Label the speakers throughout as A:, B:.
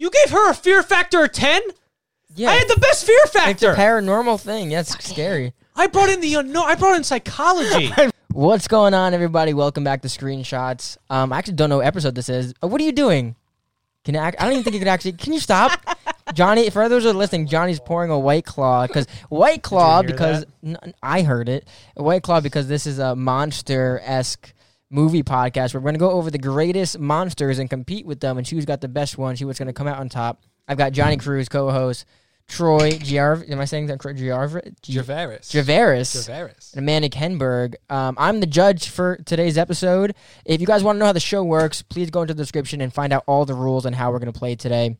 A: You gave her a fear factor of 10?
B: Yeah,
A: I had the best fear
B: it's a
A: factor.
B: paranormal thing. That's scary.
A: I brought in the unknown. I brought in psychology.
B: What's going on, everybody? Welcome back to Screenshots. Um, I actually don't know what episode this is. Uh, what are you doing? Can I, I don't even think you can actually. Can you stop, Johnny? For those who are listening, Johnny's pouring a White Claw because White Claw
A: hear
B: because
A: that?
B: n- n- I heard it. White Claw because this is a monster esque movie podcast. Where we're going to go over the greatest monsters and compete with them and see who's got the best one. See what's going to come out on top. I've got Johnny Cruz, co-host Troy Giarv. Am I saying that correct? Giarv.
C: Javaris.
B: Gervaris
C: Javaris.
B: and Amanda Kenberg. Um, I'm the judge for today's episode. If you guys want to know how the show works, please go into the description and find out all the rules and how we're going to play today.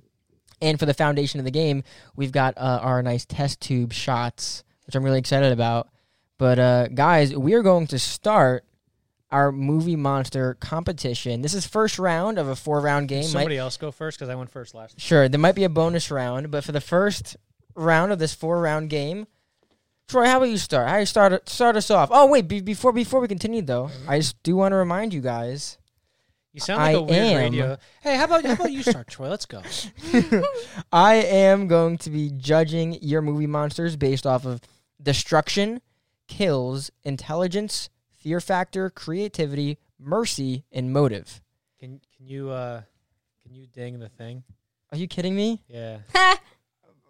B: And for the foundation of the game, we've got uh, our nice test tube shots, which I'm really excited about. But uh, guys, we are going to start our movie monster competition. This is first round of a four round game. Might-
A: Somebody else go first because I went first last.
B: Sure, there might be a bonus round, but for the first round of this four round game, Troy, how about you start? How you start start us off? Oh wait, be, before before we continue though, I just do want to remind you guys.
A: You sound like a
B: I
A: weird
B: am.
A: radio. Hey, how about how about you start, Troy? Let's go.
B: I am going to be judging your movie monsters based off of destruction, kills, intelligence, fear factor, creativity, mercy, and motive.
A: Can can you uh can you ding the thing?
B: Are you kidding me?
A: Yeah,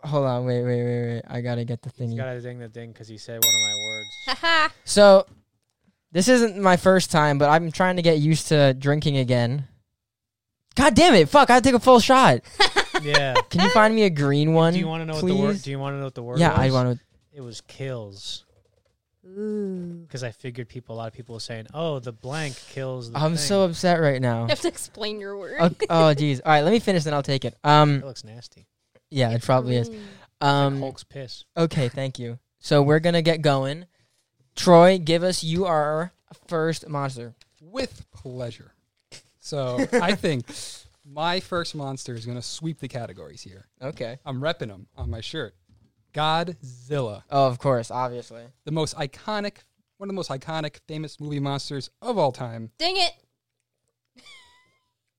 B: Hold on, wait, wait, wait, wait. I gotta get the
A: you
B: thingy.
A: gotta ding the ding because he said one of my words.
B: So, this isn't my first time, but I'm trying to get used to drinking again. God damn it! Fuck, I take a full shot.
A: yeah.
B: Can you find me a green one?
A: Do you want to know what the word?
B: please?
A: Do you want to know what the word?
B: yeah, I
A: was?
B: want to.
A: It was kills
D: Ooh.
A: because I figured people. A lot of people were saying, "Oh, the blank kills." The
B: I'm
A: thing."
B: so upset right now.
D: You have to explain your word.
B: oh, oh, geez. All right, let me finish, then I'll take it. Um,
A: That looks nasty.
B: yeah, it probably is.
D: Mm.
A: Um,
B: Um,
A: Hulk's piss.
B: okay, thank you. So we're gonna get going. Troy, give us you our first monster.
C: With pleasure. So I think my first monster is going to sweep the categories here.
B: Okay.
C: I'm repping them on my shirt. Godzilla,
B: Oh, of course, obviously.
C: the most iconic, one of the most iconic, famous movie monsters of all time.
D: Dang it.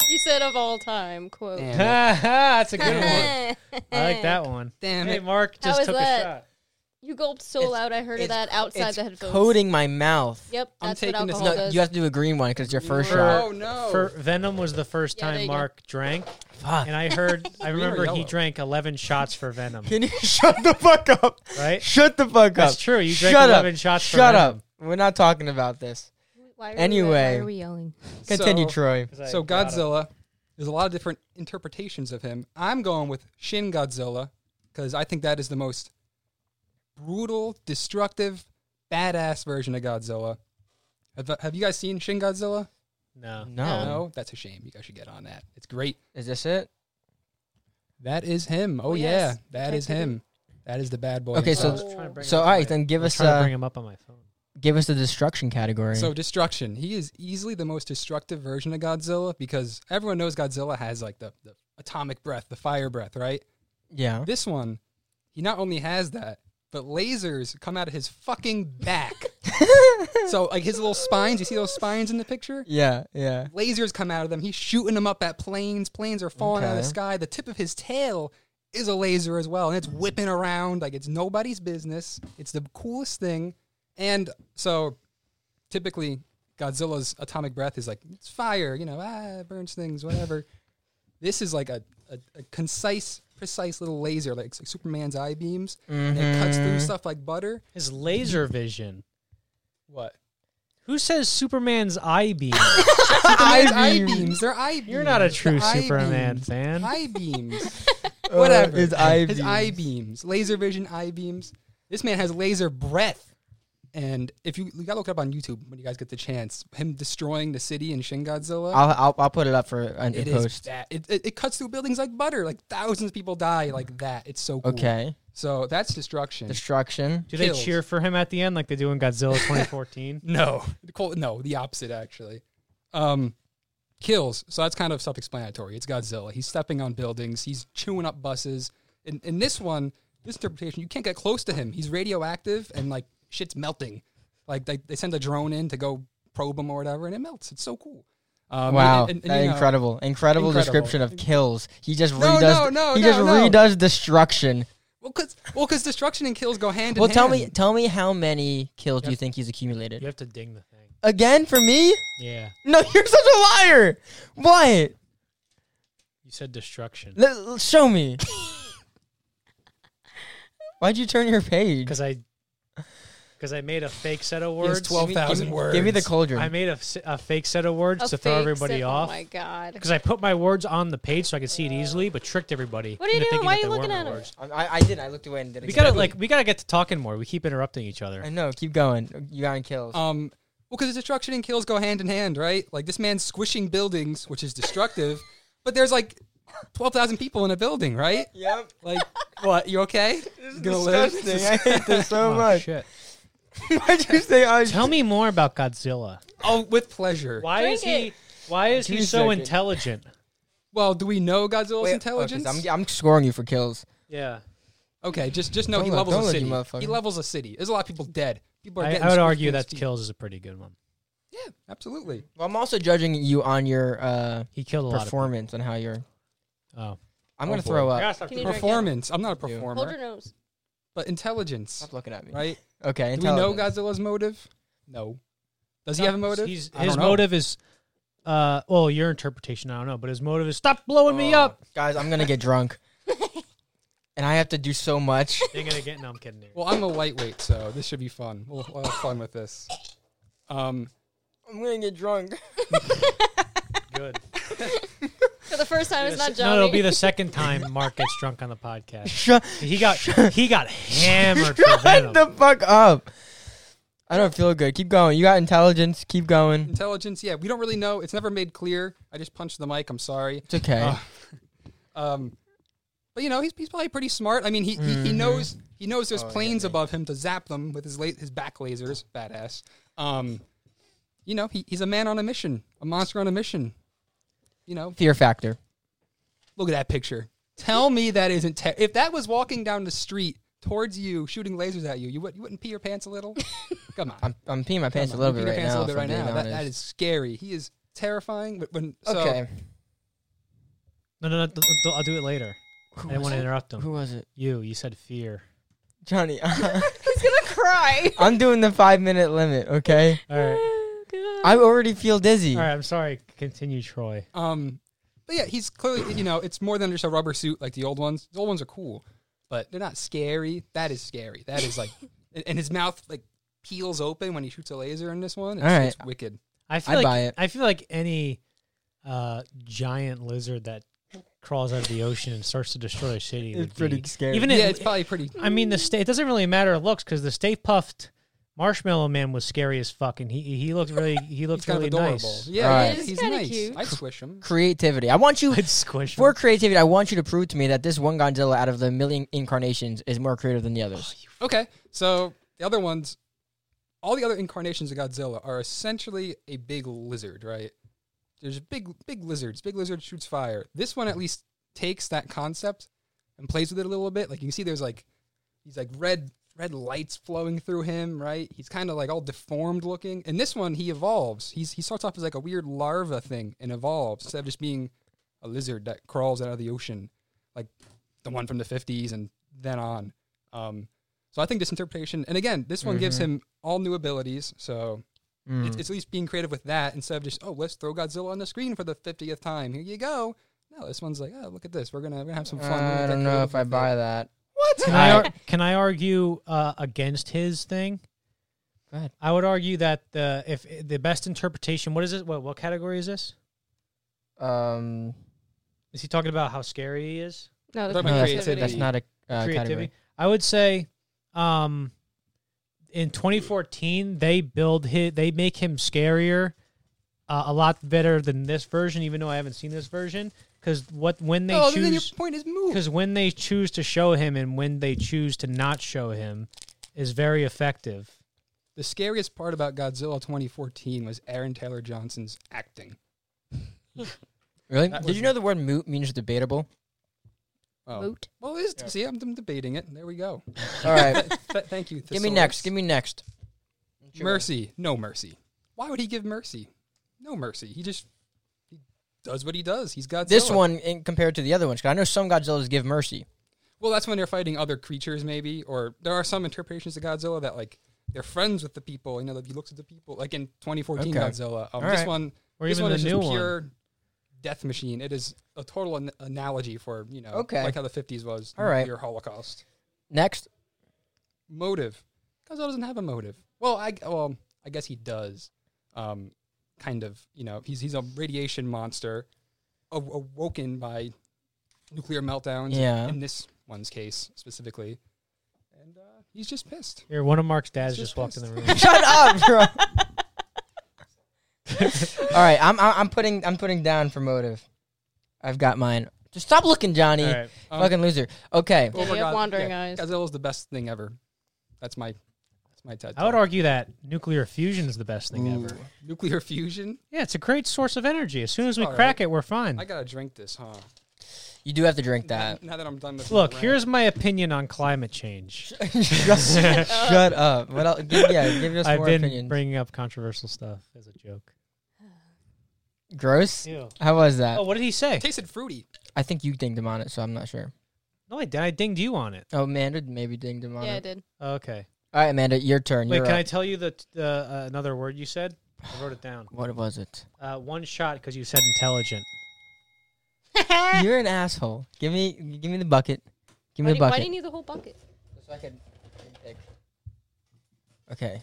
D: you said of all time, quote.
C: Damn it.
A: That's a good one.
D: I
A: I like that one.
C: Damn
A: Hey,
C: it.
A: Mark
D: How
A: just
D: was
A: took a
D: that?
A: shot.
D: You gulped so
B: It's-
D: loud I heard of
B: it's-
D: that outside
B: It's
D: the headphones.
B: coating my mouth.
D: Yep,
C: I'm
D: that's what
C: taking this-
D: alcohol
B: No,
D: does.
B: you have to do a green one because it's your first shot.
C: Oh, no.
A: For Venom was the first
D: Yeah, there
A: time
D: you go.
A: Mark drank,
B: Fuck.
A: and I heard. I
C: Green or
A: remember he
C: yellow?
A: drank eleven shots for Venom.
B: Can you shut the fuck up?
A: Right?
B: Shut the fuck
A: That's
B: up.
A: true. You drank
B: shut
A: eleven
B: up.
A: shots. for
B: Shut
A: Venom.
B: up. We're not talking about this.
D: Why are we,
B: Anyway.
D: why are we yelling?
B: Continue,
C: So-
B: Troy.
A: 'Cause I
C: So
A: got him.
C: Godzilla, there's a lot of different interpretations of him. I'm going with Shin Godzilla because I think that is the most brutal, destructive, badass version of Godzilla. Have, have you guys seen Shin Godzilla?
A: No.
B: No.
C: No, that's a shame. You guys should get on that. It's great.
B: Is this it?
C: That is him. Oh
D: Oh,
C: yeah,
D: yes.
C: that is him. That is the bad boy. Um,
B: Okay, so-
C: himself.
A: I'm trying to bring
B: So
A: him
B: all
A: up
B: right,
A: on my-
B: then give
A: I'm
B: us
A: trying to
B: uh,
A: bring him up on my phone.
B: give us the destruction category.
C: So destruction. He is easily the most destructive version of Godzilla because everyone knows Godzilla has like the, the atomic breath, the fire breath, right?
B: yeah.
C: This one, he not only has that, but lasers come out of his fucking back. so like his little spines, you see those spines in the picture?
B: Yeah. Yeah.
C: Lasers come out of them. He's shooting them up at planes. Planes are falling out of the
B: Okay.
C: sky. The tip of his tail is a laser as well, and it's whipping around like it's nobody's business. It's the coolest thing. And so, typically, Godzilla's atomic breath is like it's fire, you know, ah, it burns things, whatever. this is like a, a, a concise, precise little laser, like, s- Superman's eye beams, and it cuts
A: Mm-hmm.
C: through
B: Mhm.
C: stuff like butter.
A: His laser vision.
C: What?
A: Who says Superman's eye beam?
C: Superman's eye
B: beam.
C: beams. They're eye beams.
A: You're not a true
C: The eye
A: Superman
C: beams.
A: fan.
C: Eye beams.
B: Uh,
C: whatever.
B: his eye
C: His
B: beams.
C: eye beams. Laser vision eye beams. This man has laser breath. And if you, you gotta look it up on YouTube when you guys get the chance, him destroying the city in Shin Godzilla.
B: I'll, I'll I'll put it up for an
C: it
B: in
C: is
B: post.
C: that. It, it, it cuts through buildings like butter. Like thousands of people die like that. It's so cool.
B: Okay.
C: So that's destruction.
B: Destruction.
A: Do they
C: Kills.
A: cheer for him at the end like they do in Godzilla 2014?
C: no, Col- no, the opposite actually. Um, kills. So that's kind of self-explanatory. It's Godzilla. He's stepping on buildings. He's chewing up buses. In, in this one, this interpretation, you can't get close to him. He's radioactive and like shit's melting. Like they, they send a drone in to go probe him or whatever, and it melts. It's so cool. Um,
B: wow,
C: and- and- and,
B: that
C: you know,
B: incredible, incredible,
C: Incredible.
B: description of kills. He just
C: No,
B: redoes.
C: no, no,
B: he
C: no,
B: just
C: no.
B: redoes destruction.
C: Well, because destruction and kills go hand in
B: well,
C: hand.
B: tell me, tell me how many kills do you
A: Yep.
B: think he's accumulated?
A: You have to ding the thing.
B: Again for me?
A: Yeah.
B: No, you're such a liar. What?
A: You said destruction.
B: Let- l- show me. Why'd you turn your page?
A: Because I, because I made a fake set of
C: He has
A: words.
C: twelve thousand words.
B: Give me the cauldron.
A: I made a, s- a fake set of words
D: A
A: to throw
D: fake
A: everybody
D: sip-
A: off.
D: Oh my god.
A: Because I put my words on the page so I could see it easily, but tricked everybody.
D: What are you
A: into
D: doing?
A: thinking that
D: Why are you
A: they were
D: looking
A: my
D: at him?
A: words.
B: I, I did. I looked away and did.
A: We gotta like we gotta get to talking more. We keep interrupting each other.
B: I know. Keep going. You got kills.
A: Oh.
C: Um, well, because destruction and kills go hand in hand, right? Like this man's squishing buildings, which is destructive, but there's like twelve thousand people in a building, right?
B: yep.
C: Like, what? You okay? You gonna live?
B: Disgusting. I hate this so
A: Oh,
B: much.
A: shit.
B: Why'd you say I?
A: Tell me more about Godzilla.
C: Oh, with pleasure.
A: Why
D: Drink
A: is he?
D: it.
A: Why is
B: Give
A: he
B: me a
A: so
B: second.
A: intelligent?
C: Well, do we know Godzilla's
B: Wait,
C: intelligence?
B: okay, so I'm, I'm scoring you for kills.
A: Yeah,
C: okay, just just know
B: Don't
C: he
B: look-
C: levels
B: don't
C: a
B: look, you
C: city.
B: motherfucker.
C: He levels a city. There's a lot of people dead. People are
A: I,
C: getting.
A: I would
C: squished
A: argue
C: and
A: that
C: squeezed.
A: kills is a pretty good one.
C: Yeah, absolutely.
B: Well, I'm also judging you on your uh,
A: He killed a
B: performance and how you're.
A: lot. Of people.
B: I'm
A: Oh,
B: gonna
A: boy.
B: throw
A: I
B: up.
A: gotta stop
D: Can you
A: doing-
D: drink it?
C: Performance. I'm not a
B: Dude.
D: Hold your
C: performer,
D: nose.
C: but intelligence,
B: Stop looking at me.
C: right?
B: Okay.
C: Do we know
B: intelligence.
C: Godzilla's motive? No. Does he have a motive?
A: He's,
C: I
A: his
C: don't know.
A: motive is, uh, well, your interpretation, I don't know, but his motive is stop blowing me
B: Oh,
A: up.
B: guys. I'm gonna get drunk, and I have to do so much.
A: They're gonna get. No, I'm kidding.
C: Well, I'm a lightweight, so this should be fun. We'll, we'll have fun with this. Um,
B: I'm gonna get drunk.
A: Good.
D: For the first time, it's not Johnny.
A: No, it'll be the second time Mark gets drunk on the podcast.
B: Shut
A: He got he got hammered for Venom.
B: the fuck up. I don't feel good. Keep going. You got intelligence. Keep going.
C: intelligence, yeah, we don't really know. It's never made clear. I just punched the mic. I'm sorry.
B: It's okay.
A: Ah.
C: Uh, Um, but you know, he's, he's probably pretty smart. I mean, he, he, he knows he knows there's
B: Mm-hmm. Oh, yeah,
C: planes
B: thank
C: above him to zap them with his la- his back lasers. Badass. Um, you know, he, he's a man on a mission, a monster on a mission. You know,
B: Fear factor.
C: Look at that picture. Tell me that isn't ter- if that was walking down the street towards you, shooting lasers at you, you, would, you wouldn't pee your pants a little? Come on,
B: I'm, I'm peeing my
C: Come
B: pants
C: on.
B: a little
C: You
B: bit
C: pee your
B: right
C: pants
B: now.
C: a little
B: if
C: bit
B: I'm
C: right now.
B: being
C: That,
B: honest.
C: that is scary. He is terrifying. But when so,
B: okay.
A: No, no, no. th- th- I'll do it later. I
B: Who
A: didn't
B: was,
A: want to
B: it?
A: interrupt him.
B: Who was it?
A: You, you said fear.
B: Johnny.
D: He's gonna cry.
B: I'm doing the five minute limit. Okay.
A: All right,
B: I already feel dizzy.
A: all right. I'm sorry. Continue, Troy.
C: um, but yeah, he's clearly you know it's more than just a rubber suit like the old ones. The old ones are cool, but they're not scary. That is scary. That is like, and- and his mouth like peels open when he shoots a laser in this one. It's,
B: All right.
C: it's wicked.
A: I feel
B: I
A: like
B: buy it.
A: I feel like any uh, giant lizard that crawls out of the ocean and starts to destroy a city.
B: It's
A: would
B: pretty
A: be,
B: scary.
A: Even
C: Yeah,
A: if
C: it's probably pretty.
A: I mean the state. It doesn't really matter it looks because the Stay Puffed Marshmallow Man was scary as fuck, and he he looked really he
C: He's
A: looked
C: kind
A: really
C: of adorable.
A: nice.
C: Yeah,
B: Alright.
C: he's,
D: He's
C: he's
D: kinda
C: nice.
D: cute.
C: I'd squish him.
B: Creativity. I want you
A: I'd squish him.
B: for creativity. I want you to prove to me that this one Godzilla out of the million incarnations is more creative than the others.
C: Okay, so the other ones, all the other incarnations of Godzilla are essentially a big lizard, right? There's big, big lizards. Big lizard shoots fire. This one at least takes that concept and plays with it a little bit. Like you can see, there's like he's like red, red lights flowing through him, right? He's kind of like all deformed looking. And this one, he evolves. He's he starts off as like a weird larva thing and evolves instead of just being a lizard that crawls out of the ocean, like the one from the 50s and then on. Um, so I think this interpretation, and again, this one gives
B: Mhm.
C: him all new abilities. So it's,
B: Mm.
C: it's at least being creative with that instead of just oh let's throw Godzilla on the screen for the fiftieth time. Here you go. No, this one's like oh look at this. We're gonna, we're gonna have some fun. We're gonna
B: Uh, I don't
C: get
B: know
C: creative
B: if I
C: with it."
B: buy that.
C: What?
A: Can I, ar- can I argue uh, against his thing?
B: Go ahead.
A: I would argue that the if the best interpretation, what is it? What what category is this?
B: Um,
A: Is he talking about how scary he is?
D: No,
C: Talking
D: that's
C: about
B: no, that's-
D: creativity.
B: That's, not a uh,
A: Creativity.
B: category.
A: I would say, um, in 2014 they build his, they make him scarier, uh, a lot better than this version. Even though I haven't seen this version, because what when they
C: oh, then your
A: choose
C: point is moved.
A: because when they choose to show him and when they choose to not show him is very effective.
C: The scariest part about Godzilla 2014 was Aaron Taylor Johnson's acting.
B: Really?
C: That
B: Did you
C: was-
B: know the word moot means debatable?
C: Oh,
D: Moot.
C: well, it is,
B: Yeah.
C: see, I'm, I'm debating it. There we go.
B: All right.
C: Th- thank you.
B: Give me next. Give me next.
C: mercy. No mercy. Why would he give mercy? No mercy. He just does what he does. He's Godzilla.
B: This one in, compared to the other ones, because I know some Godzillas give mercy.
C: Well, that's when they're fighting other creatures, maybe, or there are some interpretations of Godzilla that like they're friends with the people. You know, that he looks at the people, like in 2014
B: Okay.
C: Godzilla. Um,
B: All
C: this
B: right.
C: one,
A: Or
C: this
A: even
C: one
A: the
C: is
A: new
C: just
A: one.
C: pure death machine. It is a total an- analogy for you know,
B: Okay.
C: like how the 50s was.
B: All right.
C: your Holocaust
B: Next,
C: motive. Godzilla doesn't have a motive. Well, I well, I guess he does. Um, kind of. You know, he's he's a radiation monster, aw- awoken by nuclear meltdowns.
B: Yeah.
C: In this one's case specifically, and uh, he's just pissed.
A: Here, one of Mark's dads
C: It's
A: just
C: just
A: walked in the room.
B: shut up, bro. All right, I'm I'm I'm putting I'm putting down for motive. I've got mine. Just stop looking, Johnny.
A: All right.
C: Um,
B: Fucking loser. Okay.
D: Yeah,
C: over
D: you have
C: God-
D: wandering
C: yeah,
D: eyes.
C: Godzilla's the best thing ever. That's my that's my TED.
A: I would
C: Talk.
A: argue that nuclear fusion is the best thing ever.
C: Ooh. Nuclear fusion.
A: Yeah, it's a great source of energy. As soon as we
C: All
A: crack it, we're fine.
C: I gotta drink this, huh?
B: You do have to drink that.
C: Now that I'm done with my
A: Look,
C: rant.
A: here's my opinion on climate change.
B: shut, shut up. What else? Give, yeah, give us
A: I've
B: more
A: been
B: opinions.
A: bringing up controversial stuff as a joke.
B: Gross. How was that?
A: Oh, what did he say?
C: It tasted fruity.
B: I think you dinged him on it, so I'm not sure.
A: No, I did. I dinged you on it. Oh,
B: Oh, Amanda maybe dinged him on
D: Yeah, I
B: it.
D: did.
A: Okay.
B: All right, Amanda, your turn.
A: Wait,
B: You're
A: can
B: up.
A: I tell you the the uh, another word you said? I wrote it down.
B: What was it?
A: Uh, one shot because you said intelligent.
B: You're an asshole. Give me, give me the bucket. Give me the
D: Ah. Why, do, why
B: bucket.
D: do you need the whole bucket?
B: So I could pick. Okay.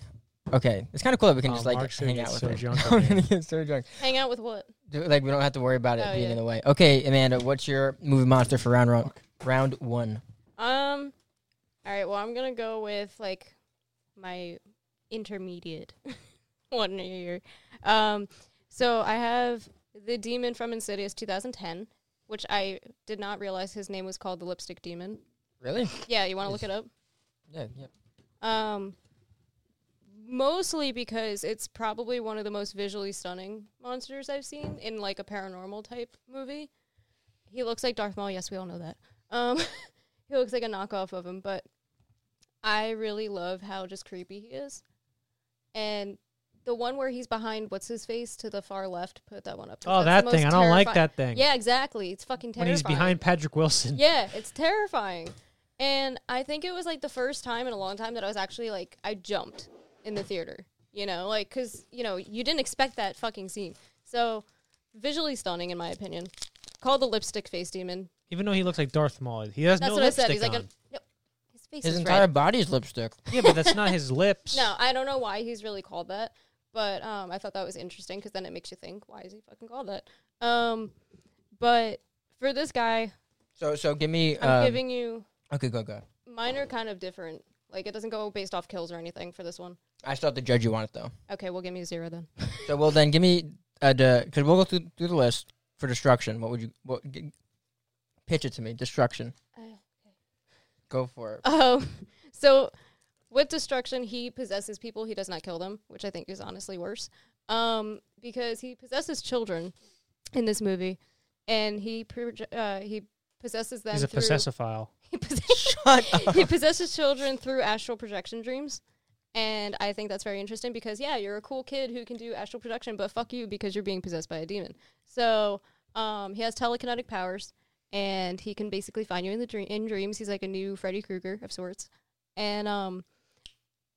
B: Okay. It's kind of cool that we can
A: Oh,
B: just like
A: Mark's gonna
B: hang
A: get
B: out with
A: so
B: her.
A: drunk
B: I'm
A: on
B: gonna get so drunk.
D: Hang out with what?
B: Do- Like we don't have to worry about it
D: Oh,
B: being
D: yeah.
B: in the way. Okay, Amanda, what's your movie monster for round round round one?
D: Um. All right. Well, I'm gonna go with like my intermediate one year. Um. So I have the demon from Insidious 2010, which I did not realize his name was called the Lipstick Demon.
B: Really?
D: Yeah, you want to look
B: Yes.
D: it up?
B: Yeah. Yeah.
D: Um, mostly because it's probably one of the most visually stunning monsters I've seen in like a paranormal type movie. He looks like Darth Maul. Yes, we all know that. Um, he looks like a knockoff of him, but I really love how just creepy he is. And the one where he's behind what's his face to the far left, put that one up. 'cause
A: Oh,
D: that's
A: that
D: the
A: thing. I
D: most
A: don't like
D: terrifi-
A: that thing.
D: Yeah, exactly. It's fucking
A: When
D: terrifying.
A: he's behind Patrick Wilson.
D: Yeah, it's terrifying. And I think it was like the first time in a long time that I was actually like, I jumped in the theater, you know, like, cause, you know, you didn't expect that fucking scene. So visually stunning, in my opinion. Called the lipstick face demon.
A: Even though he looks like Darth Maul, he has
D: That's
A: no
D: what I
A: lipstick
D: said. He's like, a,
A: on.
D: no, his face
B: His
D: is
B: entire
D: red.
B: body is lipstick.
A: yeah, but that's not his lips.
D: No, I don't know why he's really called that, but um, I thought that was interesting because then it makes you think, why is he fucking called that? Um, but for this guy,
B: So so give me.
D: I'm
B: um,
D: giving you
B: Okay, go go.
D: mine are kind of different. Like it doesn't go based off kills or anything for this one.
B: I still have to judge you on it though.
D: Okay, well give me a zero then.
B: So well then give me uh because we'll go through through the list for destruction. What would you what? G- pitch it to me. Destruction. Go for it.
D: Um, so with destruction, he possesses people. He does not kill them, which I think is honestly worse, um, because he possesses children in this movie, and he proje- uh, he possesses them.
A: he's a
D: through-
A: possessophile.
D: He, possess-
B: Shut up.
D: he possesses children through astral projection dreams. And I think that's very interesting because yeah, you're a cool kid who can do astral projection, but fuck you because you're being possessed by a demon. So um, he has telekinetic powers, and he can basically find you in the dream in dreams. He's like a new Freddy Krueger of sorts, and um,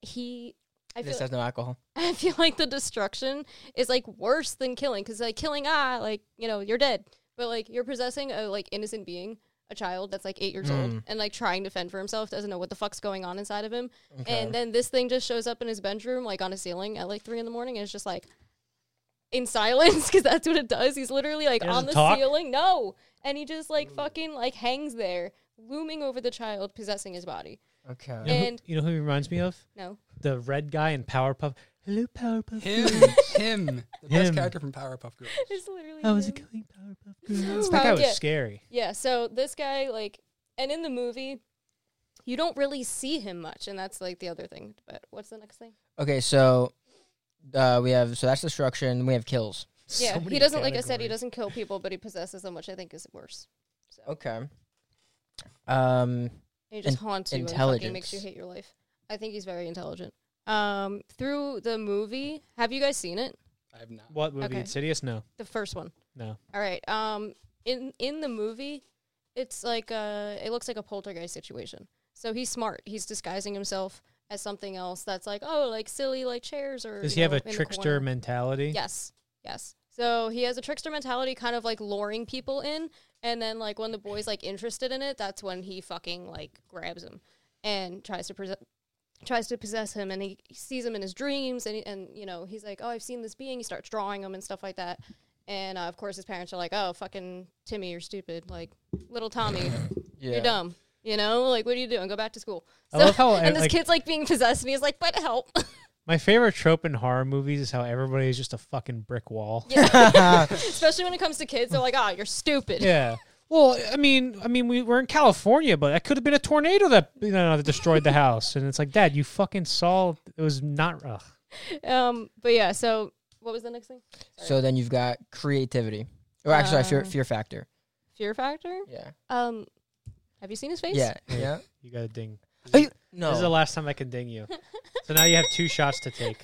D: he. I feel,
B: This has no alcohol.
D: I feel like the destruction is like worse than killing because like killing ah like you know you're dead but like you're possessing a like innocent being a child that's like eight years
A: Mm.
D: old and like trying to fend for himself doesn't know what the fuck's going on inside of him and then this thing just shows up in his bedroom like on a ceiling at like three in the morning and it's just like in silence because that's what it does he's literally like
A: It
D: on
A: doesn't
D: the
A: talk? Mm.
D: ceiling no and he just like fucking like hangs there looming over the child possessing his body
B: Okay.
A: You know who-
D: And-
A: you know who he reminds me of?
D: no
A: The red guy in Powerpuff. Hello, Powerpuff.
C: Him, him, the best
A: Him.
C: character from Powerpuff Girls.
D: it's literally
A: How is
D: him.
A: it going, Powerpuff Girls?
D: Ooh.
A: That guy was
D: Yeah.
A: scary.
D: Yeah, so this guy, like, and in the movie, you don't really see him much, and that's like the other thing. But what's the next thing?
B: Okay, so uh, we have so that's destruction. We have kills.
D: yeah,
A: So
D: he
A: many
D: doesn't, like I said, he
A: categories.
D: doesn't kill people, but he possesses them, which I think is worse. So
B: Okay. Um.
D: and he just
B: In-
D: haunts you and fucking makes you
B: intelligence.
D: hate your life. I think he's very intelligent. Um, through the movie, have you guys seen it?
C: I have not.
A: What movie?
D: Okay.
A: Insidious? No,
D: The first one.
A: no.
D: All right. Um, in in the movie, it's like a it looks like a poltergeist situation. So he's smart. He's disguising himself as something else that's like oh like silly like chairs or
A: Does
D: you
A: he have
D: know,
A: a
D: in the
A: trickster
D: corner.
A: mentality?
D: Yes. Yes. So he has a trickster mentality, kind of like luring people in, and then like when the boy's like interested in it, that's when he fucking like grabs him and tries to present. Tries to possess him, and he sees him in his dreams, and he, and you know he's like, "Oh, I've seen this being." He starts drawing him and stuff like that, and uh, of course his parents are like, "Oh, fucking Timmy, you're stupid. Like little Tommy,
B: Yeah.
D: you're dumb. You know, like what are you doing? Go back to school."
A: I love how, uh,
D: and this
A: like-
D: kid's like being possessed, and he's like, "But help!"
A: My favorite trope in horror movies is how everybody is just a fucking brick wall.
D: Yeah. Especially when it comes to kids, they're like, "Ah, you're stupid."
A: Yeah. Well, I mean, I mean, we were in California, but that could have been a tornado that you know that destroyed the house, and it's like, Dad, you fucking saw it was not. Ugh.
D: Um, but yeah, so what was the next thing?
B: So then you've got creativity, or actually, sorry, fear,
D: Uh,
B: fear factor.
D: Fear Factor.
B: Yeah.
D: Um, have you seen his face?
B: Yeah. Yeah.
A: You got to ding.
B: No.
A: This is the last time I can ding you. So now you have two shots to take.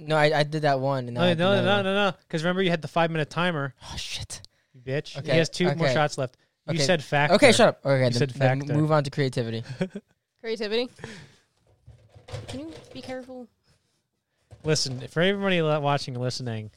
B: no, I, I did that one. And now I
A: Oh, No,
B: have
A: no,
B: another
A: no, no,
B: one.
A: no. Because remember, you had the five minute timer,
B: Oh shit.
A: you bitch.
B: Okay,
A: He has two more
B: okay.
A: shots left. You
B: Okay.
A: said fact.
B: Okay, shut up. Okay, then,
A: said
B: then
A: factor.
B: move on to creativity.
D: Creativity. Can you be careful?
A: Listen, for everybody li- watching and listening,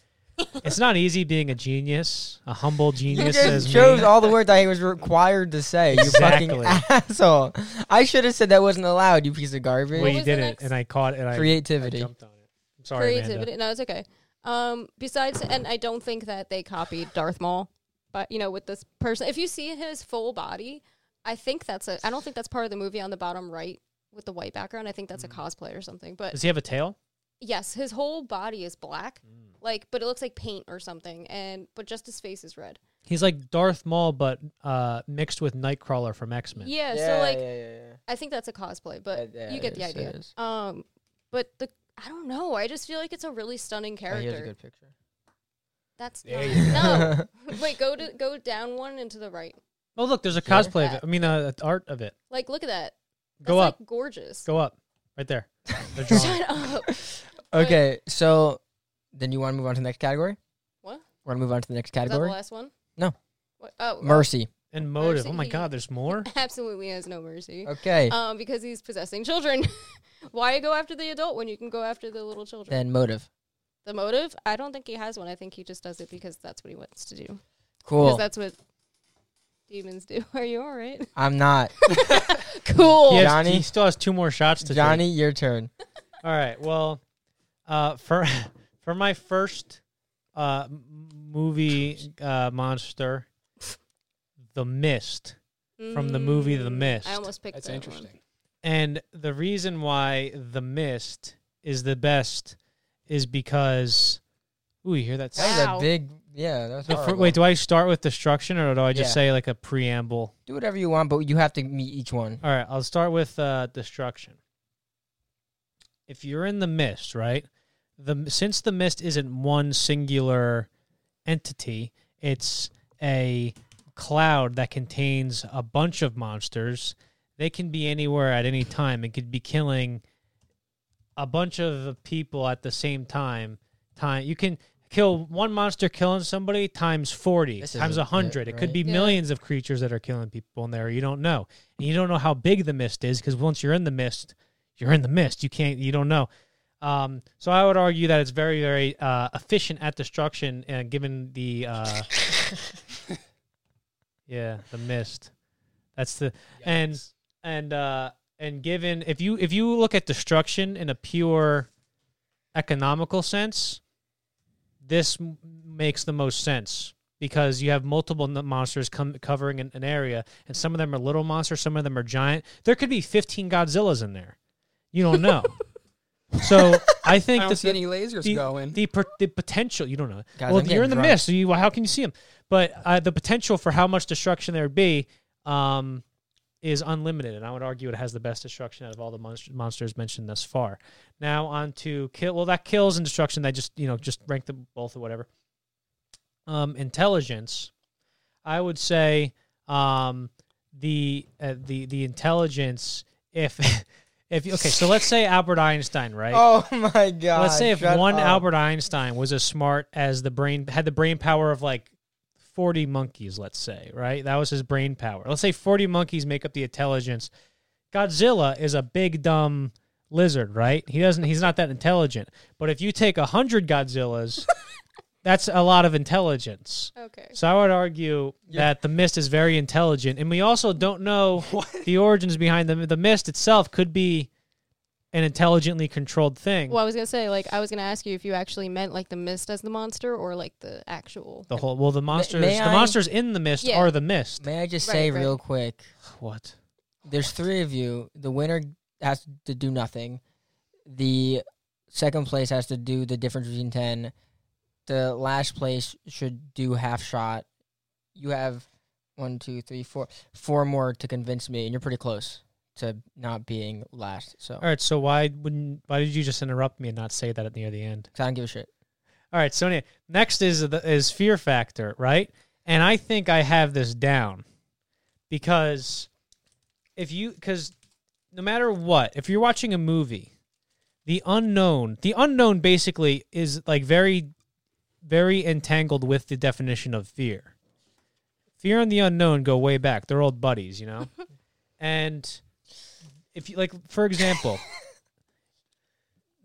A: it's not easy being a genius, a humble
B: You
A: genius as
B: just
A: me.
B: chose all the words I was required to say. You fucking
A: Exactly.
B: asshole. I should have said that wasn't allowed. You piece of garbage.
A: well, you
D: was the
A: did it,
D: next-
A: and I caught it, and I, I
B: creativity.
A: jumped on it. I'm sorry,
D: Creativity.
A: Amanda.
D: No, it's okay. Um, besides, and I don't think that they copied Darth Maul, but you know, with this person, if you see his full body, I think that's a. I don't think that's part of the movie on the bottom right with the white background. I think that's a
A: Mm.
D: cosplay or something. But
A: Does he have a tail?
D: Yes, his whole body is black, like, but it looks like paint or something, and but just his face is red.
A: He's like Darth Maul, but uh, mixed with Nightcrawler from X Men.
D: Yeah, so like,
B: yeah, yeah,
D: I think that's a cosplay,
B: Uh,
D: but
B: yeah,
D: you get
B: it
D: the
B: is, it
D: idea.
B: is.
D: Um, but the I don't know. I just feel like it's a really stunning
B: Oh, here's
D: character.
B: a good picture.
D: that's
C: There
D: not,
C: you
D: no. Wait, go to go down one and to the right.
A: Oh, look, there's a
B: Sure.
A: cosplay of it. I mean, uh, art of it.
D: Like, look at that. That's
A: Go up.
D: like gorgeous.
A: Go up. Right there. They're drawing.
D: Shut up. But-
B: Okay, so then you want to move on to the next category?
D: What?
B: Want to move on to the next
D: Is that the
B: category?
D: last one?
B: No.
D: What? Oh,
B: Mercy.
A: and motive. Oh my
D: Mercy.
A: God, there's more?
D: absolutely has no mercy.
B: Okay.
D: Um, because he's possessing children. Why go after the adult when you can go after the little children?
B: then motive.
D: the motive i don't think he has one i think he just does it because that's what he wants to do because
B: Cool.
D: that's what demons do are you all right
B: I'm not.
D: cool
A: He, has-
B: Johnny?
A: he still has two more shots to take.
B: Johnny, your turn.
A: All right. Well, uh, for for my first uh, m- movie uh, monster, The Mist, from the movie The
D: Mm,
A: Mist.
D: i almost picked
C: That's
D: that
C: interesting.
A: and the reason why The Mist is the best is because. Ooh, you hear that?
B: That
A: sound?
B: was
D: Wow.
B: a big. Yeah, that was
A: The fir-
B: horrible.
A: wait, do I start with destruction or do I just
B: Yeah.
A: say like a preamble?
B: Do whatever you want, but you have to meet each one.
A: All right, I'll start with uh, destruction. If you're in the mist, right? The since the mist isn't one singular entity, it's a cloud that contains a bunch of monsters. They can be anywhere at any time. It could be killing a bunch of people at the same time. Time you can kill one monster killing somebody times 40
B: This
A: times
B: isn't it,
A: 100 it could
B: right?
A: be
D: Yeah.
A: millions of creatures that are killing people in there you don't know and you don't know how big the mist is because once you're in the mist you're in the mist you can't you don't know um, so i would argue that it's very very uh, efficient at destruction and given the uh, yeah the mist that's the and
C: Yikes.
A: and uh and given if you if you look at destruction in a pure economical sense this m- makes the most sense because you have multiple n- monsters com- covering an, an area and some of them are little monsters some of them are giant there could be 15 godzillas in there you don't know so i
C: I
A: think
C: don't
A: that
C: see
A: the-
C: any lasers
A: the,
C: going.
A: the, per- the potential you don't know
B: Guys,
A: well
B: I'm
A: you're in the
B: getting
A: mist so you how can you see them but uh, the potential for how much destruction there would be um, is unlimited and i would argue it has the best destruction out of all the monst- monsters mentioned thus far now on to kill well that kills and destruction they just you know just rank them both or whatever um, intelligence i would say um, the uh, the the intelligence if If okay, so let's say Albert Einstein, right?
B: Oh my god.
A: let's say if
B: shut
A: one
B: up.
A: Albert Einstein was as smart as the brain had the brain power of like 40 monkeys, let's say, right? That was his brain power. Let's say 40 monkeys make up the intelligence. Godzilla is a big dumb lizard, right? He doesn't he's not that intelligent. But if you take 100 Godzillas, that's a lot of intelligence.
D: Okay.
A: So I would argue that the mist is very intelligent, and we also don't know the origins behind the the mist itself could be an intelligently controlled thing.
D: Well, I was gonna say, like, I was gonna ask you if you actually meant like the mist as the monster or like the actual.
A: the whole well, the monsters,
B: may
A: the
B: I-
A: monsters in the mist
D: Yeah.
A: are the mist.
B: May I just
D: Right,
B: say
D: right.
B: real quick?
A: What?
B: There's three of you. The winner has to do nothing. The second place has to do the difference between ten. The last place should do half shot. You have one, two, three, four, four more to convince me, and you're pretty close to not being last. So
A: All right. So why wouldn't? Why did you just interrupt me and not say that at near the end?
B: 'cause I don't give a shit.
A: All right. So anyway, next is the, is fear factor, right? And I think I have this down because if you because no matter what, if you're watching a movie, the unknown, the unknown basically is like very, very entangled with the definition of fear. Fear and the unknown go way back. They're old buddies, you know. and if you like, for example,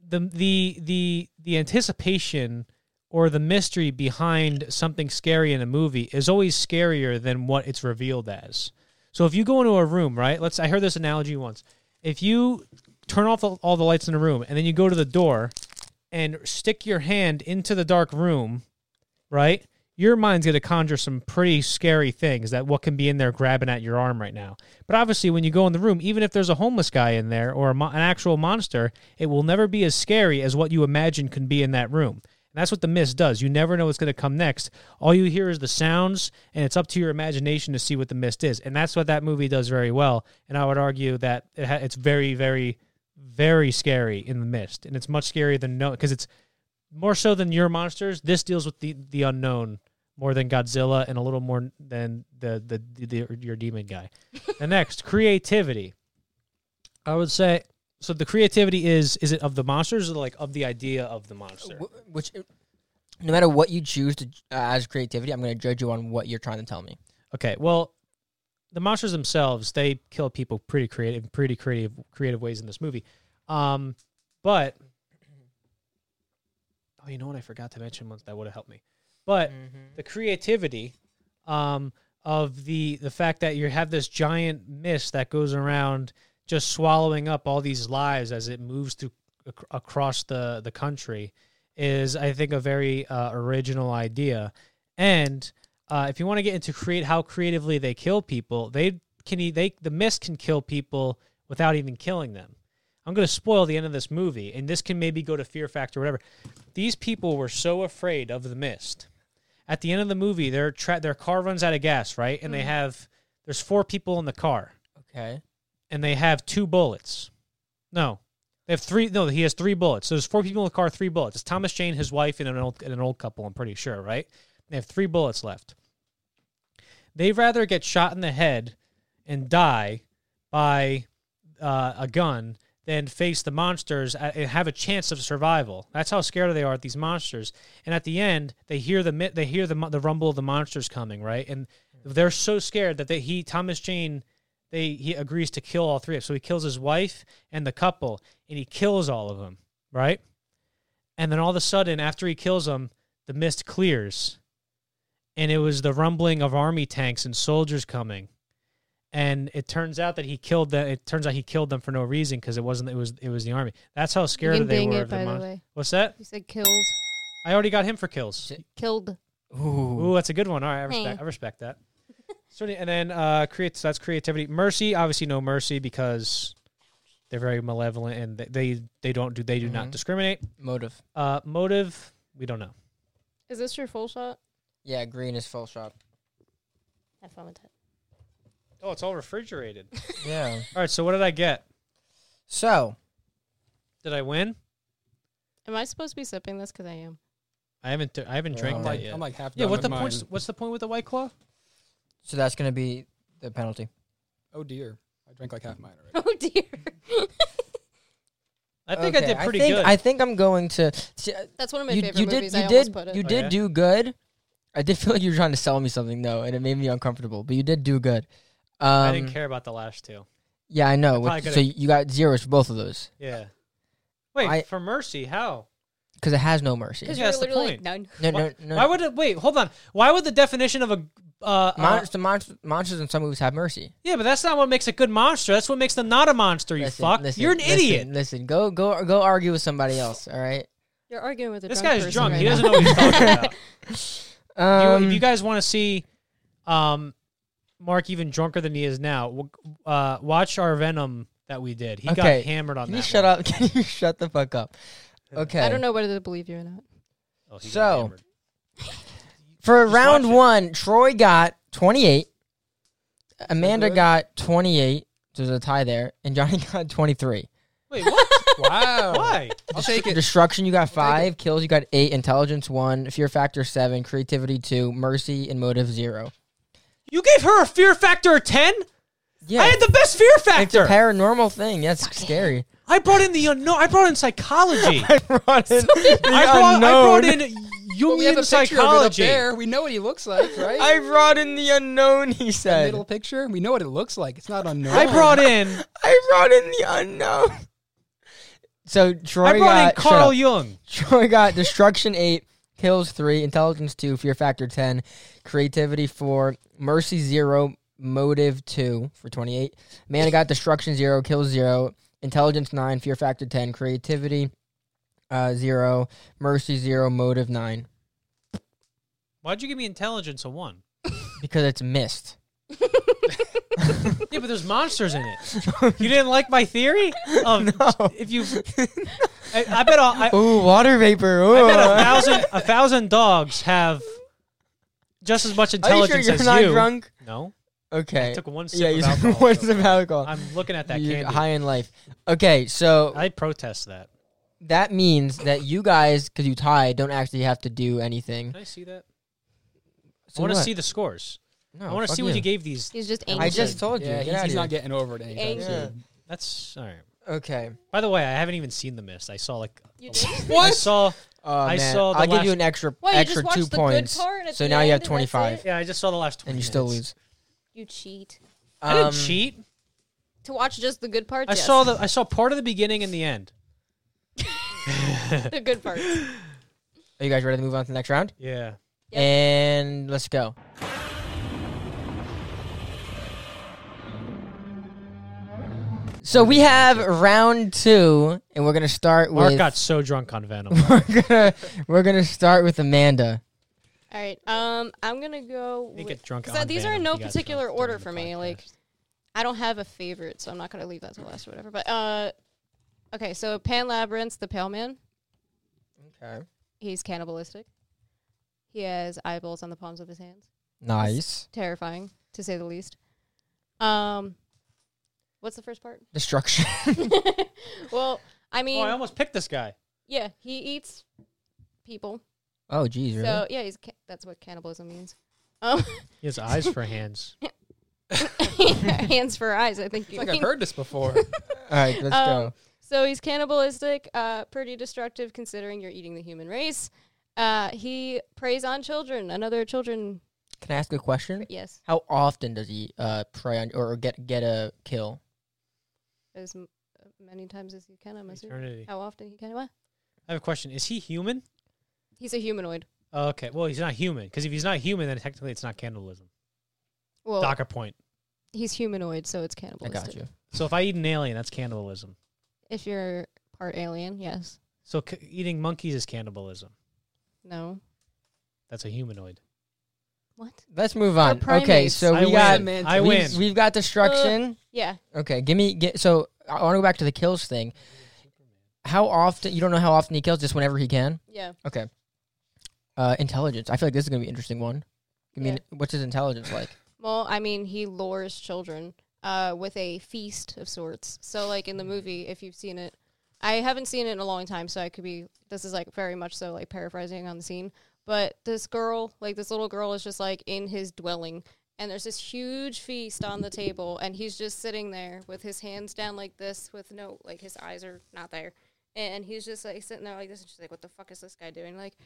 A: the the the the anticipation or the mystery behind something scary in a movie is always scarier than what it's revealed as. So if you go into a room, right? Let's I heard this analogy once. If you turn off the, all the lights in the room and then you go to the door and stick your hand into the dark room, right? Your mind's going to conjure some pretty scary things that what can be in there grabbing at your arm right now. But obviously, when you go in the room, even if there's a homeless guy in there or a mo- an actual monster, it will never be as scary as what you imagine can be in that room. And that's what the mist does. You never know what's going to come next. All you hear is the sounds, and it's up to your imagination to see what the mist is. And that's what that movie does very well. And I would argue that it ha- it's very, very, very scary in the mist, and it's much scarier than no because it's more so than your monsters. This deals with the the unknown more than Godzilla, and a little more than the the, the, the your demon guy. the next creativity, I would say. So the creativity is is it of the monsters or like of the idea of the monster?
B: Wh- Which, no matter what you choose to uh, as creativity, I'm going to judge you on what you're trying to tell me.
A: Okay, well, the monsters themselves they kill people pretty creative, pretty creative, creative ways in this movie. Um, but oh, you know what? I forgot to mention once that would have helped me. But the creativity um, of the the fact that you have this giant mist that goes around just swallowing up all these lives as it moves through ac- across the the country is I think a very uh, original idea. And uh, if you want to get into create how creatively they kill people, they can e- they the mist can kill people without even killing them. I'm going to spoil the end of this movie, and this can maybe go to Fear Factor, or whatever. These people were so afraid of the mist. At the end of the movie, their tra- their car runs out of gas, right? And they have there's four people in the car,
B: Okay.
A: and they have two bullets. No, they have three. No, he has three bullets. So there's four people in the car, three bullets. It's Thomas Jane, his wife, and an old and an old couple. I'm pretty sure, right? They have three bullets left. They'd rather get shot in the head and die by uh, a gun than face the monsters a- and have a chance of survival. That's how scared they are at these monsters. And at the end, they hear the mi- they hear the mo- the rumble of the monsters coming, right? And they're so scared that they, he Thomas Jane they he agrees to kill all three of them. So he kills his wife and the couple, and he kills all of them, right? And then all of a sudden, after he kills them, the mist clears, and it was the rumbling of army tanks and soldiers coming. And it turns out that he killed them. It turns out he killed them for no reason because it wasn't. It was. It was the army. That's how
D: You
A: scared
D: can
A: they
D: bang
A: were.
D: it,
A: of the
D: by the,
A: mon-
D: way.
A: What's that?
D: You said killed,
A: I already got him for kills.
D: killed.
A: Ooh, that's a good one. All right, I
D: Hey.
A: respect, I respect that. So, and then uh, create. So that's creativity. Mercy, obviously, no mercy because they're very malevolent and they they, they don't do they do not
B: Mhm.
A: discriminate.
B: Motive.
A: Uh, motive, we don't know.
D: Is this your full shot?
B: Yeah, green is full shot.
D: Have fun with that.
A: Oh, it's all refrigerated.
B: Yeah.
A: all right, so what did I get?
B: So
A: Did I win?
D: Am I supposed to be sipping this? Because I am.
A: I haven't I haven't
B: Yeah,
A: drank
C: Um, I'm
A: that
C: like,
A: yet.
C: I'm like half
A: yeah,
C: done
A: what
C: with
A: the
C: mine.
A: points? What's the point with the white claw?
B: so that's gonna be the penalty.
C: Oh dear, I drank like half mine already.
D: Oh dear.
A: I think I
B: Okay,
A: did pretty
B: think,
A: good.
B: I think I'm going to. see, uh,
D: That's one of my
B: you,
D: favorite
B: you did.
D: movies.
B: You
D: I almost
B: did.
D: put it.
B: You
A: Oh,
B: did
A: yeah?
B: do good. I did feel like you were trying to sell me something though, and it made me uncomfortable. But you did do good. Um,
A: I didn't care about the last two.
B: Yeah, I know.
A: probably
B: which-
A: could've-
B: so you got zeros for both of those
A: Yeah. Wait
B: I-
A: for mercy? How?
B: because it has no mercy.
D: because
A: Yeah,
D: you're
A: that's the
D: literally like
A: point.
B: No,
D: none.
A: Why-
B: no, no.
A: Why would it? Wait, hold on. Why would the definition of a uh, uh,
B: Mon- the monst- monsters in some movies have mercy.
A: yeah, but that's not what makes a good monster. That's what makes them not a monster. You
B: Listen,
A: fuck.
B: listen,
A: You're an
B: listen,
A: idiot.
B: Listen, go, go, go. Argue with somebody else. All right.
D: You're arguing with a
A: This
D: drunk
A: guy's
D: person
A: drunk.
D: Right
A: he
D: now.
A: doesn't know what he's talking about. If you-
B: Um,
A: if you guys want to see um, Mark even drunker than he is now, w- uh, watch our Venom that we did. He
B: Okay.
A: got hammered on
B: can
A: that.
B: you shut
A: one.
B: up? Can you shut the fuck up? Okay.
D: I don't know whether to believe you or not.
A: Oh, he got
B: So-
A: hammered.
B: For
A: Just
B: round
A: watch it.
B: one, Troy got 28. Amanda
C: good.
B: got 28. So there's a tie there. And Johnny got 23.
A: wait, what?
C: Wow.
A: Why?
C: I'll take it.
B: Destruction, you got
C: I'll take
B: five. Kills, you got eight. Intelligence, one. Fear factor, seven. Creativity, two. Mercy and motive, zero.
A: You gave her a fear factor of ten.
B: Yeah.
A: I had the best fear
B: it's a
A: factor.
B: paranormal thing. That's scary.
A: I brought in the unknown. I brought in psychology.
B: I brought in.
A: I brought, I brought in
C: Well, we have a
A: Jungian
C: picture of it up
A: psychology.
C: there. We know what he looks like, right?
B: I brought in the unknown, he
C: The
B: said.
C: middle picture. We know what it looks like. It's not unknown.
A: I brought in.
B: I brought in the unknown. So Troy
A: I brought in
B: got. uh, shut
A: Carl
B: up.
A: Jung.
B: Troy got destruction eight, kills three, intelligence two, fear factor ten, creativity four, mercy zero, motive two for twenty eight. Man got destruction zero, kills zero, intelligence nine, fear factor ten, creativity uh, zero, mercy zero, motive nine
A: Why'd you give me intelligence a one?
B: because it's missed.
A: Yeah, but there's monsters in it. You didn't like my theory of if you. I, I bet a, I,
B: Ooh, water vapor. Ooh.
A: I bet a thousand a thousand dogs have just as much
B: Are you sure
A: intelligence
B: you're
A: as
B: not
A: you.
B: drunk?
A: No,
B: Okay.
A: I took one sip
B: yeah,
A: of
B: you
A: alcohol.
B: took one sip of alcohol.
A: I'm looking at that
B: You're
A: candy.
B: high in life. Okay, so
A: I protest that.
B: that means that you guys, because you tied, don't actually have to do anything.
A: Can I see that? I
B: So
A: want to
B: what?
A: see the scores.
B: No,
A: I want to
B: fuck
A: see what you gave these.
D: He's just angry.
B: I just told you.
C: Yeah,
B: get
C: he's,
B: out
C: he's
B: of
C: not
B: here.
C: getting over it anytime
D: Angry.
C: soon.
A: That's all right.
B: Okay.
A: By the way, I haven't even seen the mist. I saw like
D: You did?
A: I saw.
B: Oh,
A: I
B: man.
A: saw the
B: I'll give
A: last-
B: you an extra
D: What, you just
B: extra
D: watched
B: two
D: the good
B: points.
D: part at
B: so
D: the
B: now you
D: end
B: have
D: and that's
B: twenty five,
D: it?
A: Yeah, I just saw the last. 20
B: and you still
A: minutes.
B: lose.
D: You cheat.
A: I didn't
B: Um,
A: cheat.
D: To watch just the good parts.
A: I
D: yes.
A: saw the. I saw part of the beginning and the end.
D: the good parts.
B: Are you guys ready to move on to the next round?
A: Yeah.
D: Yep.
B: And let's go. So we have round two, and we're gonna start
A: Mark
B: with.
A: got so drunk on Venom.
B: we're gonna we're gonna start with Amanda.
D: All right. Um, I'm gonna go.
A: He
D: with-
A: get drunk.
D: So
A: on
D: these
A: Venom.
D: are in no
A: He got
D: particular
A: drunk
D: order
A: during the
D: for me.
A: podcast.
D: Like, I don't have a favorite, so I'm not gonna leave that to last or whatever. But uh, okay. So Pan Labyrinth, the Pale Man.
B: Okay.
D: He's cannibalistic. He has eyeballs on the palms of his hands.
B: Nice
D: Terrifying, to say the least. Um, what's the first part?
B: destruction.
D: Well, I mean,
A: oh, I almost picked this guy.
D: yeah, he eats people.
B: oh, geez, really?
D: So yeah, he's ca- that's what cannibalism means. Um,
A: He has eyes for hands.
D: hands for eyes, I think.
C: It's
D: you
C: like I've
D: mean.
C: heard this
B: All
C: before.
B: right, let's
D: Um,
B: go.
D: So he's cannibalistic, uh, pretty destructive considering you're eating the human race. Uh, he preys on children, another children.
B: Can I ask a question?
D: Yes,
B: How often does he uh, prey on or get get a kill?
D: as m- uh, many times as you can. I'm assuming
A: Eternity.
D: how often he can. What?
A: I have a question. Is he human?
D: He's a humanoid.
A: Oh, okay. Well, he's not human because if he's not human, then technically it's not cannibalism.
D: Well,
A: Docker point.
D: he's humanoid, so it's
B: I
D: cannibalistic.
B: got you.
A: So if I eat an alien, that's cannibalism.
D: If you're part alien, yes.
A: So c- eating monkeys is cannibalism.
D: No.
A: That's a humanoid.
D: What?
B: Let's move on. Okay,
D: primates.
B: so
A: I
B: we
A: win.
B: got
C: Man,
A: I
B: we've,
A: win.
B: we've got destruction.
D: Yeah.
B: okay, give me get. So I want to go back to the kills thing. How often? You don't know how often he kills, just whenever he can.
D: Yeah.
B: Okay. Uh, intelligence. I feel like this is gonna be an interesting one. I mean, what's his intelligence like?
D: Well, I mean, he lures children uh, with a feast of sorts. So, like in the movie, if you've seen it, I haven't seen it in a long time, so I could be. This is like very much so like paraphrasing on the scene. But this girl, like this little girl, is just like in his dwelling, and there's this huge feast on the table, and he's just sitting there with his hands down like this, with no, like his eyes are not there, and he's just like sitting there like this, and she's like, "What the fuck is this guy doing?" Like,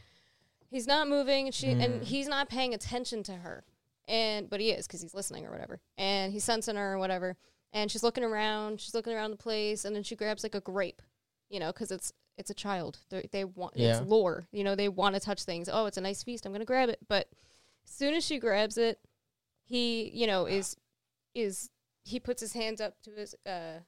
D: he's not moving, and she and he's not paying attention to her, and but he is because he's listening or whatever, and he's sensing her or whatever, and she's looking around, she's looking around the place, and then she grabs like a grape, you know, because it's it's a child, they they want
B: Yeah.
D: it's lore, you know, they want to touch things. Oh, it's a nice feast, I'm gonna grab it, but as soon as she grabs it, he you know is is he puts his hands up to his uh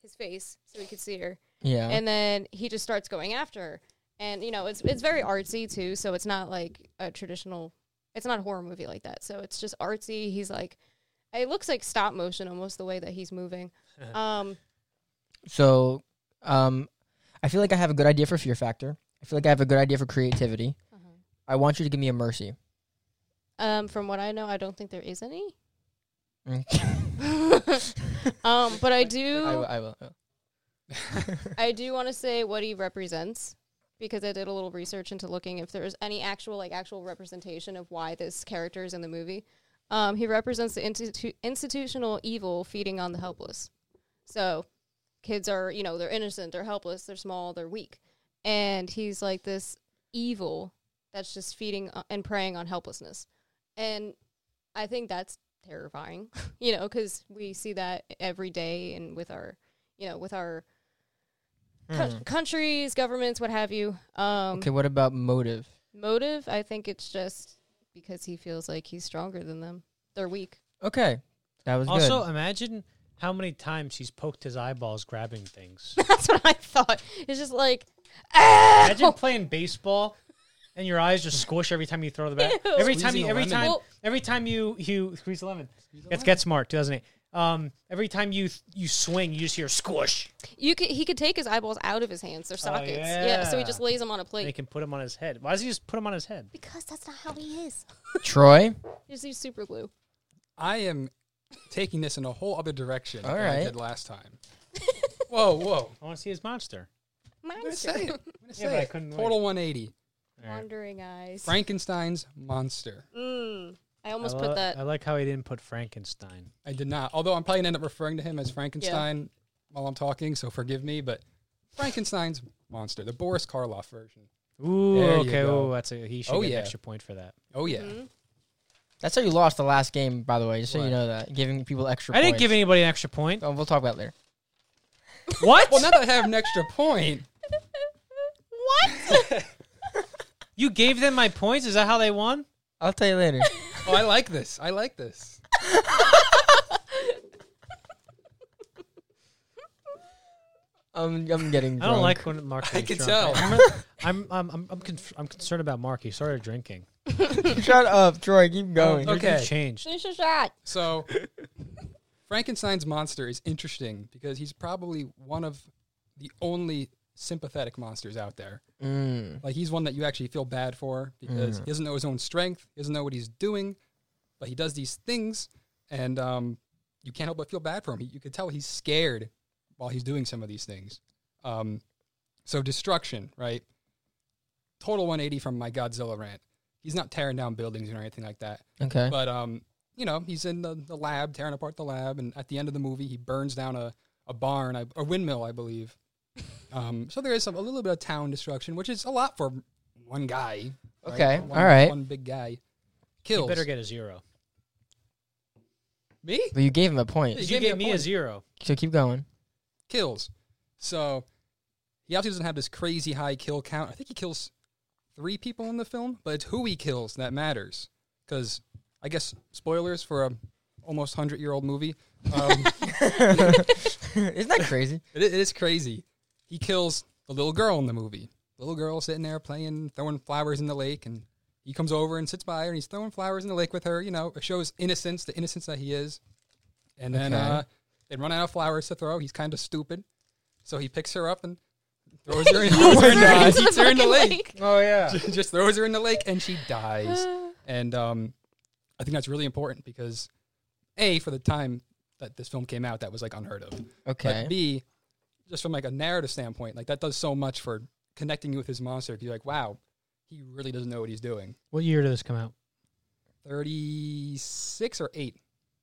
D: his face so he could see her
B: Yeah.
D: and then he just starts going after her. And you know, it's it's very artsy too, so it's not like a traditional it's not a horror movie like that. So it's just artsy. He's like it looks like stop motion almost the way that he's moving. Um
B: so, um, I feel like I have a good idea for fear factor. I feel like I have a good idea for creativity. I want you to give me a mercy.
D: um from what I know, I don't think there is any.
B: Mm.
D: um but I
B: I will.
D: do
B: I will. I will.
D: I do want to say what he represents because I did a little research into looking if there was any actual like actual representation of why this character is in the movie. Um, he represents the institu- institutional evil feeding on the helpless. So kids are, you know, they're innocent, they're helpless, they're small, they're weak. And he's like this evil that's just feeding o- and preying on helplessness. And I think that's terrifying, you know, because we see that every day and with our, you know, with our coun- countries, governments, what have you. Um,
B: Okay. What about motive?
D: Motive, I think it's just because he feels like he's stronger than them. They're weak.
B: Okay. That was
A: Also,
B: good.
A: imagine how many times he's poked his eyeballs grabbing things.
D: That's what I thought. It's just like,
A: Imagine playing baseball and your eyes just squish every time you throw the bat.
D: Ew.
A: Every time
C: Squeezing
A: you,
C: a
A: every
C: lemon.
A: time,
D: Well-
A: every time you you squeeze the lemon. Let's get smart. 2008. Um, every time you you swing, you just hear squish.
D: you could he could take his eyeballs out of his hands, their sockets. yeah. so he
A: yeah.
D: just lays them on a plate
A: They can put him on his head. Why does he just put him on his head?
D: because that's not how he is.
B: Troy.
D: He just use super glue.
C: I am taking this in a whole other direction
B: All
C: than I
B: right.
C: did last time. whoa, whoa.
A: I want to see his monster.
C: I'm going to say it. I'm gonna say
A: but I
C: it.
A: couldn't
C: Total 180.
D: Wandering eyes.
C: Frankenstein's monster.
D: Mm. I
A: I
D: almost
A: lo-
D: put that.
A: I like how he didn't put Frankenstein.
C: I did not. Although I'm probably going to end up referring to him as Frankenstein while I'm talking, so forgive me, but Frankenstein's monster, the Boris Karloff version.
A: Ooh,
C: There you
A: okay.
C: go.
A: Ooh, that's a he should
C: Oh,
A: get
C: yeah.
A: an extra point for that.
C: Oh, yeah.
B: That's how you lost the last game, by the way. Just so
C: What?
B: you know that giving people extra.
A: I didn't give
B: points.
A: anybody an extra point.
B: Oh, we'll talk about it later.
A: what?
C: Well, now that I have an extra point,
D: what?
A: you gave them my points. Is that how they won?
B: I'll tell you later.
C: oh, I like this. I like this.
B: I'm, I'm getting. Drunk.
A: I don't like when Marky.
C: I
A: is
C: can
A: drunk.
C: tell.
A: I'm I'm I'm I'm, I'm, conf- I'm concerned about Marky. He started drinking.
B: Shut up, Troy. Keep going.
A: Your-
C: Okay.
A: you changed.
D: Finish your shot.
C: So, Frankenstein's monster is interesting because he's probably one of the only sympathetic monsters out there.
B: Mm.
C: Like, he's one that you actually feel bad for because he doesn't know his own strength, he doesn't know what he's doing, but he does these things, and um, you can't help but feel bad for him. He, you could tell he's scared while he's doing some of these things. Um, so, destruction, right? Total 180 from my Godzilla rant. He's not tearing down buildings or anything like that.
B: Okay.
C: But um, you know, he's in the, the lab tearing apart the lab, and at the end of the movie, he burns down a a barn, I- a windmill, I believe. Um, so there is some a little bit of town destruction, which is a lot for one guy. right?
B: Okay,
C: One-
B: all right.
C: one big guy
A: You
C: kills
A: better get a zero.
C: me.
B: But you gave him a
C: You
A: You,
B: point,
C: gave me
A: gave
C: a
A: me a,
C: point.
A: zero.
B: so keep going.
C: Kills. So he obviously doesn't have this crazy high kill count. I think he kills three people in the film, but it's who he kills that matters. Because I guess spoilers for a almost hundred year old movie. Um,
B: Isn't that crazy?
C: It, i- it is crazy. He kills the little girl in the movie. Little girl sitting there playing, throwing flowers in the lake, and he comes over and sits by her, and he's throwing flowers in the lake with her. You know, it shows innocence, the innocence that he is. And then
B: Okay.
C: uh, they run out of flowers to throw. He's kind of stupid, so he picks her up and throws her in, throws her in,
D: Right
C: the,
D: into the
C: yeets her in the
D: fucking
C: lake.
D: lake.
B: oh yeah.
C: Just throws her in the lake, and she dies. And um, I think that's really important because, a for the time that this film came out, that was like unheard of.
B: Okay.
C: But B, just from like a narrative standpoint, like that does so much for connecting you with his monster. You're like, wow, he really doesn't know what he's doing.
A: What year did this come out?
C: Thirty six or eight.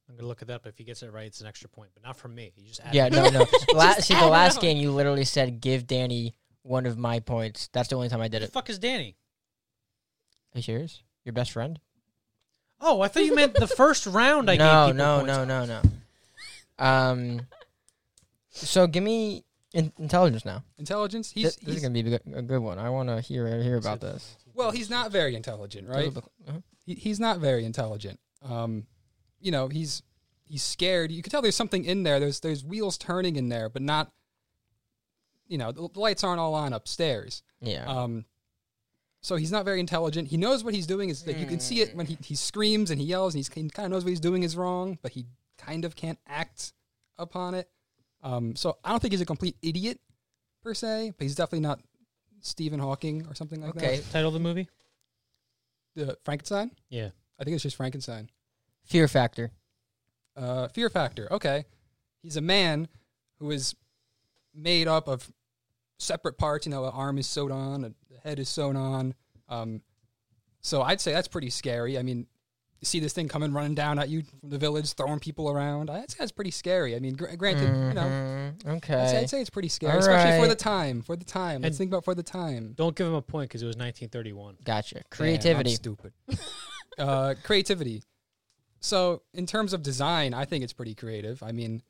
A: I'm gonna look it up. If he gets it right, it's an extra point, but not from me. You just add
B: yeah. No. No. La-
D: Just
B: see,
D: add
B: the
D: it
B: last
D: on.
B: game you literally said give Danny one of my points. That's the only time I did
A: Who the
B: it.
A: fuck is Danny?
B: Are you serious? Your best friend?
A: Oh, I thought you meant the first round. I
B: no,
A: gave people
B: no,
A: points.
B: no, no, no. Um. So give me in- intelligence now.
C: Intelligence.
B: This,
C: He's,
B: this is
C: he's
B: gonna be a good, a good one. I want to hear hear about this.
C: well. He's not very intelligent, right?
B: Uh-huh.
C: he, he's not very intelligent. Um, you know, he's he's scared. You can tell there's something in there. There's there's wheels turning in there, but not. You know, the the lights aren't all on upstairs.
B: Yeah.
C: Um, so he's not very intelligent. He knows what he's doing is like you can see it when he, he screams and he yells and he's, he kind of knows what he's doing is wrong, but he kind of can't act upon it. Um, so I don't think he's a complete idiot per se, but he's definitely not Stephen Hawking or something like
B: okay.
A: Title of the movie?
C: that. Uh, Frankenstein.
A: Yeah.
C: I think it's just Frankenstein.
B: Fear factor.
C: Uh, fear factor. Okay. He's a man who is made up of separate parts. You know, an arm is sewed on, a the head is sewn on. Um, so I'd say that's pretty scary. I mean, you see this thing coming running down at you from the village, throwing people around. I- That's, that's pretty scary. I mean, gr- granted, you know,
B: Mhm.
C: I'd say,
B: Okay.
C: I'd say it's pretty scary,
B: All
C: especially for
B: right.
C: the time. For the time. Let's
A: And-
C: think about for the time.
A: Don't give him a point because it was 1931.
B: Gotcha.
C: Damn, I'm
B: Creativity.
C: stupid. uh, creativity. So, in terms of design, I think it's pretty creative. I mean,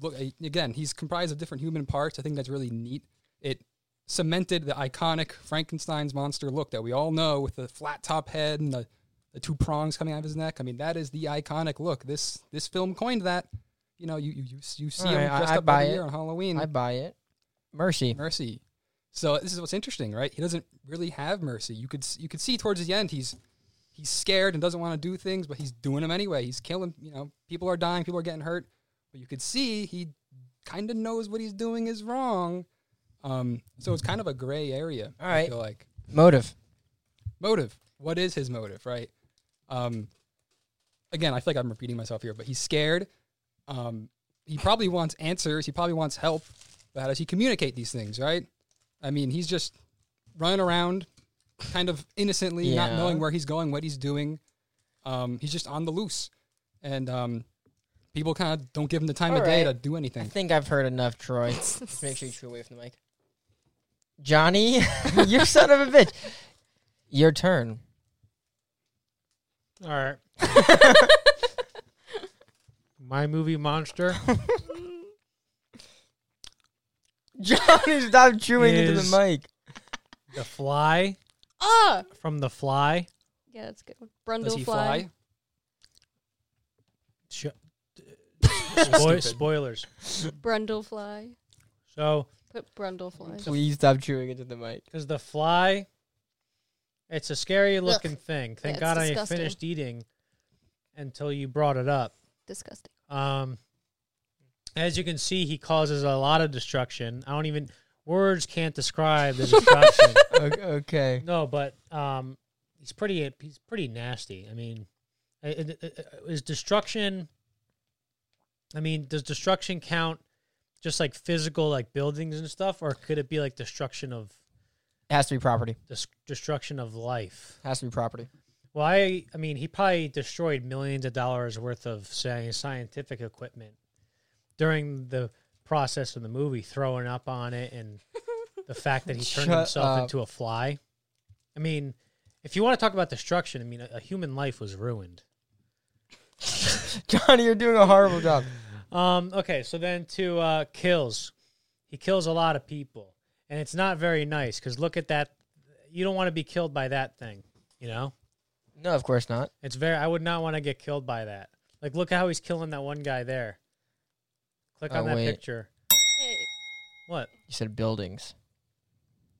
C: look I- again, he's comprised of different human parts. I think that's really neat. It cemented the iconic Frankenstein's monster look that we all know with the flat top head and the, the two prongs coming out of his neck. I mean, that is the iconic look. This this film coined that. You know, you you, you, s- you see
B: All
C: him
B: right, I-
C: dressed
B: I
C: up
B: buy
C: every year
B: it.
C: on Halloween.
B: I buy it. Mercy.
C: mercy. So this is what's interesting, right? He doesn't really have mercy. You could s- you could see towards the end he's he's scared and doesn't want to do things, but he's doing them anyway. He's killing, you know, people are dying, people are getting hurt, but you could see he kind of knows what he's doing is wrong. Um, so it's kind of a gray area.
B: All
C: I
B: right.
C: feel like
B: Motive.
C: motive. What is his motive, right? Um, again, I feel like I'm repeating myself here, but he's scared. Um, he probably wants answers. He probably wants help. But how does he communicate these things, right? I mean, he's just running around, kind of innocently, not
B: Yeah.
C: knowing where he's going, what he's doing. Um, he's just on the loose, and um, people kind of don't give him the time of day
B: Alright.
C: to do
B: I
C: anything.
B: think I've heard enough, Troy. Just make sure you chew away from the mic. Johnny, you son of a bitch. Your turn.
A: All right. My movie monster
B: Johnny, stop chewing into
A: Is-
B: the mic.
A: The Fly
D: Ah,
A: from The Fly.
D: yeah, that's a good. one.
C: Does
D: Brundle
C: he
D: fly.
C: fly?
A: Sh-
C: Stupid.
A: spoil- spoilers.
D: Brundle fly.
A: So,
D: Put Brundle fly.
B: Please stop chewing into the mic.
A: because The Fly, it's a scary looking thing. Thank
D: it's
A: God
D: disgusting.
A: I finished eating until you brought it up.
D: Disgusting.
A: Um, as you can see, he causes a lot of destruction. I don't even words can't describe the destruction.
B: okay.
A: no, but um, he's pretty he's pretty nasty. I mean, uh, it, it- it- is destruction? I mean, does destruction count just like physical, like buildings and stuff, or could it be like destruction of
B: It has to be property.
A: des- destruction of life?
B: It has to be property.
A: Well, I, I mean, he probably destroyed millions of dollars worth of sci- scientific equipment during the process of the movie, throwing up on it, and the fact that he turned
B: Shut
A: himself
B: up.
A: into a fly. I mean, if you want to talk about destruction, I mean, a, a human life was ruined.
B: Johnny, you're doing a horrible job.
A: Um, okay, so then to uh, kills, he kills a lot of people, and it's not very nice because look at that. You don't want to be killed by that thing, you know.
B: No, of course not.
A: It's very. I would not want to get killed by that. Like, look how he's killing that one guy there. Click
B: Oh,
A: on that
B: wait.
A: picture.
D: Hey,
A: What?
B: You said buildings.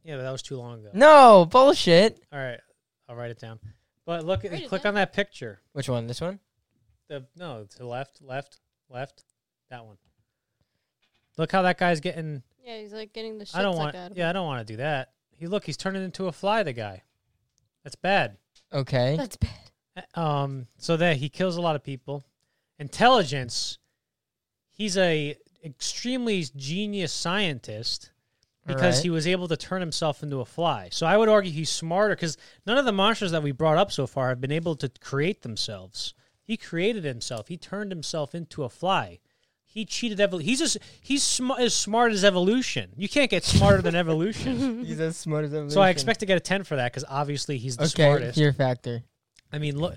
A: Yeah, but that was too long
B: Mm.
A: ago.
B: No, bullshit.
A: All right, I'll write it down. But look,
D: Write it
A: at, click
D: down.
A: on that picture.
B: Which one? This one?
A: The no, to left, left, left. That one. Look how that guy's getting.
D: yeah, he's like getting the shit
A: I don't
D: sucked
A: want.
D: out of him.
A: Yeah, I don't want to do that. He look, he's turning into a fly. The guy. That's bad.
B: Okay.
D: That's bad.
A: Um, so that he kills a lot of people. Intelligence. He's a extremely genius scientist because
B: Alright.
A: he was able to turn himself into a fly. So I would argue he's smarter because none of the monsters that we brought up so far have been able to create themselves. He created himself. He turned himself into a fly. He cheated evolution. He's just he's sm- as smart as evolution. You can't get smarter than evolution.
B: He's as smart as ever.
A: So I expect to get a ten for that because obviously he's the
B: Okay,
A: smartest.
B: fear factor.
A: I mean, look.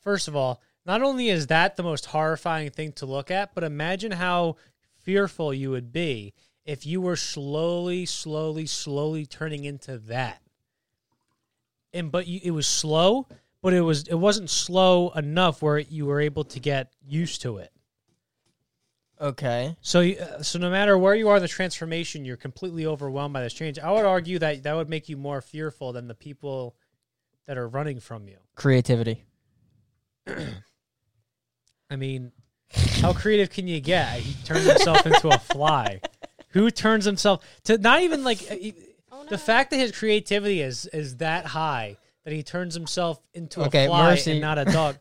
A: First of all, not only is that the most horrifying thing to look at, but imagine how fearful you would be if you were slowly, slowly, slowly turning into that. And but you, it was slow, but it was it wasn't slow enough where you were able to get used to it.
B: Okay.
A: So, you- uh, so no matter where you are in the transformation, you're completely overwhelmed by this change. I would argue that that would make you more fearful than the people that are running from you.
B: Creativity.
A: I mean, how creative can you get? He turned himself into a fly. Who turns himself to not even like uh, he-
D: Oh, no.
A: the fact that his creativity is is that high that he turns himself into
B: Okay,
A: a fly
B: mercy.
A: and not a dog.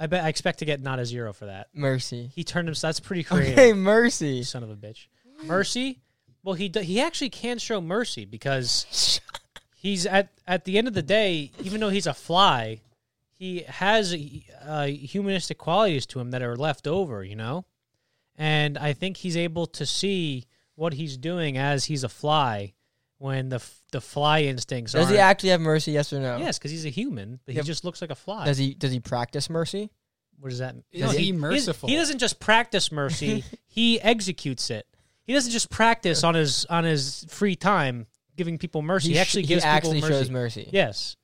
A: I bet I expect to get not a zero for that.
B: Mercy.
A: He turned himself. That's pretty creative.
B: Okay, mercy.
A: You son of a bitch. Mercy. Well, he do, he actually can show mercy because he's at at the end of the day, even though he's a fly, he has uh, humanistic qualities to him that are left over. You know, and I think he's able to see what he's doing as he's a fly when the f- the fly instincts.
B: Does he
A: aren't-
B: actually have mercy? Yes or no?
A: Yes, because he's a human, but
B: Yep.
A: he just looks like a fly.
B: Does he? Does he practice mercy?
A: What does that?
C: Is he merciful?
A: He doesn't just practice mercy; he executes it. He doesn't just practice on his on his free time giving people mercy. He,
B: sh-
A: actually gives
B: he actually
A: people mercy.
B: shows mercy.
A: Yes,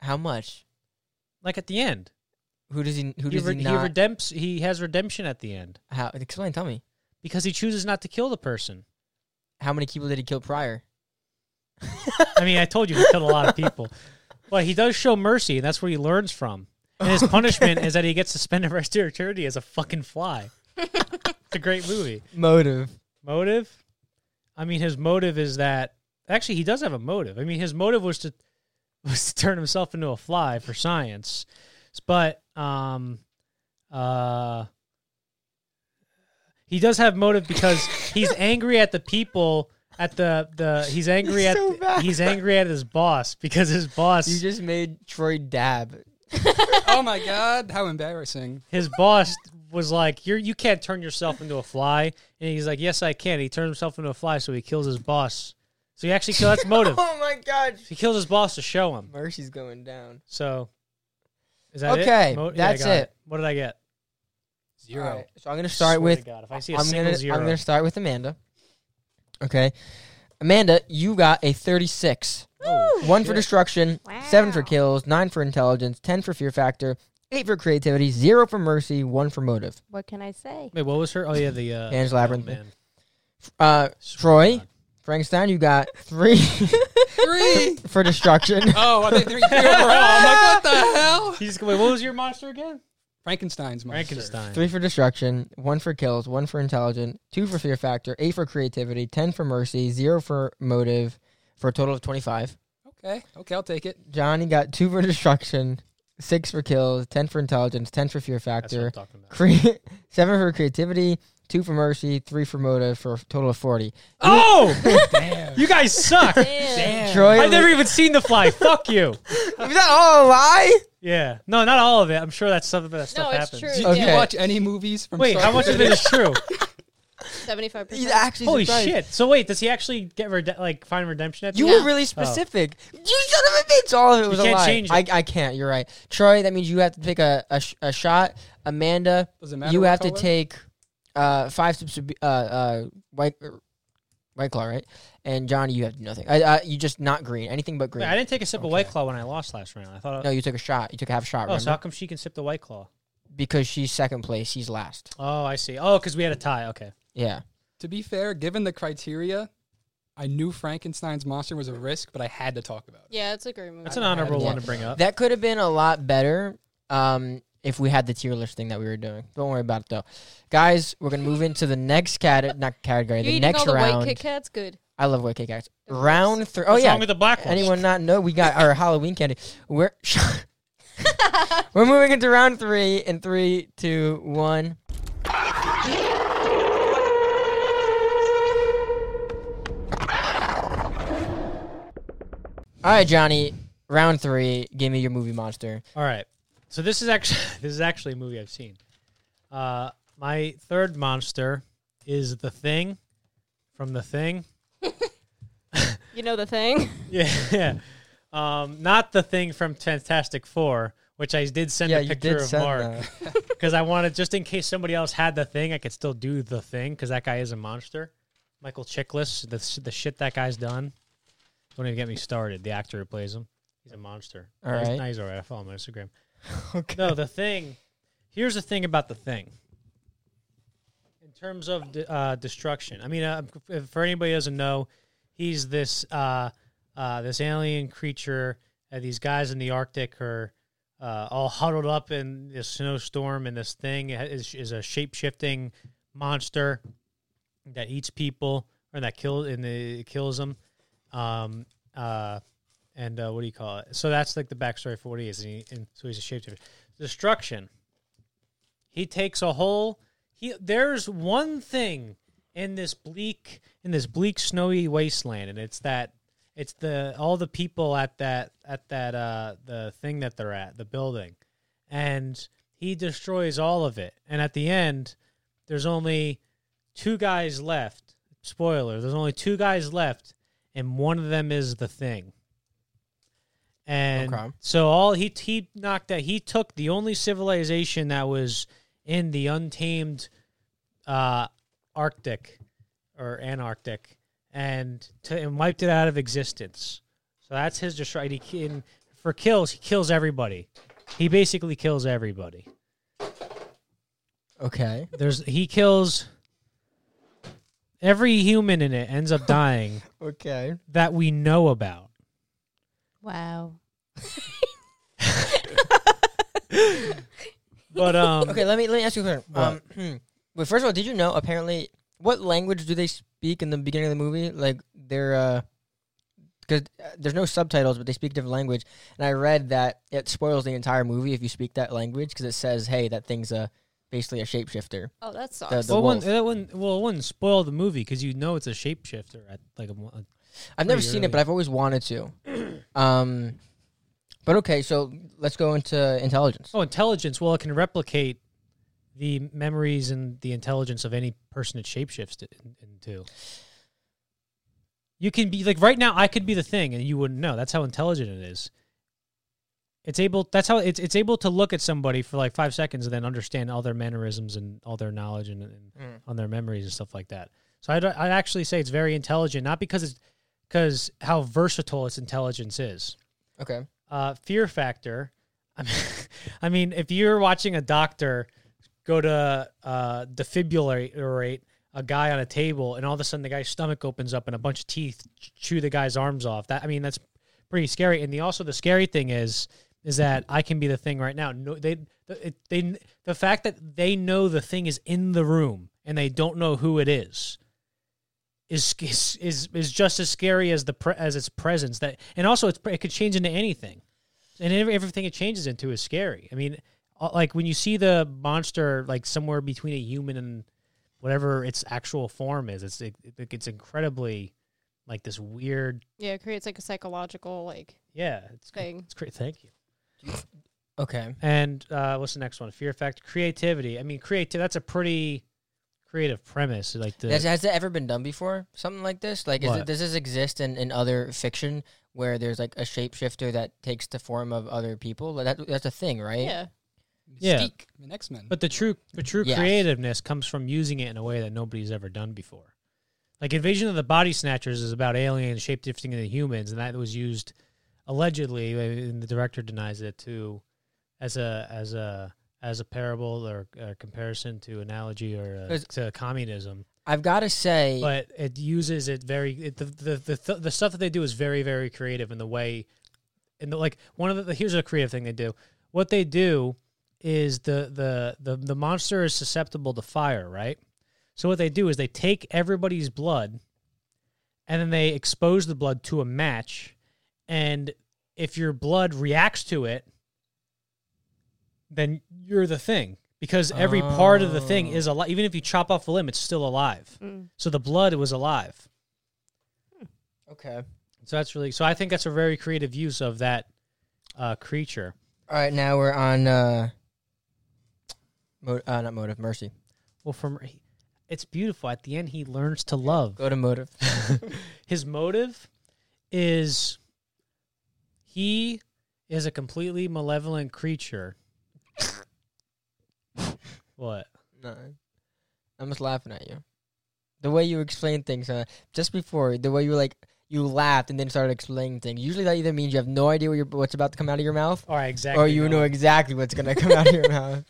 B: How much?
A: like at the end,
B: Who does he? Who
A: he,
B: does
A: re-
B: he
A: he
B: not?
A: redempts. He has redemption at the end
B: how, explain. Tell me.
A: because he chooses not to kill the person.
B: How many people did he kill prior?
A: I mean, I told you he killed a lot of people, but he does show mercy, and that's where he learns from. And his punishment is that he gets suspended for rest of eternity as a fucking fly. it's a great movie.
B: Motive.
A: motive i mean his motive is that actually he does have a motive i mean his motive was to was to turn himself into a fly for science but um uh he does have motive because he's angry at the people at the the he's angry at
B: So
A: the-
B: bad.
A: he's angry at his boss because his boss
B: You just made Troy dab.
C: oh my god, how embarrassing!
A: his boss was like, "You're you can't turn yourself into a fly," and he's like, "Yes, I can." He turned himself into a fly, so he kills his boss. So he actually kills that's motive.
B: Oh my god.
A: He kills his boss to show him.
B: Mercy's going down.
A: So is that it?
B: Okay,
A: Mo- yeah, I
B: that's
A: got
B: it.
A: What did I get?
C: Zero.
B: All right, So I'm gonna start
A: Swear to
B: with.
A: God, if I see a
B: I'm
A: single
B: gonna.
A: 0
B: I'm gonna start with Amanda. Okay, Amanda, you got a 36.
A: Oh,
B: One for
A: shit.
B: destruction, seven for
D: Wow.
B: kills, nine for intelligence, ten for fear factor, eight for creativity, zero for mercy, one for motive.
D: What can I say?
A: Wait, what was her? Oh yeah, the uh,
B: Pan's Labyrinth.
A: oh, man. Swear
B: Uh,
A: to
B: Troy?
A: God.
B: Frankenstein, you got three
C: Three.
B: for destruction.
C: Oh, I think three, three overall. I'm like, what the hell?
A: He's wait. What was your monster again?
C: Frankenstein's monster.
A: Frankenstein.
B: Three for destruction, one for kills, one for intelligence, two for fear factor, eight for creativity, ten for mercy, zero for motive, for a total of twenty-five.
C: Okay, okay, I'll take it.
B: Johnny got two for destruction, six for kills, ten for intelligence, ten for fear
A: That's what
B: factor,
A: I'm talking about.
B: cre- seven for creativity, two for mercy, three for motive, for a total of forty.
A: Oh,
C: Damn.
A: you guys suck.
D: Damn.
B: Troy,
A: I've never even seen the fly. Fuck you.
B: was that all a lie?
A: Yeah. No, not all of it. I'm sure that's some of that stuff
D: it's
A: happens.
D: true.
C: Do, do
B: Okay.
C: you watch any movies from?
A: Wait,
C: start
A: how
C: to
A: much of
C: finish?
A: it is true?
D: Seventy-five
B: He's
D: percent.
B: actually
A: Holy
B: surprised.
A: shit! So wait, does he actually get rede- like find redemption at the
B: You
A: end?
B: were really specific. You son of a bitch! All of it was
A: Oh. can't
B: a lie.
A: change it.
B: I, I can't. You're right, Troy. That means you have to pick a a, sh- a shot. Amanda,
C: Does it matter
B: you
C: what
B: have
C: color?
B: to take uh, five sips of be- uh, uh, white er, white claw, right? And Johnny, you have nothing. I, uh, you just not green. Anything but
A: Wait,
B: green.
A: I didn't take a sip of White Claw when I lost last round. I thought.
B: no, you took a shot. You took a half shot.
A: oh, so
B: remember?
A: how come she can sip the White Claw?
B: because she's second place. He's last.
A: Oh, I see. Oh, because we had a tie. Okay.
B: Yeah.
C: To be fair, given the criteria, I knew Frankenstein's monster was a risk, but I had to talk about it.
D: Yeah, it's a great movie.
A: That's an honorable
B: Yeah.
A: one to bring up.
B: That could have been a lot better um, if we had the tier list thing that we were doing. Don't worry about it though, guys. We're gonna move into the next cat, not category,
D: You're
B: the
D: eating
B: next
D: all the
B: round.
D: white Kit Kats. Good.
B: I love white cake guys.
D: Of course.
B: Round three. Oh
A: What's
B: yeah.
A: wrong with the black one?
B: Anyone not know we got our Halloween candy? We're we're moving into round three in three, two, one. All right, Johnny. Round three. Give me your movie monster.
A: All right. So this is actually this is actually a movie I've seen. Uh, my third monster is the thing from the thing.
D: You know the thing.
A: Yeah. Um, not the thing from Fantastic Four, which I did send a
B: yeah, you
A: picture
B: did
A: of
B: send
A: Mark
B: that.
A: because I wanted just in case somebody else had the thing, I could still do the thing because that guy is a monster. Michael Chiklis, the sh- the shit that guy's done. Don't even get me started. The actor who plays him, he's a monster.
B: All
A: No, he's-
B: right.
A: no, he's all right. I follow him on Instagram.
B: Okay.
A: No, the thing. Here's the thing about the thing. In terms of de- uh, destruction, I mean, uh, if- for anybody who doesn't know, he's this uh, uh, this alien creature. Uh, these guys in the Arctic are uh, all huddled up in this snowstorm, and this thing is, is a shape shifting monster that eats people or that kills and it kills them. Um, uh, and uh, what do you call it? So that's like the backstory for what he is. And, he, and so he's a shapeshifter. Destruction. He takes a whole. He there's one thing in this bleak in this bleak snowy wasteland, and it's that it's the all the people at that at that uh the thing that they're at the building, and he destroys all of it. And at the end, there's only two guys left. Spoiler: There's only two guys left, and one of them is the thing. And
B: Okay.
A: so all he he knocked out. He took the only civilization that was in the untamed uh, Arctic or Antarctic, and to, and wiped it out of existence. So that's his destroy. He can, for kills, he kills everybody. He basically kills everybody.
B: Okay.
A: There's he kills every human in it ends up dying
B: Okay.
A: that we know about.
D: Wow.
A: But um
B: Okay. Let me let me ask you a question. Um, but first of all, did you know apparently what language do they speak in the beginning of the movie? Like they're uh, because there's no subtitles, but they speak different language. And I read that it spoils the entire movie if you speak that language because it says, "Hey, that thing's a basically a shapeshifter."
D: Oh, that sucks.
B: The- the-
A: well, it
B: wolf.
A: wouldn't, it wouldn't, well, it wouldn't spoil the movie because you know it's a shapeshifter at like a, mo-
B: I've never
A: Pretty
B: seen
A: early.
B: it, but I've always wanted to. um, but okay, so let's go into intelligence.
A: oh intelligence. Well, it can replicate the memories and the intelligence of any person it shapeshifts it in- into. You can be like right now. I could be the thing, and you wouldn't know. That's how intelligent it is. It's able. That's how it's it's able to look at somebody for like five seconds and then understand all their mannerisms and all their knowledge and, and on their memories and stuff like that. So I'd, I'd actually say it's very intelligent, not because it's because how versatile its intelligence is.
B: Okay.
A: Uh, fear factor. I mean, I mean, if you're watching a doctor go to uh, defibrillate a guy on a table, and all of a sudden the guy's stomach opens up and a bunch of teeth ch- chew the guy's arms off. That I mean, that's pretty scary. And the also the scary thing is is that I can be the thing right now. No, they the, it, they the fact that they know the thing is in the room and they don't know who it is is sc- is is, is just as scary as the pre- as its presence. That and also it's, pre- it could change into anything and every- everything it changes into is scary. I mean, uh, like when you see the monster like somewhere between a human and whatever its actual form is, it's it, it, it's incredibly like this weird.
D: yeah, it creates like a psychological like
A: Yeah, it's cr-
D: thing.
A: It's great. Thank you.
B: Okay.
A: And uh, what's the next one? Fear factor, creativity. I mean, creative. That's a pretty creative premise. Like the
B: Has, has it ever been done before? Something like this? Like, is
A: What?
B: it, does this exist in, in other fiction where there's like a shapeshifter that takes the form of other people? Like, that, that's a thing, right?
D: Yeah.
A: Yeah.
C: Mystique in X Men.
A: But the true the true
B: Yes.
A: creativeness comes from using it in a way that nobody's ever done before. Like Invasion of the Body Snatchers is about aliens shapeshifting into humans, and that was used allegedly, uh, and the director denies it too, as a as a as a parable or, or comparison to analogy or uh,
B: Is-
A: to communism.
B: I've got to say,
A: But it uses it very it, the, the the th- the stuff that they do is very very creative in the way, and the, like one of the here's a creative thing they do. What they do is the the the the monster is susceptible to fire, right? So what they do is they take everybody's blood and then they expose the blood to a match and if your blood reacts to it then you're the thing because every part of the thing is alive even if you chop off a limb it's still alive
D: Mm.
A: so the blood was alive
B: okay.
A: so that's really so i think that's a very creative use of that uh, creature
B: All right, now we're on, uh, mo- uh not motive, mercy.
A: well from It's beautiful. At the end, he learns to love.
B: Go to motive.
A: His motive is he is a completely malevolent creature. what?
B: No. I'm just laughing at you. The way you explain things, uh, just before, the way you like, you laughed and then started explaining things. Usually that either means you have no idea what you're, what's about to come out of your mouth,
A: All right, exactly.
B: or Oh, you know exactly what's going to come out of your mouth.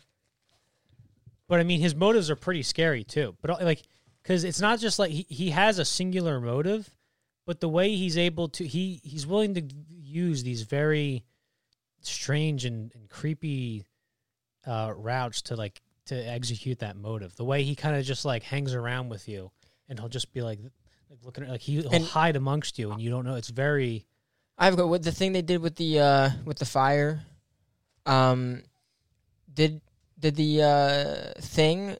A: But I mean, his motives are pretty scary too. But uh, like, because it's not just like he, he has a singular motive, but the way he's able to he he's willing to use these very strange and, and creepy uh, routes to like to execute that motive. The way he kind of just like hangs around with you, and he'll just be like like looking at like he, he'll
B: And-
A: hide amongst you, and you don't know. It's very
B: I've got what the thing they did with the uh with the fire. Um, did did the uh thing?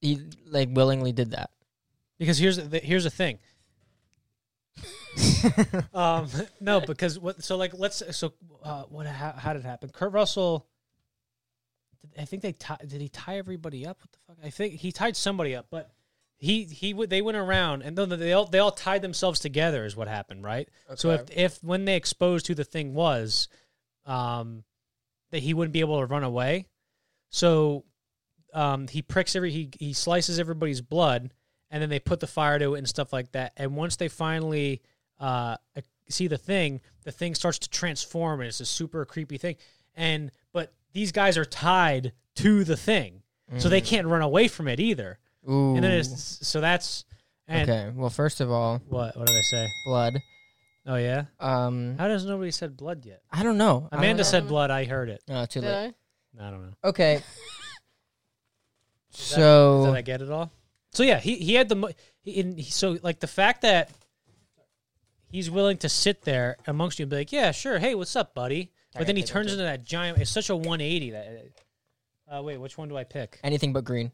B: He like willingly did that.
A: because here's the, here's the thing. um, no, because what? So like, let's. So uh, what? How, how did it happen? Kurt Russell. Did, I think they tie, did he tie everybody up? What the fuck? I think he tied somebody up, but he he w- they went around and then they all they all tied themselves together is what happened, right? So if if when they exposed who the thing was, um, that he wouldn't be able to run away. So um, he pricks every he he slices everybody's blood, and then they put the fire to it and stuff like that. And once they finally uh, see the thing, the thing starts to transform, and it's a super creepy thing. And but these guys are tied to the thing, so they can't run away from it either.
B: Mm. Ooh.
A: And then it's so that's and
B: okay. Well, first of all,
A: what what did I say?
B: blood.
A: Oh yeah,
B: Um,
A: how does nobody said blood yet?
B: I don't know. I don't
A: Amanda
B: know.
A: said blood. I heard it.
B: No, too
D: Did
B: late.
D: I?
A: I don't know.
B: Okay.
A: that-
B: so
A: Did I get it all? So yeah, he he had the mo- he, in, he, so like the fact that he's willing to sit there amongst you and be like, yeah, sure, hey, what's up, buddy? But then he
B: gotta take
A: turns
B: that
A: into that giant. It's such a one eighty that. Uh, wait, which one do I pick?
B: anything but green.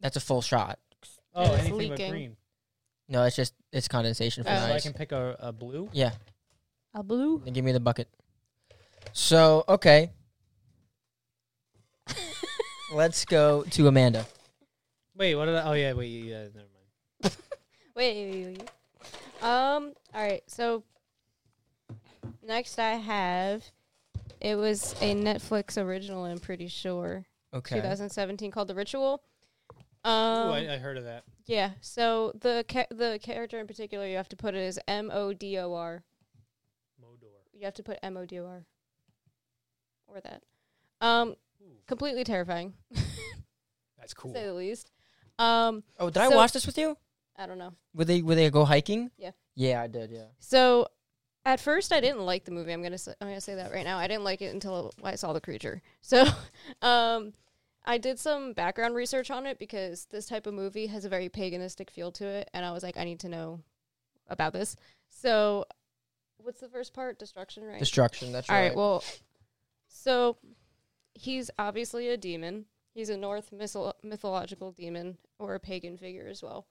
B: That's a full shot.
A: Oh,
D: it's
A: anything but
D: leaking.
A: green.
B: No, it's just it's condensation from
D: Oh.
B: the
A: So I
B: ice.
A: can pick a, a blue.
B: Yeah.
D: A blue.
B: Then give me the bucket. So okay, let's go to Amanda.
A: Wait, what did I? Oh yeah, wait, yeah, never mind.
D: Wait, wait, wait, wait. Um. All right. So next, I have it was a Netflix original. I'm pretty sure
B: Okay.
D: 2017 called The Ritual. Um.
A: Ooh, I, I heard of that.
D: yeah. So the ca- the character in particular, you have to put it as M O D O R.
A: Modor.
D: You have to put M O D O R. Or that. Um. Completely terrifying,
C: That's cool.
D: to say the least. Um.
B: Oh, did I
D: So-
B: watch this with you?
D: I don't know.
B: Would they Would they go hiking?
D: Yeah.
B: Yeah, I did. Yeah.
D: So at first I didn't like the movie. I'm gonna say, I'm gonna say that right now. I didn't like it until I saw the creature. So um, I did some background research on it because this type of movie has a very paganistic feel to it, and I was like, I need to know about this. So what's the first part? Destruction, right?
B: Destruction. That's
D: All
B: right.
D: right. Well, so he's obviously a demon. He's a North mythol- mythological demon or a pagan figure as well.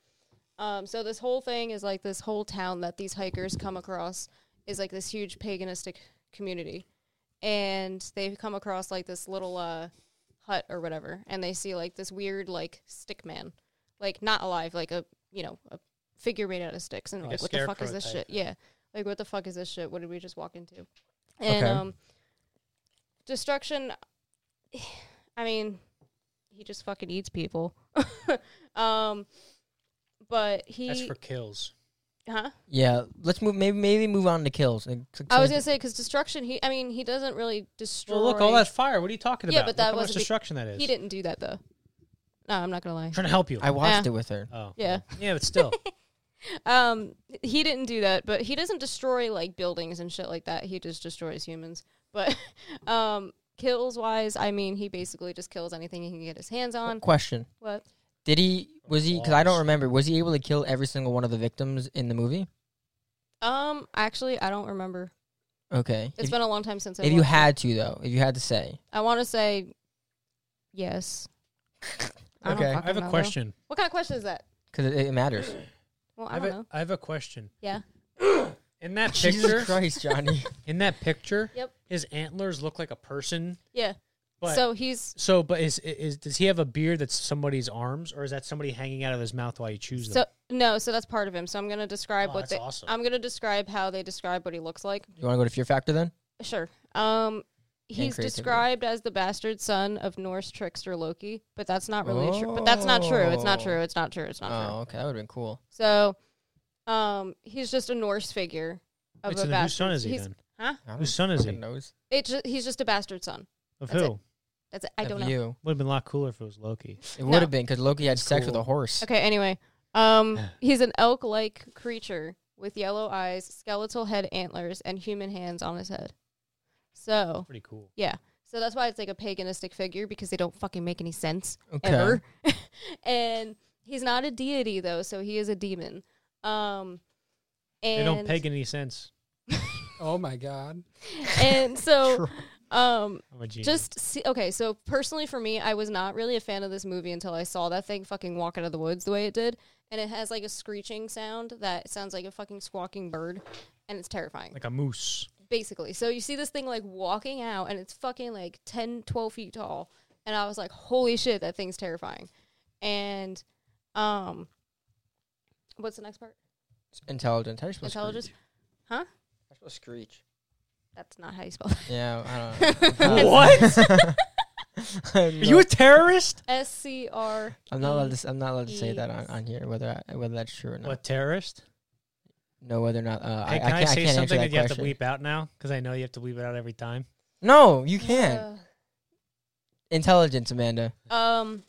D: Um, so this whole thing is like this whole town that these hikers come across is like this huge paganistic community, and they come across like this little uh, hut or whatever, and they see like this weird like stick man, like not alive, like a you know a figure made out of sticks,
A: Oh,
D: and they're
A: a
D: like what the fuck
A: scarecrow
D: is this
A: type.
D: shit? Yeah, like what the fuck is this shit? What did we just walk into?
B: Okay.
D: And um, destruction. I mean, he just fucking eats people. um, but he
A: That's for kills.
D: huh?
B: yeah. Let's move. Maybe maybe move on to kills. and c-
D: I was
B: change-
D: gonna say because destruction. He, I mean, he doesn't really destroy.
A: Well, look, all that fire. What are you talking
D: Yeah,
A: about?
D: but
A: Look
D: that
A: how much
D: wasn't be-
A: destruction that is.
D: He didn't do that though. No, I'm not gonna lie.
A: I'm trying to help you.
B: I watched
D: Yeah.
B: it with her.
A: oh
D: Yeah.
A: yeah, but still.
D: Um, he didn't do that, but he doesn't destroy like buildings and shit like that. He just destroys humans. But um, kills wise, I mean, he basically just kills anything he can get his hands on.
B: Question:
D: What?
B: Did he? Was he? Because I don't
A: Walls.
B: remember. Was he able to kill every single one of the victims in the movie?
D: Um, actually, I don't remember.
B: Okay.
D: It's
B: if
D: been a long time since. I
B: if you
D: watched it.
B: had to though, if you had to say,
D: I want to say yes. don't
B: Okay. I
A: I
D: fucking
A: have
D: know,
A: a
D: though.
A: question.
D: What kind of question is that?
B: because it, it matters.
D: Well,
A: I
D: I
A: have
D: don't
A: a,
D: know.
A: I have a question.
D: Yeah.
A: In that
B: Jesus
A: picture,
B: Christ, Johnny.
A: in that picture,
D: Yep.
A: his antlers look like a person,
D: Yeah.
A: But so,
D: so he's
A: but is is does he have a beard that's somebody's arms, or is that somebody hanging out of his mouth while you choose them?
D: so no, so that's part of him. So I'm gonna describe
A: Oh,
D: what
A: that's
D: they.
A: awesome.
D: I'm gonna describe how they describe what he looks like.
B: You want to go to Fear Factor then?
D: Sure. Um, he's
B: creativity.
D: described as the bastard son of Norse trickster Loki, but that's not really true. But that's not true. It's not
B: Oh.
D: true. It's not true. It's not true.
B: Oh, okay, that would have been cool.
D: So, um, he's just a Norse figure of
A: Wait,
D: a
A: so then
D: bastard.
A: whose son is he
D: he's,
A: then?
D: Huh?
B: I don't
A: Whose son is he?
B: fucking knows.
D: It's ju- he's just a bastard son.
A: Of
D: That's it.
A: who?
D: That's it. I
B: Of
D: don't know.
B: You.
A: Would have been a lot cooler if it was Loki.
B: It
D: No.
B: would have been because Loki had
C: It's
B: sex with
C: cool.
B: a horse.
D: Okay. Anyway, um, he's an elk-like creature with yellow eyes, skeletal head antlers, and human hands on his head. So
A: Pretty cool.
D: yeah. So that's why it's like a paganistic figure because they don't fucking make any sense
B: Okay.
D: ever. and he's not a deity though, so he is a demon. Um, and
A: They don't peg any sense.
C: Oh my god.
D: and so,
B: Troy.
D: um,
A: I'm a genius.
D: Just see, okay, so personally for me, I was not really a fan of this movie until I saw that thing fucking walk out of the woods the way it did, and it has like a screeching sound that sounds like a fucking squawking bird, and it's terrifying.
A: like a moose.
D: basically, so you see this thing like walking out, and it's fucking like 10, 12 feet tall, and I was like, holy shit, that thing's terrifying. And, um, what's the next part?
B: Intelligent. How do you spell
D: Intelligence?
B: Screech?
D: Huh?
B: How do you spell screech?
D: That's not how you spell that.
B: Yeah, I don't know.
A: What?
B: Are
A: Are you a terrorist?
D: S C R. E.
B: I'm not allowed to. s- I'm not allowed to say that on,
D: Yes.
B: on here whether I, whether that's true or not.
A: What terrorist?
B: No, whether or not. Uh,
A: Hey,
B: I,
A: can I,
B: I can't, I
A: say
B: can't answer
A: something that,
B: that
A: you have to
B: question.
A: bleep out now? Because I know you have to bleep it out every time.
B: No, you can't.
D: Uh,
B: Intelligence, Amanda.
D: Um,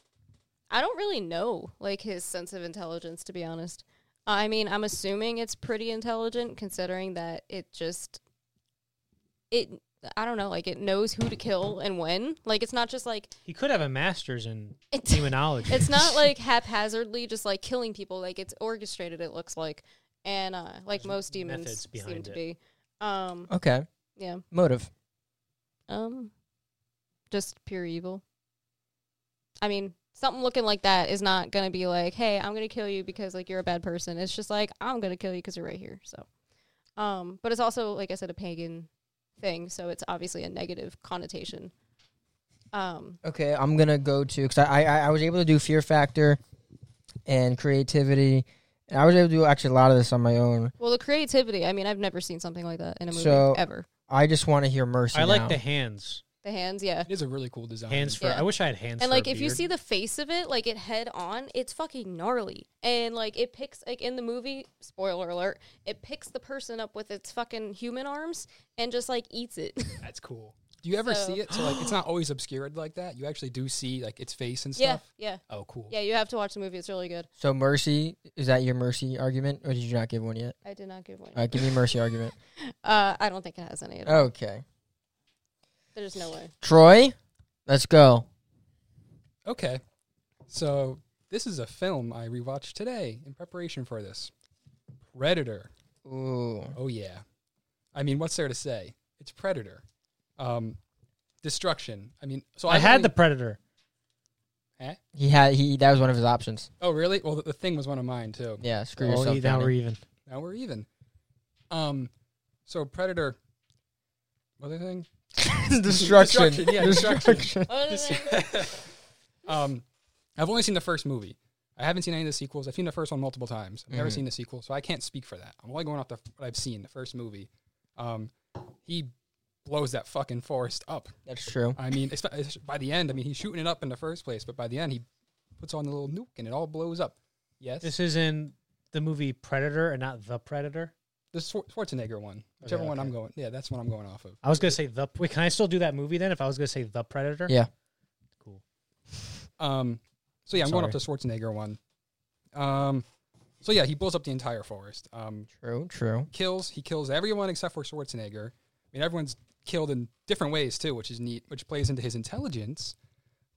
D: I don't really know like his sense of intelligence to be honest. I mean, I'm assuming it's pretty intelligent considering that it just it I don't know, like it knows who to kill and when. Like it's not just like
A: He could have a master's in
D: it's
A: demonology.
D: it's not like haphazardly just like killing people. Like it's orchestrated. It looks like, and uh, like
A: There's
D: most demons
A: methods
D: seem
A: behind
D: to
A: it.
D: be. Um,
B: Okay.
D: yeah.
B: Motive.
D: Um, just pure evil. I mean, something looking like that is not gonna be like, "Hey, I'm gonna kill you because like you're a bad person." It's just like, "I'm gonna kill you because you're right here." So, um, but it's also like I said, a pagan thing, so it's obviously a negative connotation. Um,
B: Okay, I'm gonna go to because I, I I was able to do fear factor, and creativity, and I was able to do actually a lot of this on my own.
D: well, the creativity. I mean, I've never seen something like that in a movie
B: So-
D: ever.
B: I just want to hear mercy.
A: I
B: now.
A: like the hands.
D: The hands, yeah.
C: It is a really cool design.
A: Hands for.
D: Yeah.
A: I wish I had hands. for
D: and
A: a
D: like if you
A: beard.
D: see the face of it like it head on it's fucking gnarly and like it picks like in the movie spoiler alert it picks the person up with its fucking human arms and just like eats it
C: That's cool. Do you ever
D: So-
C: see it? So like it's not always obscured like that. You actually do see like its face and
D: yeah
C: stuff.
D: yeah
C: Oh cool.
D: yeah you have to watch the movie it's really good
B: So mercy is that your mercy argument, or did you not give one yet?
D: i did not give one
B: All right, give me a mercy argument.
D: uh i don't think it has any at all.
B: Okay,
D: there's no way
B: Troy, let's go.
C: Okay. So this is a film I rewatched today in preparation for this. Predator.
B: Ooh,
C: Oh yeah. I mean, what's there to say? It's Predator. Um, destruction. I mean, so
A: I
C: I've
A: had
C: only-
A: the predator.
B: he had he that was one of his options.
C: Oh really? Well, the, the thing was one of mine too.
B: Yeah, screw
A: Oh,
B: yourself.
A: now
B: Danny.
A: we're even.
C: Now we're even. Um, so Predator. Other thing.
B: destruction.
C: Destruction, yeah, destruction.
D: Other than-
C: Um, I've only seen the first movie. I haven't seen any of the sequels. I've seen the first one multiple times. I've never
B: Mhm.
C: seen the sequel, so I can't speak for that. I'm only going off the what I've seen. The first movie. Um, he blows that fucking forest up.
B: That's true.
C: I mean, it's, it's- by the end, I mean he's shooting it up in the first place, but by the end, he puts on the little nuke and it all blows up. Yes,
A: This is in the movie Predator and not the Predator.
C: the Schwar- Schwarzenegger one, whichever one I'm going. Yeah, that's one I'm going off of.
A: I was gonna say the. Wait, can I still do that movie then? If I was gonna say the Predator,
B: Yeah.
A: cool.
C: Um, so yeah, I'm going off the Schwarzenegger one. Um, so yeah, he blows up the entire forest. Um,
B: True. True.
C: kills. He kills everyone except for Schwarzenegger. I mean, everyone's killed in different ways too, which is neat, which plays into his intelligence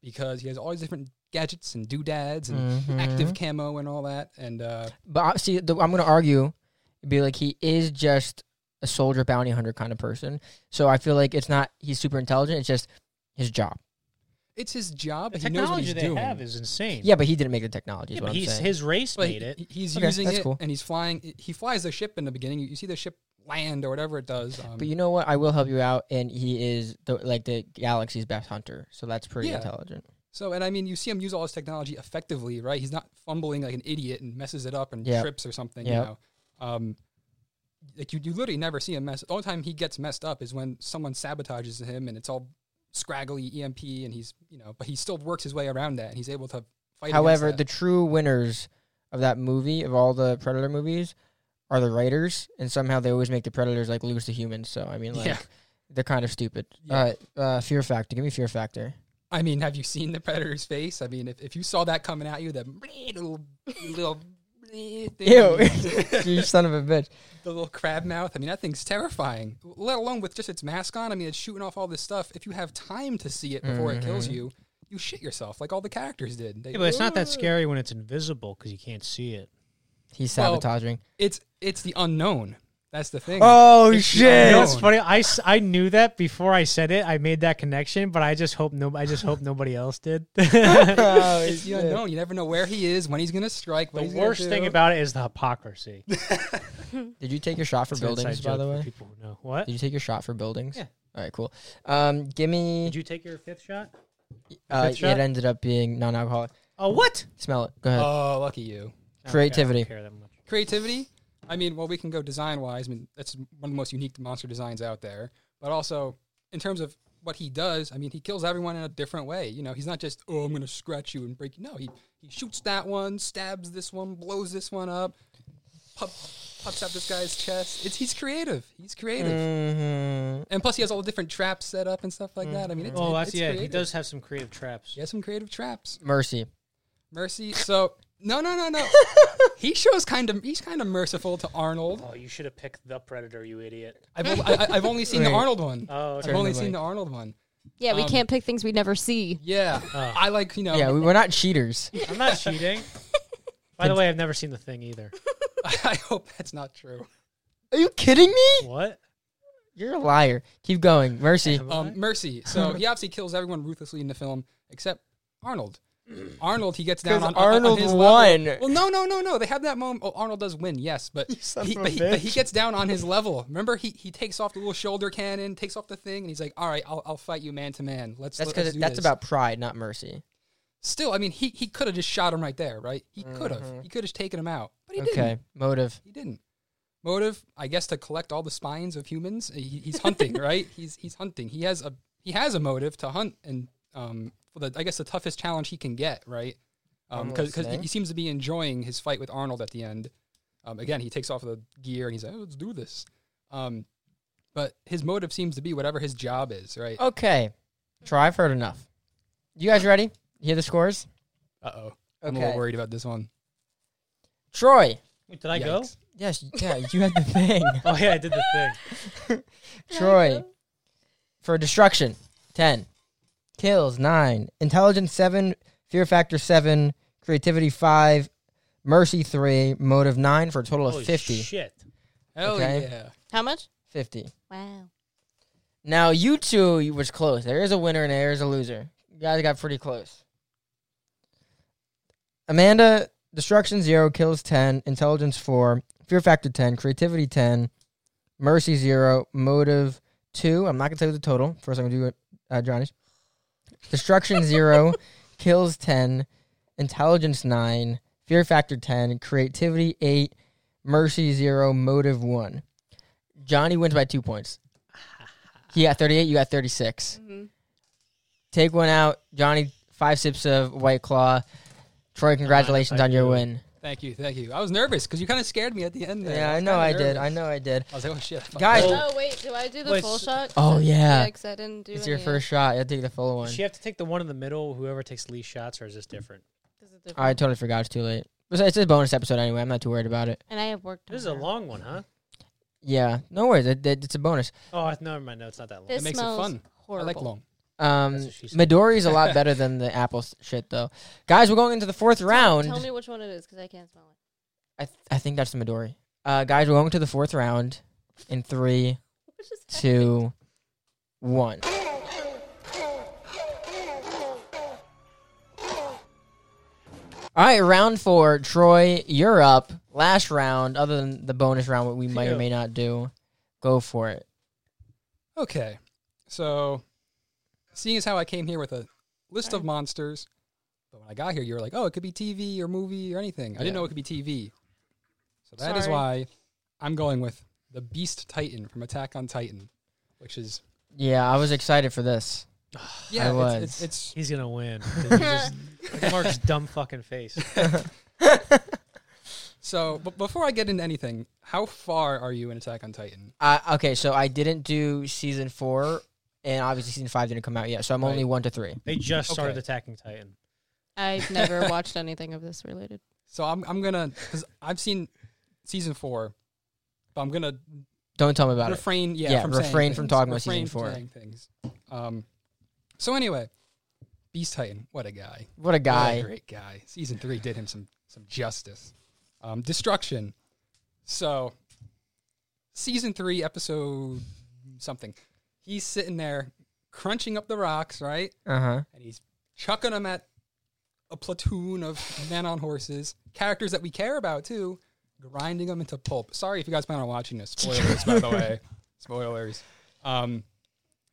C: because he has all these different gadgets and doodads and
A: Mm-hmm.
B: Mm-hmm.
C: active camo and all that. And uh,
B: But I- see, the, I'm going to argue, be like he is just a soldier bounty hunter kind of person. So I feel like it's not he's super intelligent. It's just his job.
C: it's his job.
A: The
C: he knows what
A: technology
C: he's
A: they
C: doing.
A: have is insane.
B: Yeah, but he didn't make the technology. Is
A: Yeah,
B: what
A: but
B: I'm
A: he's
B: saying.
A: his race
C: But
A: made
C: he-
A: it.
C: He's
B: Okay,
C: using
B: that's
C: it,
B: cool.
C: and he's flying. He flies the ship in the beginning. You see the ship land or whatever it does. Um,
B: But you know what? I will help you out, and he is the, like the galaxy's best hunter, so that's pretty
C: Yeah.
B: intelligent.
C: so, and I mean, you see him use all his technology effectively, right? He's not fumbling like an idiot and messes it up and
B: Yep.
C: trips or something,
B: Yep.
C: you know. Um, like you, you literally never see him mess. The only time he gets messed up is when someone sabotages him, and it's all scraggly EMP, and he's you know, but he still works his way around that, and he's able to fight. against
B: However,
C: that.
B: the true winners of that movie, of all the Predator movies, are the writers, and somehow they always make the Predators like lose to humans. So I mean, like
C: Yeah.
B: they're kind of stupid.
C: Yeah.
B: Uh, uh, fear factor. Give me fear factor.
C: I mean, have you seen the predator's face? I mean, if, if you saw that coming at you, that little little thing,
B: Ew. you son of a bitch.
C: the little crab mouth. I mean, that thing's terrifying. Let alone with just its mask on. I mean, it's shooting off all this stuff. If you have time to see it before it kills you, you shit yourself like all the characters did. They-
A: Mm-hmm. Yeah, but it's not that scary when it's invisible because you can't see it.
B: He's
C: Well,
B: sabotaging.
C: It's it's the unknown. That's the thing.
B: oh
C: it's the
A: You
B: shit!
A: know what's
C: Don't.
A: funny? I, s- I knew that before I said it. I made that connection, but I just hope no I just hope nobody else did. the
B: Oh,
C: It's the
B: shit.
C: unknown. You never know where he is, when he's gonna strike. What he's gonna
A: worst thing
C: do.
A: about it is the hypocrisy.
B: Did you take your shot for
A: It's an inside
B: buildings, by
A: joke
B: the
A: for
B: way?
A: people who know what
B: Did you take your shot for buildings?
A: Yeah.
B: All right, cool. Um, give me.
A: did you take your fifth shot?
B: uh,
A: fifth shot?
B: It ended up being non-alcoholic.
A: Oh, what?
B: Smell it. Go ahead.
C: oh, lucky you.
A: I don't care. I don't
B: Creativity.
A: care that much.
C: creativity. I mean, well, we can go design wise. I mean, that's one of the most unique monster designs out there. But also, in terms of what he does, I mean, he kills everyone in a different way. You know, he's not just oh, I'm gonna scratch you and break you. No, he he shoots that one, stabs this one, blows this one up, pop, pops out this guy's chest. It's he's creative. He's creative.
B: Mhm.
C: And plus, he has all the different traps set up and stuff like that. I mean, it's,
A: Mm-hmm. Oh,
C: it-
A: that's
C: it's
A: yeah. He
C: creative.
A: does have some creative traps.
C: He has some creative traps.
B: Mercy.
C: Mercy. So no, no, no, no. he shows kind of he's kind of merciful to Arnold.
A: Oh, you should have picked the predator, you idiot.
C: I've, o- I, have only seen the
B: Wait.
C: Arnold one.
A: Oh,
C: I've
A: okay.
B: Turn
C: only
B: the
C: seen
B: mic.
C: the Arnold one.
D: Yeah, we
C: Um,
D: can't pick things we never see.
C: Yeah,
A: Oh.
C: I like you know.
B: Yeah, we, we're not cheaters.
A: I'm not cheating. By the way, I've never seen the thing either.
C: I hope that's not true.
B: Are you kidding me?
A: What?
B: You're a liar. Keep going. Mercy.
A: Am I?
C: Um, Mercy. So he obviously kills everyone ruthlessly in the film except Arnold. Arnold, he gets down
B: 'Cause
C: on on- on
B: Arnold
C: his
B: won.
C: Level. Well, no, no, no, no. They have that moment. Oh, Arnold does win, yes, but
B: son
C: he,
B: of a
C: but, he, but he
B: bitch.
C: gets down on his level. Remember, he, he takes off the little shoulder cannon, takes off the thing, and he's like, "All right, I'll, I'll fight you man to man. Let's."
B: That's
C: because
B: because that's about pride, not mercy.
C: Still, I mean, he he could have just shot him right there, right? He could have.
B: Mm-hmm.
C: He could have taken him out, but he didn't.
B: Okay. Motive.
C: He didn't. Motive, I guess, to collect all the spines of humans. He, he's hunting, right? He's he's hunting. He has a he has a motive to hunt and um for the I guess the toughest challenge he can get, right? Um,
B: I'm
C: because
B: listening.
C: he seems to be enjoying his fight with Arnold at the end. Um, again, he takes off the gear and he's like, oh, "Let's do this." Um, but his motive seems to be whatever his job is, right?
B: Okay. Try. I've heard enough. You guys ready? Hear the scores?
C: Uh oh, I'm a little worried about this one.
B: Troy.
A: Wait, did I go?
C: Yikes.
B: Yes. Yeah. You had the thing.
A: Oh yeah, I did the thing.
B: Troy. For destruction, ten. Kills nine. Intelligence seven. Fear factor seven. Creativity five. Mercy three. Motive nine. For a total of
A: Holy
B: fifty.
A: Shit.
C: Hell
B: Okay.
C: yeah!
D: How much?
B: Fifty.
D: Wow.
B: Now you two you was close. There is a winner and there is a loser. You guys got pretty close. Amanda, destruction zero, kills ten, intelligence four, fear factor ten, creativity ten, mercy zero, motive two. I'm not gonna tell you the total. First, I'm gonna do it, uh, Johnny's. Destruction zero, kills ten, intelligence nine, fear factor ten, creativity eight, mercy zero, motive one. Johnny wins by two points. He got 38. You got 36 take one out. Johnny, five sips of White Claw. Troy, congratulations
A: I
B: on your
A: do.
B: win.
C: Thank you, thank you. I was nervous because you kind of scared me at the end. There.
B: Yeah, I
C: was
B: know
C: kinda
B: I did. I
C: nervous.
B: know I did.
C: I was like, oh shit, I fucked
B: Guys,
A: Oh.
D: Oh wait, do I do the
A: Wait,
D: full
A: so-
D: shot?
B: oh
D: Yeah,
B: yeah,
D: 'cause I didn't do.
B: it's your
D: any
B: first shot. You have to take the full one.
A: Does she have to take the one in the middle? Whoever takes least shots, or is this different?
D: This is different.
B: I totally forgot. It's too late. It's it's a bonus episode anyway. I'm not too worried about it.
D: and I have worked.
A: This is a
D: on her.
A: long one, huh?
B: Yeah, no worries. It, it- it's a bonus.
A: Oh, I- never mind. No, it's not that long.
D: This
C: makes it
D: smells
C: fun. I
D: Horrible.
C: like long.
B: Um,
A: That's what she said.
B: Midori's a lot better than the apple s- shit though. Guys, we're going into the fourth round.
D: Tell me which one it is because I can't smell it.
B: I th- I think that's the Midori. Uh, guys, we're going to the fourth round in three,
D: What just happened?
B: two, one. All right, round four. Troy, you're up. Last round, other than the bonus round, what we might or may not do. Go for it.
C: Okay. So, seeing as how I came here with a list of monsters, but when I got here, you were like, oh, it could be TV or movie or anything. I didn't know it could be TV. So, that is
D: Sorry.
C: why I'm going with the Beast Titan from Attack on Titan, which is,
B: Yeah, I was excited for this.
C: yeah,
B: was.
C: It's, it's,
A: He's gonna win. 'cause he just- look at Mark's dumb fucking face.
C: it's so, but before I get into anything, how far are you in Attack on Titan?
B: Uh, okay, so I didn't do season four, and obviously season five didn't come out yet, so I'm only
C: Right.
B: one to three.
A: They just started
C: Okay.
A: attacking Titan.
D: I've never watched anything of this related.
C: So, I'm, I'm going to, because I've seen season four, but I'm going to
B: Don't tell me about it.
C: refrain, yeah,
B: Yeah,
C: from saying
B: refrain from
C: things.
B: talking about season
C: Refrain from
B: four.
C: saying things. Um, so anyway, Beast Titan, what a guy,
B: What a
C: what a
B: guy.
C: great guy. Season three did him some some justice. Um, Destruction. So, season three, episode something. He's sitting there crunching up the rocks, right?
B: Uh huh.
C: and he's chucking them at a platoon of men on horses, characters that we care about too, grinding them into pulp. Sorry if you guys plan on watching this. Spoilers, by the way. Spoilers. Um,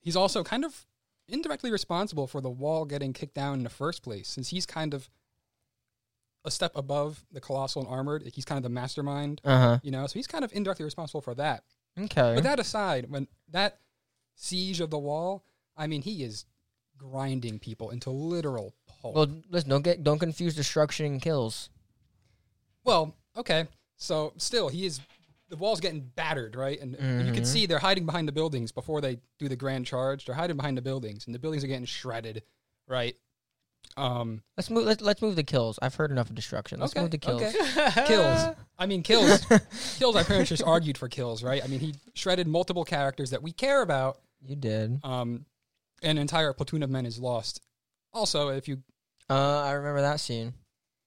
C: he's also kind of indirectly responsible for the wall getting kicked down in the first place, since he's kind of a step above the colossal and armored. He's kind of the mastermind,
B: Uh huh.
C: you know. So he's kind of indirectly responsible for that.
B: Okay.
C: But that aside, when that siege of the wall, I mean, he is grinding people into literal pulp. Well,
B: well, listen. Don't get. Don't confuse destruction and kills.
C: okay. So still, he is. The wall's getting battered, right? And, and you
B: Mm-hmm.
C: can see they're hiding behind the buildings before they do the grand charge. They're hiding behind the buildings, and the buildings are getting shredded, right? Um,
B: Let's move. Let's, let's move the kills. I've heard enough of destruction. Let's
C: okay,
B: move the kills.
C: okay. kills. I mean, kills. kills. I pretty much just argued for kills, right? I mean, he shredded multiple characters that we care about,
B: You did.
C: um, an entire platoon of men is lost. Also, if you
B: Uh, I remember that scene.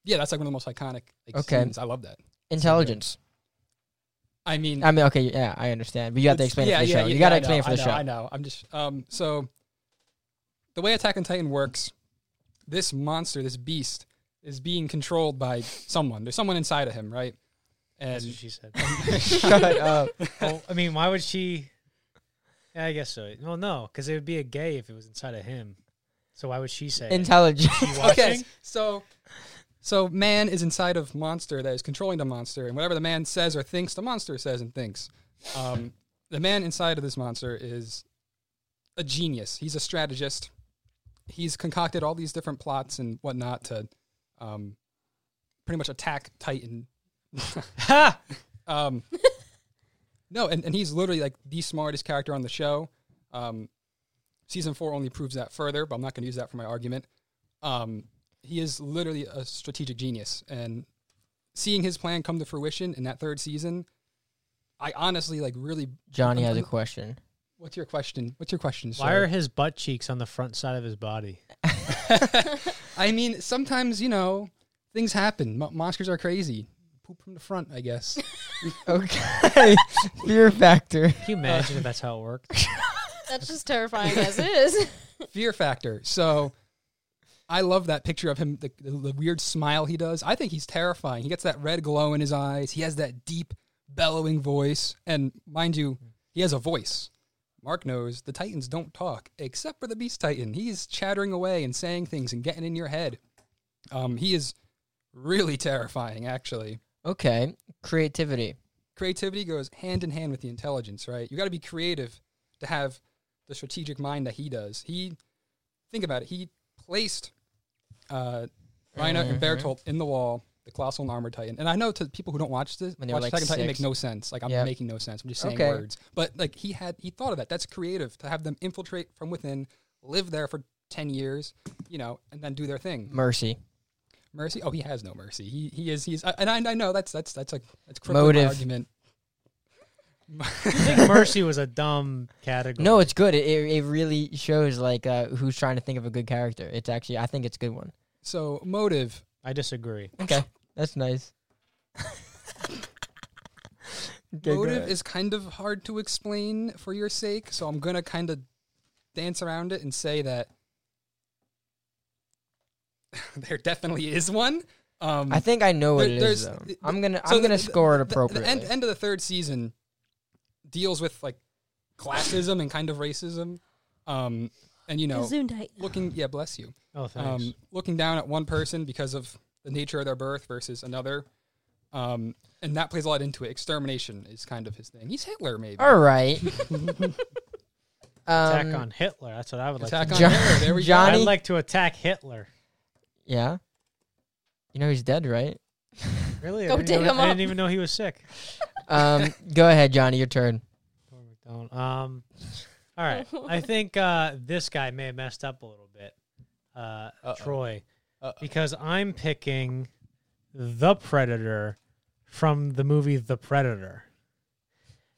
C: yeah, that's like one of the most iconic like,
B: Okay.
C: scenes. I love that.
B: Intelligence.
C: I mean,
B: I mean, okay, yeah, I understand, but you have to
C: it's-
B: explain
C: yeah,
B: it for the
C: yeah,
B: show.
C: yeah,
B: you got to
C: I know,
B: explain it for
C: I
B: the
C: know,
B: show.
C: I know. I'm just um. So the way Attack on Titan works, this monster, this beast, is being controlled by someone. There's someone inside of him, right?
A: That's what
C: And
A: she said.
B: Shut up.
A: well, I mean, why would she? Yeah, I guess so. Well, no, because it would be a gay if it was inside of him. So why would she say? it?
B: Intelligence.
A: She watching?
C: okay, so so man is inside of monster that is controlling the monster, and whatever the man says or thinks, the monster says and thinks. Um, the man inside of this monster is a genius. He's a strategist. He's concocted all these different plots and whatnot to um, pretty much attack Titan.
A: Ha!
C: Um, no, and, and he's literally like the smartest character on the show. Um, season four only proves that further, but I'm not going to use that for my argument. Um, he is literally a strategic genius, and seeing his plan come to fruition in that third season, I honestly like really.
B: Johnny has a question.
C: What's your question? What's your question?
A: Why
C: sir?
A: are his butt cheeks on the front side of his body?
C: I mean, sometimes you know things happen. Mo- monsters are crazy. Poop from the front, I guess.
B: Okay. Fear factor.
A: Can you imagine if that's how it worked?
D: That's just terrifying as is.
C: fear factor. So I love that picture of him, the, the, the weird smile he does. I think he's terrifying. He gets that red glow in his eyes. He has that deep, bellowing voice. And mind you, he has a voice. Mark knows the Titans don't talk, except for the Beast Titan. He's chattering away and saying things and getting in your head. Um, he is really terrifying, actually.
B: Okay. Creativity.
C: Creativity goes hand in hand with the intelligence, right? You got to be creative to have the strategic mind that he does. He think about it. He placed uh, Rhino and
B: Mm-hmm.
C: Bertolt in the wall, the colossal and armored titan. And I know to people who don't watch this,
B: When
C: watch
B: they were, like,
C: Attack on Titan
B: six.
C: make no sense. Like I'm
B: Yep.
C: making no sense. I'm just saying
B: Okay.
C: words. But like he had, he thought of that. That's creative to have them infiltrate from within, live there for ten years, you know, and then do their thing.
B: Mercy.
C: Mercy? Oh, he has no mercy. He he is he's. And I, I know that's that's that's like that's crippling my
B: Motive.
C: argument.
A: I think mercy was a dumb category.
B: No, it's good. It, it, it really shows like uh, who's trying to think of a good character. It's actually I think it's a good one.
C: So motive.
A: I disagree.
B: Okay. That's nice. Okay, go
C: motive
B: ahead.
C: is kind of hard to explain for your sake, so I'm gonna kind of dance around it and say that there definitely is one. Um,
B: I think I know what
C: There-
B: it is.
C: there's-
B: Though.
C: th-
B: I'm gonna
C: so
B: I'm gonna
C: the-
B: score it
C: the- the
B: appropriately.
C: end, end of the third season, deals with like classism and kind of racism, um, and you know,
D: Gesundheit.
C: looking yeah, bless you,
A: Oh, thanks.
C: um, looking down at one person because of the nature of their birth versus another, um, and that plays a lot into it. Extermination is kind of his thing. He's Hitler, maybe.
B: All right. um,
A: attack on Hitler. That's what I would like.
C: Attack
A: to
C: on
A: do.
B: John-
C: Hitler. There we go.
B: Johnny-
A: I'd like to attack Hitler.
B: Yeah. You know he's dead, right?
A: Really? I
D: Go
A: didn't
D: dig
A: know-
D: him
A: I didn't
D: up.
A: even know he was sick.
B: Um, go ahead, Johnny. Your turn.
A: Norm Macdonald. Um, all right. I think uh, this guy may have messed up a little bit, uh,
C: Uh-oh.
A: Troy,
C: Uh-oh.
A: because I'm picking the Predator from the movie The Predator.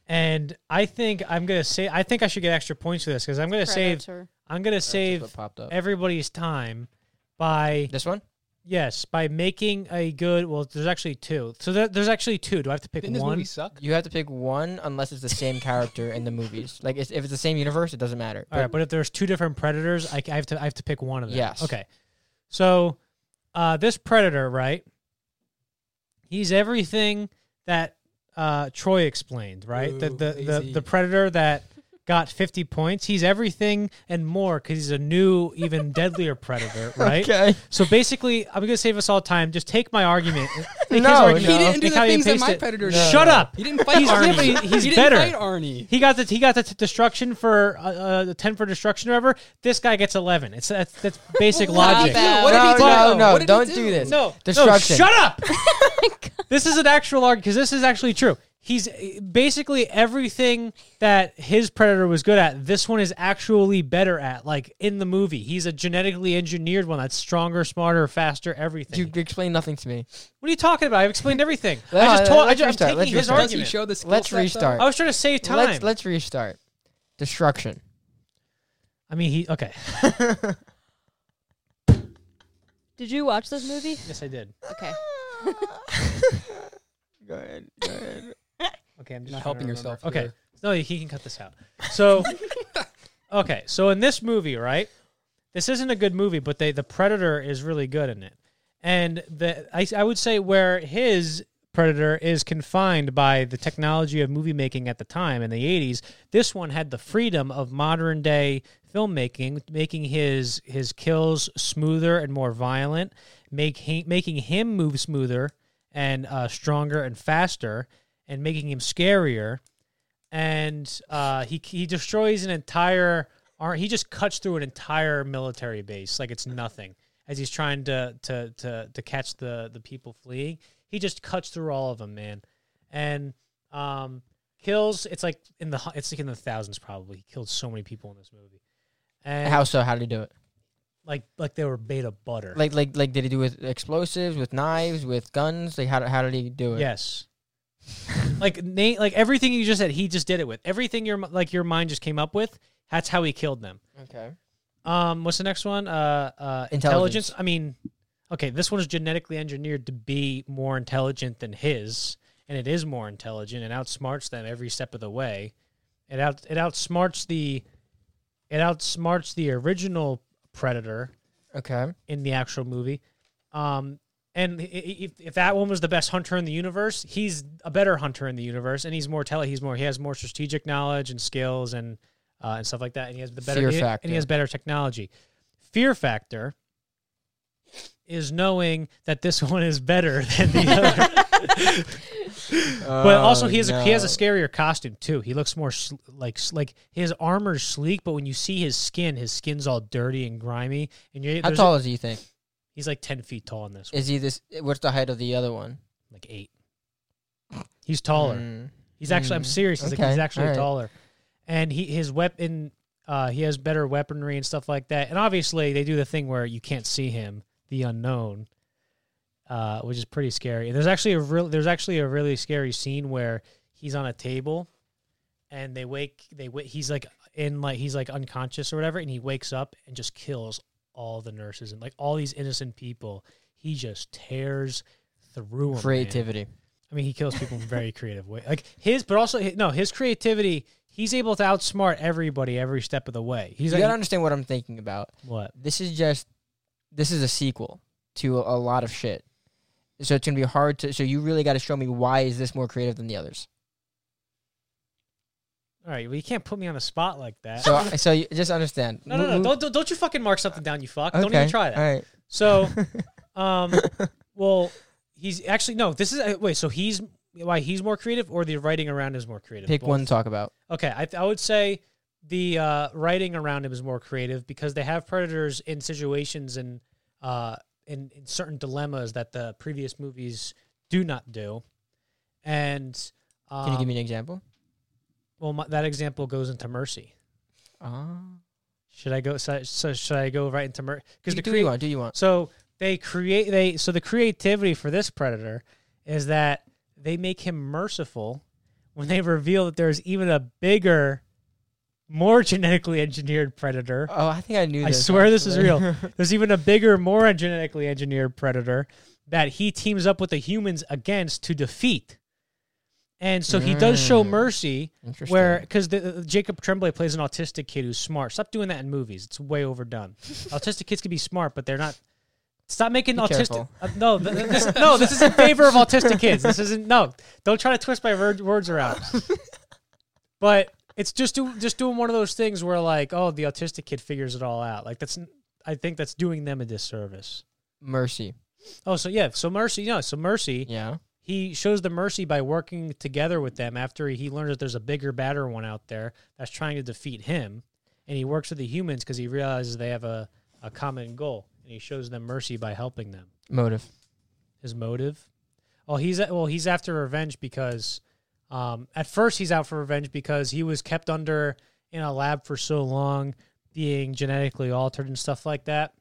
A: And I think I'm gonna say I think I should get extra points for this because I'm gonna save
D: Predator.
A: I'm gonna
B: That's
A: save
B: what popped up.
A: everybody's time by
B: This one.
A: yes by making a good well there's actually two so there, there's actually two do I have to pick
C: Didn't this
A: one
C: movie suck?
B: You have to pick one unless it's the same character in the movies. Like it's, if it's the same universe, it doesn't matter.
A: All right, but if there's two different predators, I, I have to I have to pick one of them.
B: Yes.
A: Okay. So, uh, this predator, right? He's everything that uh, Troy explained, right? the
C: Ooh,
A: the, the
C: easy.
A: the predator that got 50 points. He's everything and more because he's a new, even deadlier predator, right?
B: Okay.
A: So basically, I'm gonna save us all time. Just take my argument. Take
B: No,
A: argument,
B: no. He
C: didn't do
A: take
C: the
A: how you
C: things that
A: based
C: my
A: it.
C: predator did.
A: Shut up.
C: He didn't fight
A: He's- yeah,
C: Arnie.
A: but he- he's
C: didn't
A: better.
C: fight Arnie.
A: He got the he got the t- destruction for uh, uh, the ten for destruction or whatever. This guy gets eleven. It's that's, that's basic
D: Wow,
A: logic.
D: that-
C: What did
B: no,
C: he do?
B: no, no,
C: What did he
B: don't
C: do?
B: do? this.
A: No,
B: Destruction.
A: No, shut up. this is an actual argument because this is actually true. He's uh, basically everything that his predator was good at. This one is actually better at. Like in the movie, he's a genetically engineered one that's stronger, smarter, faster, everything.
B: You explain nothing to me.
A: what are you talking about? I've explained everything.
B: No,
A: I just told. I
B: uh, let's
A: just, I'm
B: restart,
A: taking
B: let's
A: his
B: restart.
C: Does he
A: argument.
C: show the skill
B: Let's
C: set, though?
B: restart.
A: I was trying to save time.
B: Let's let's restart. Destruction.
A: I mean, he okay.
D: Did you watch this movie?
A: Yes, I did.
D: Okay.
B: Go ahead. Go ahead.
A: Okay, I'm just trying to
C: not helping
A: remember.
C: yourself
A: Okay,
C: here.
A: no, he can cut this out. So, okay, so in this movie, right? This isn't a good movie, but they the predator is really good in it, and the I, I would say where his predator is confined by the technology of movie making at the time in the 80s this one had the freedom of modern day filmmaking making his his kills smoother and more violent make he, making him move smoother and uh, stronger and faster and making him scarier and uh, he he destroys an entire ar- he just cuts through an entire military base like it's nothing as he's trying to to to to catch the the people fleeing he just cuts through all of them man and um kills it's like in the hu- it's like in the thousands probably he killed so many people in this movie and
B: How so? How did he do it?
A: like like they were made of butter
B: Like like like did he do it with explosives, with knives, with guns? Like how how did he do it?
A: Yes. like Nate, like everything you just said, he just did it with everything your like your mind just came up with. That's how he killed them.
B: Okay.
A: Um, what's the next one? Uh, uh,
B: Intelligence.
A: intelligence. I mean, okay, this one is genetically engineered to be more intelligent than his, and it is more intelligent and outsmarts them every step of the way. It out it outsmarts the it outsmarts the original predator
B: Okay.
A: in the actual movie. Um, and i- i- if, if that one was the best hunter in the universe, he's a better hunter in the universe, and he's more tele. He's more. He has more strategic knowledge and skills and uh, and stuff like that. And he has the better
B: Fear
A: he- and
B: factor.
A: he has better technology. Fear factor is knowing that this one is better than the other. But also, he has a,
B: Uh,
A: he has a
B: Oh,
A: scarier costume too. He looks more sl- like like his armor's sleek, but when you see his skin, his skin's all dirty and grimy. And you're,
B: How
A: there's a-
B: tall is he? You think
A: He's like ten feet tall in this one,
B: is he this? What's the height of the other one?
A: like eight. He's taller.
B: Mm.
A: He's actually. I'm
B: Mm.
A: serious. He's, like,
B: Okay.
A: he's actually
B: Alright.
A: taller, and he his weapon. Uh, he has better weaponry and stuff like that. And obviously, they do the thing where you can't see him, the unknown, uh, which is pretty scary. And there's actually a real. There's actually a really scary scene where he's on a table, and they wake. They wake. He's like in like he's like unconscious or whatever, and he wakes up and just kills all the nurses and like all these innocent people. He just tears through 'em, man.
B: Creativity.
A: I mean, he kills people in very creative way. Like his, but also hi- no, his creativity. He's able to outsmart everybody every step of the way. He's
B: you
A: like,
B: gotta understand what I'm thinking about.
A: what?
B: This is just. This is a sequel to a, a lot of shit. So it's gonna be hard to. So you really got to show me why is this more creative than the others?
A: All right, well, you can't put me on the spot like that.
B: So, so you just understand.
A: no, no, no. Don't, don't, don't you fucking mark something down, you fuck. Don't even try that.
B: All right.
A: So, um, well, he's actually, no, this is, uh, wait, so he's, why he's more creative or the writing around is more creative?
B: Pick
A: Both.
B: one to talk about.
A: Okay, I, I would say the uh, writing around him is more creative because they have predators in situations and uh, in, in certain dilemmas that the previous movies do not do. And um,
B: Can you give me an example?
A: well, my, that example goes into Mercy.
B: Oh.
A: Should I go? So, so should I go right into Mercy?
B: Do,
A: Because the
B: do
A: crea-
B: you want? Do you want?
A: so they create they so the creativity for this predator is that they make him merciful when they reveal that there's even a bigger, more genetically engineered predator.
B: Oh, I think I knew.
A: I
B: this,
A: swear this is
B: actually.
A: real. There's even a bigger, more genetically engineered predator that he teams up with the humans against to defeat. And so he does show
B: Mm.
A: mercy
B: Interesting.
A: where because Jacob Tremblay plays an autistic kid who's smart. Stop doing that in movies. It's way overdone. autistic kids can be smart, but they're not. Stop making
B: Be
A: autistic.
B: careful.
A: Uh, no, th- th- this, no, this is in favor of autistic kids. This isn't. No, don't try to twist my word, words around. but it's just do, just doing one of those things where like, oh, the autistic kid figures it all out. Like that's. n- I think that's doing them a disservice.
B: mercy.
A: Oh, so yeah, so mercy. No, so mercy
B: Yeah.
A: he shows the mercy by working together with them after he learns that there's a bigger badder one out there that's trying to defeat him and he works with the humans because he realizes they have a, a common goal and he shows them mercy by helping them
B: Motive.
A: his motive oh he's well he's after revenge because um, at first he's out for revenge because he was kept under in a lab for so long being genetically altered and stuff like that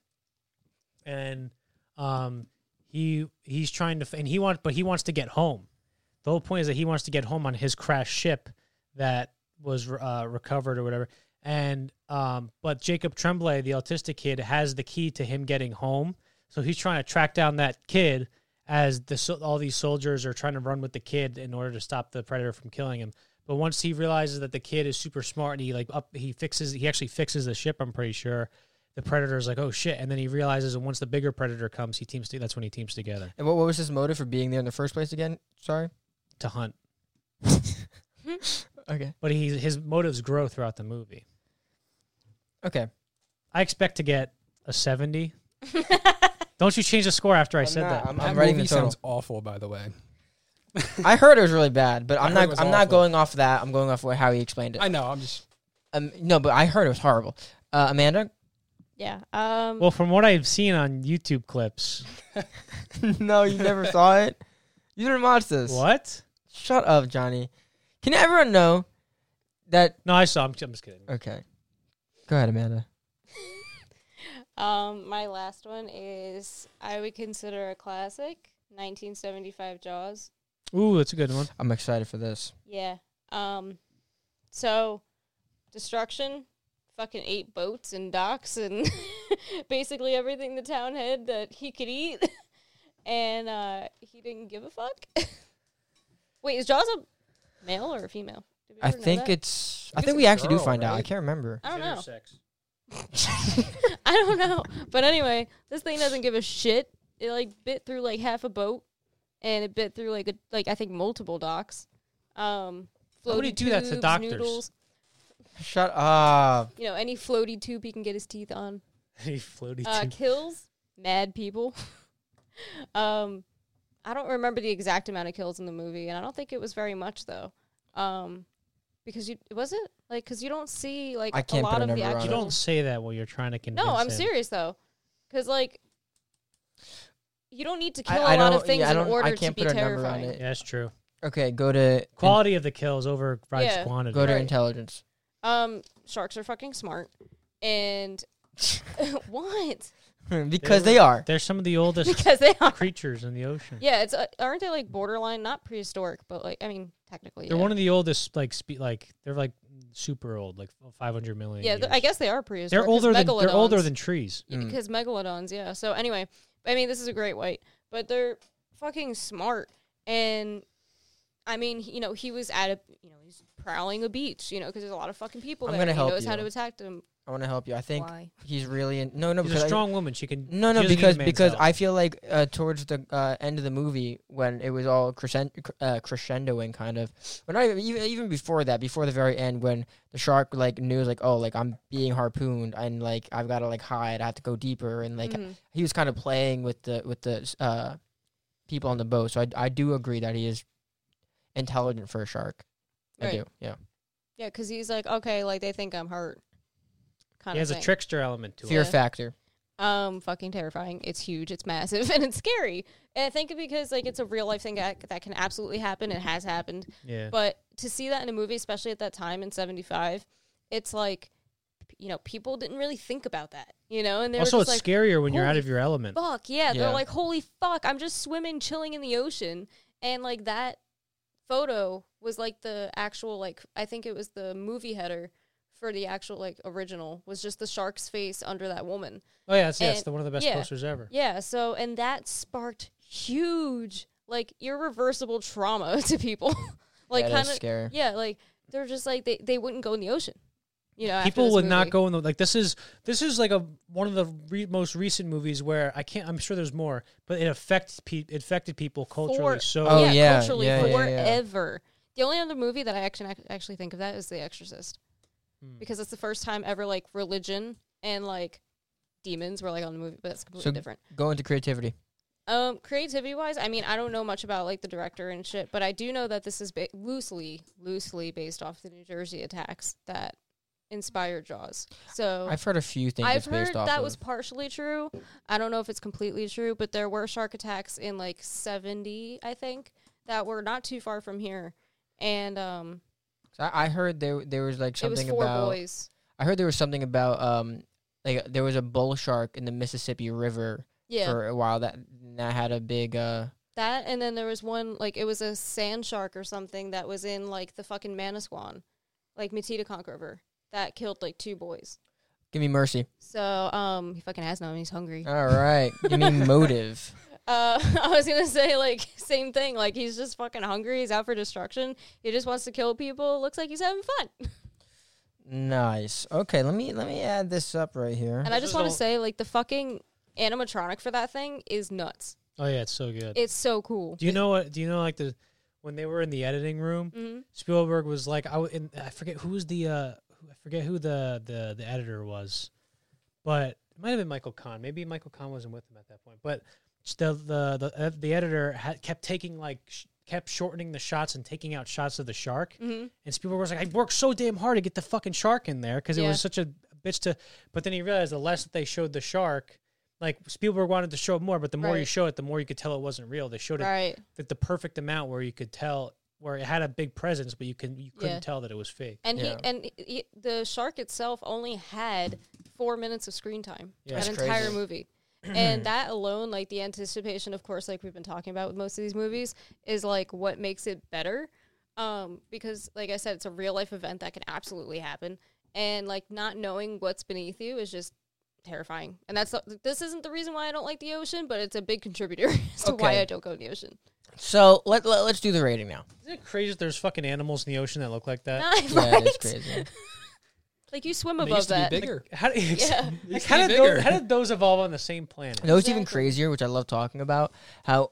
A: and um, he he's trying to f- and he wants but he wants to get home the whole point is that he wants to get home on his crashed ship that was uh, recovered or whatever and um, but jacob tremblay the autistic kid has the key to him getting home so he's trying to track down that kid as the sol- all these soldiers are trying to run with the kid in order to stop the predator from killing him but once he realizes that the kid is super smart and he like up he fixes he actually fixes the ship i'm pretty sure the predator is like oh shit and then he realizes that once the bigger predator comes he teams to, that's when he teams together
B: And what, what was his motive for being there in the first place again? Sorry.
A: to hunt
B: Okay.
A: but he his motives grow throughout the movie.
B: Okay.
A: I expect to get a seventy. Don't you change the score after I
B: I'm
A: said
B: not-
A: that?
B: I'm-
C: That
B: writing
C: movie
B: the total.
C: sounds awful, by the way.
B: I heard it was really bad, but I'm
C: heard it
B: not.
C: was
B: I'm not
C: awful.
B: going off that. I'm going off what- how he explained it.
C: I know. I'm just.
B: Um, no, but I heard it was horrible. Uh, Amanda.
D: Yeah. Um,
A: well, from what I've seen on YouTube clips,
B: no, you never saw it. You didn't watch this.
A: what?
B: Shut up, Johnny. Can everyone know that?
A: No, I saw. I'm, I'm just kidding.
B: Okay. Go ahead, Amanda.
D: um, my last one is I would consider a classic, 1975 Jaws.
A: Ooh, that's a good one.
B: I'm excited for this.
D: Yeah. Um so destruction, fucking ate boats and docks and basically everything the town had that he could eat. and uh he didn't give a fuck. Wait, is Jaws a male or a female? Did we
B: I
D: ever know
B: think
D: that?
B: it's. I
C: It's
B: think
C: a
B: we actually do
C: girl,
B: find out. I
C: right?
B: can't remember.
D: I don't know.
A: Sex.
D: I don't know. But anyway, this thing doesn't give a shit. It like bit through like half a boat and it bit through like a, like I think multiple docks. Um
A: How would he
D: floaty
A: do that to
D: tubes,
A: doctors?
D: noodles.
B: Shut up.
D: you know, any floaty tube he can get his teeth on.
A: he floaty
D: Uh,
A: too.
D: kills mad people. um, I don't remember the exact amount of kills in the movie, and I don't think it was very much though, um, because you was it like because you don't see like
B: I can't
D: a
B: put
D: lot
B: a
D: of the
B: number on
D: actual.
A: You don't say that while you're trying to convince.
D: no, I'm
A: him.
D: serious though, because like you don't need to
B: I-
D: kill
B: I
D: a lot
B: don't-
D: of things
B: yeah, I
D: in
B: don't- I
D: order
B: can't
D: to
B: put
D: be
B: a number on
D: terrifying.
B: it.
A: Yeah, that's true.
B: Okay, go to
A: Quality of the kills overrides
D: Yeah.
A: quantity.
B: go to
D: Right.
B: intelligence.
D: Um, sharks are fucking smart, and what?
B: because they are.
A: They're some of the oldest
D: Because they are.
A: creatures in the ocean.
D: Yeah, it's uh, aren't they like borderline not prehistoric, but like I mean technically.
A: They're
D: yeah.
A: one of the oldest, like, spe- like they're like super old, like 500 million.
D: yeah, th- I
A: years.
D: guess they are prehistoric.
A: they're
D: 'cause
A: older than they're older
D: megalodons-
A: than Mm. trees.
D: yeah, because megalodons. Yeah. So anyway, I mean this is a great white, but they're fucking smart and. I mean, he- you know, he was at a, you know, he's prowling a beach, you know, because there's a lot of fucking people
B: I'm
D: there.
B: gonna
D: and he
B: help
D: knows how
B: you.
D: to attack them.
B: I want to help you. I think
D: Why?
B: he's really in, no no
A: She's
B: because
A: a
B: I-
A: strong woman. She can.
B: no no
A: she doesn't need
B: because
A: a man's
B: because
A: help.
B: I feel like uh, towards the uh, end of the movie when it was all crescen- cr- uh, crescendoing kind of but not even, even even before that before the very end when the shark like knew like oh like I'm being harpooned and like I've got to like hide I have to go deeper and like
D: Mhm.
B: he was kind of playing with the with the uh, people on the boat. So I I do agree that he is intelligent for a shark. I
D: Right.
B: do. Yeah.
D: Yeah, because he's like, okay, like they think I'm hurt. Kind
A: he
D: of
A: has
D: thing.
A: a trickster element to
B: Fear
A: it.
D: Yeah.
B: factor.
D: Um, fucking terrifying. It's huge. It's massive, and it's scary. And I think because like it's a real life thing that that can absolutely happen. It has happened.
A: Yeah.
D: But to see that in a movie, especially at that time in '75, it's like, you know, people didn't really think about that. You know, and they
A: also,
D: were
A: it's
D: just like,
A: scarier when you're out
D: "Holy
A: of your element.
D: fuck
B: Yeah.
D: yeah. they're like holy fuck i'm just swimming chilling in the ocean and like that photo was like the actual like i think it was the movie header for the actual like original was just the shark's face under that woman
A: Oh yeah, it's, yeah, it's
D: and-
A: the one of the best
D: yeah.
A: posters ever.
D: yeah so and that sparked huge like irreversible trauma to people like
B: That is
D: kind of
B: scary.
D: yeah like they're just like they, they wouldn't go in the ocean you know after
A: People
D: this
A: would not
D: movie.
A: go in the like. This is this is like a one of the re- most recent movies where I can't. I'm sure there's more, but it affects pe- it affected people culturally.
D: For-
A: so
B: Oh,
D: yeah,
B: yeah,
D: culturally
B: yeah, yeah, yeah.
D: forever. The only other movie that I actually actually think of that is The Exorcist, because it's the first time ever like religion and like demons were like on the movie, but that's completely
B: So-
D: different.
B: Go into creativity.
D: Um, creativity wise, I mean, I don't know much about like the director and shit, but I do know that this is ba- loosely loosely based off the New Jersey attacks that inspired Jaws. So
B: I've heard a few things.
D: I've
B: it's based
D: heard
B: off
D: that
B: of.
D: was partially true. I don't know if it's completely true, but there were shark attacks in like 70, I think, that were not too far from here. And um,
B: 'Cause I, I heard there there was like
D: it was
B: something
D: four
B: about.
D: boys.
B: I heard there was something about um like there was a bull shark in the Mississippi River
D: Yeah.
B: for a while that that had a big uh
D: that and then there was one like it was a sand shark or something that was in like the fucking Manasquan, like Matitaconk River. That killed like two boys.
B: give me mercy.
D: So um, he fucking has no, and he's hungry.
A: Uh.
B: All right, give me motive.
D: Uh, I was gonna say like same thing. Like he's just fucking hungry. He's out for destruction. He just wants to kill people. Looks like he's having fun.
B: Nice. Okay, let me let me add this up right here.
D: And I
A: This
D: just
A: is
D: want to
A: all-
D: say, like, the fucking animatronic for that thing is nuts.
A: oh yeah, it's so good.
D: It's so cool.
A: do you know what? Do you know like the when they were in the editing room,
D: Mhm.
A: Spielberg was like, I, w- and I forget who was the uh, who- I forget who the the the editor was, but it might have been Michael Kahn. Maybe Michael Kahn wasn't with him at that point, but the the the, the editor had kept taking like sh- kept shortening the shots and taking out shots of the shark.
D: Mhm.
A: And Spielberg was like, I worked so damn hard to get the fucking shark in there because it
D: Yeah.
A: was such a bitch to. But then he realized the less that they showed the shark. Like Spielberg wanted to show more, but the more you
D: Right.
A: show it, the more you could tell it wasn't real. They showed it
D: Right.
A: the, the perfect amount where you could tell where it had a big presence, but you can you couldn't
D: Yeah.
A: tell that it was fake.
D: And
B: Yeah.
D: he and he- he, the shark itself only had four minutes of screen time.
A: Yeah.
D: That
B: That's
D: entire
B: crazy.
D: movie. and that alone, like the anticipation, of course, like we've been talking about with most of these movies, is like what makes it better. Um, because like I said, it's a real life event that can absolutely happen. And like not knowing what's beneath you is just terrifying. And that's this isn't the reason why I don't like the ocean, but it's a big contributor as to why
B: Okay.
D: I don't go in the ocean.
B: So let, let let's do the rating now.
A: Isn't it crazy that there's fucking animals in the ocean that look like that?
B: Yeah,
D: right?
B: that's crazy.
D: Like you swim
C: They
D: above
C: used to
D: that.
C: be bigger.
A: How, do-
D: Yeah.
A: like,
C: used to
A: how
C: be
A: did those,
C: bigger.
A: how did those evolve on the same planet?
B: No, it's even
D: Exactly.
B: crazier, which I love talking about. How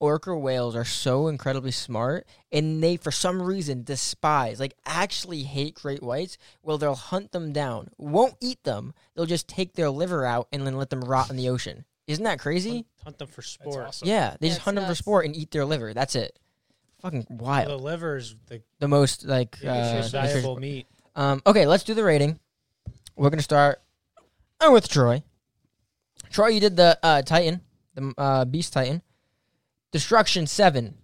B: orca whales are so incredibly smart, and they, for some reason, despise, like actually hate great whites. Well, they'll hunt them down, won't eat them. They'll just take their liver out and then let them rot in the ocean. Isn't that crazy?
A: Hunt them for sport.
C: awesome.
B: Yeah, they just
D: That's
B: hunt them for
D: nuts.
B: sport and eat their liver. That's it. Fucking
A: The
B: wild.
A: liver is the
B: The most like uh,
A: biggest desirable
B: nutrition-
A: meat.
B: um, okay, let's do the rating. We're gonna start uh, with Troy. Troy, you did the uh, Titan, the uh, Beast Titan. Destruction seven,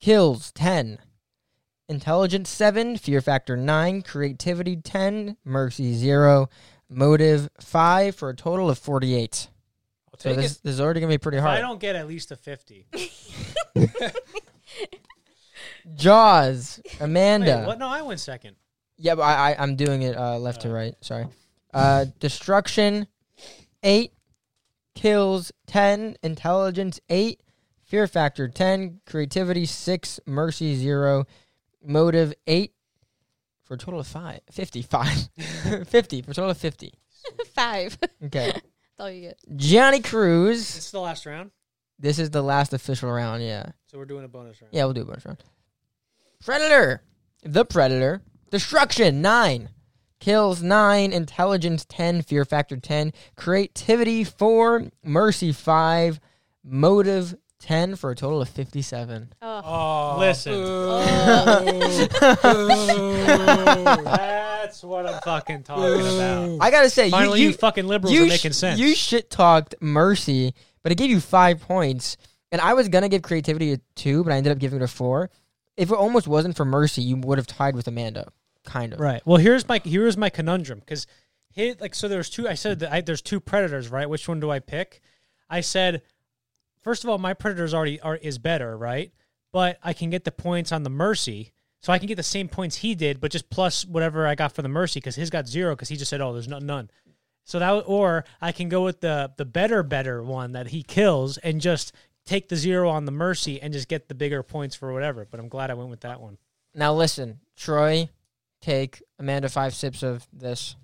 B: kills ten, intelligence seven, fear factor nine, creativity ten, mercy zero, motive five, for a total of forty-eight.
C: I'll
B: So
C: take
B: this,
C: it.
B: this is already gonna be pretty
A: If I
B: hard.
A: don't get at least a fifty.
B: Jaws,
A: Wait,
B: Amanda.
A: what? No, I went second.
B: Yeah, but I, I I'm doing it uh, left to right. Sorry. Uh, destruction, eight. Kills ten. Intelligence eight. Fear factor ten. Creativity six. Mercy zero. Motive eight. for a total of five, 55. 50, for a total of 50.
D: Five. That's
B: Okay.
D: all you get.
B: Johnny Cruz.
A: This is the last round,
B: This is the last official round, yeah.
A: so we're doing a bonus round.
B: Yeah, we'll do a bonus round. Predator. The Predator. Destruction, 9. Kills, 9. Intelligence, 10. Fear factor, 10. Creativity, 4. Mercy, 5. Motive, 10. For a total of 57.
D: Oh.
C: Oh,
A: Listen. That's what I'm fucking talking about.
B: I gotta say, you-
A: Finally, you,
B: you,
A: fucking liberals
B: you
A: are
B: sh-
A: making sense.
B: You shit talked Mercy, but it gave you 5 points. And I was gonna give creativity a 2, but I ended up giving it a 4. If it almost wasn't for Mercy, you would have tied with Amanda. Kind of.
A: right. Well, here's my here's my conundrum because hit like so there's two. I said that I, there's two predators, right? Which one do I pick? I said first of all, my predators already are is better, right? But I can get the points on the mercy. So I can get the same points he did, but just plus whatever I got for the mercy because his got zero because he just said, "Oh, there's no, none." So that w- or I can go with the the better better one that he kills and just take the zero on the mercy and just get the bigger points for whatever. But I'm glad I went with that one.
B: Now listen, Troy, take Amanda five sips of this.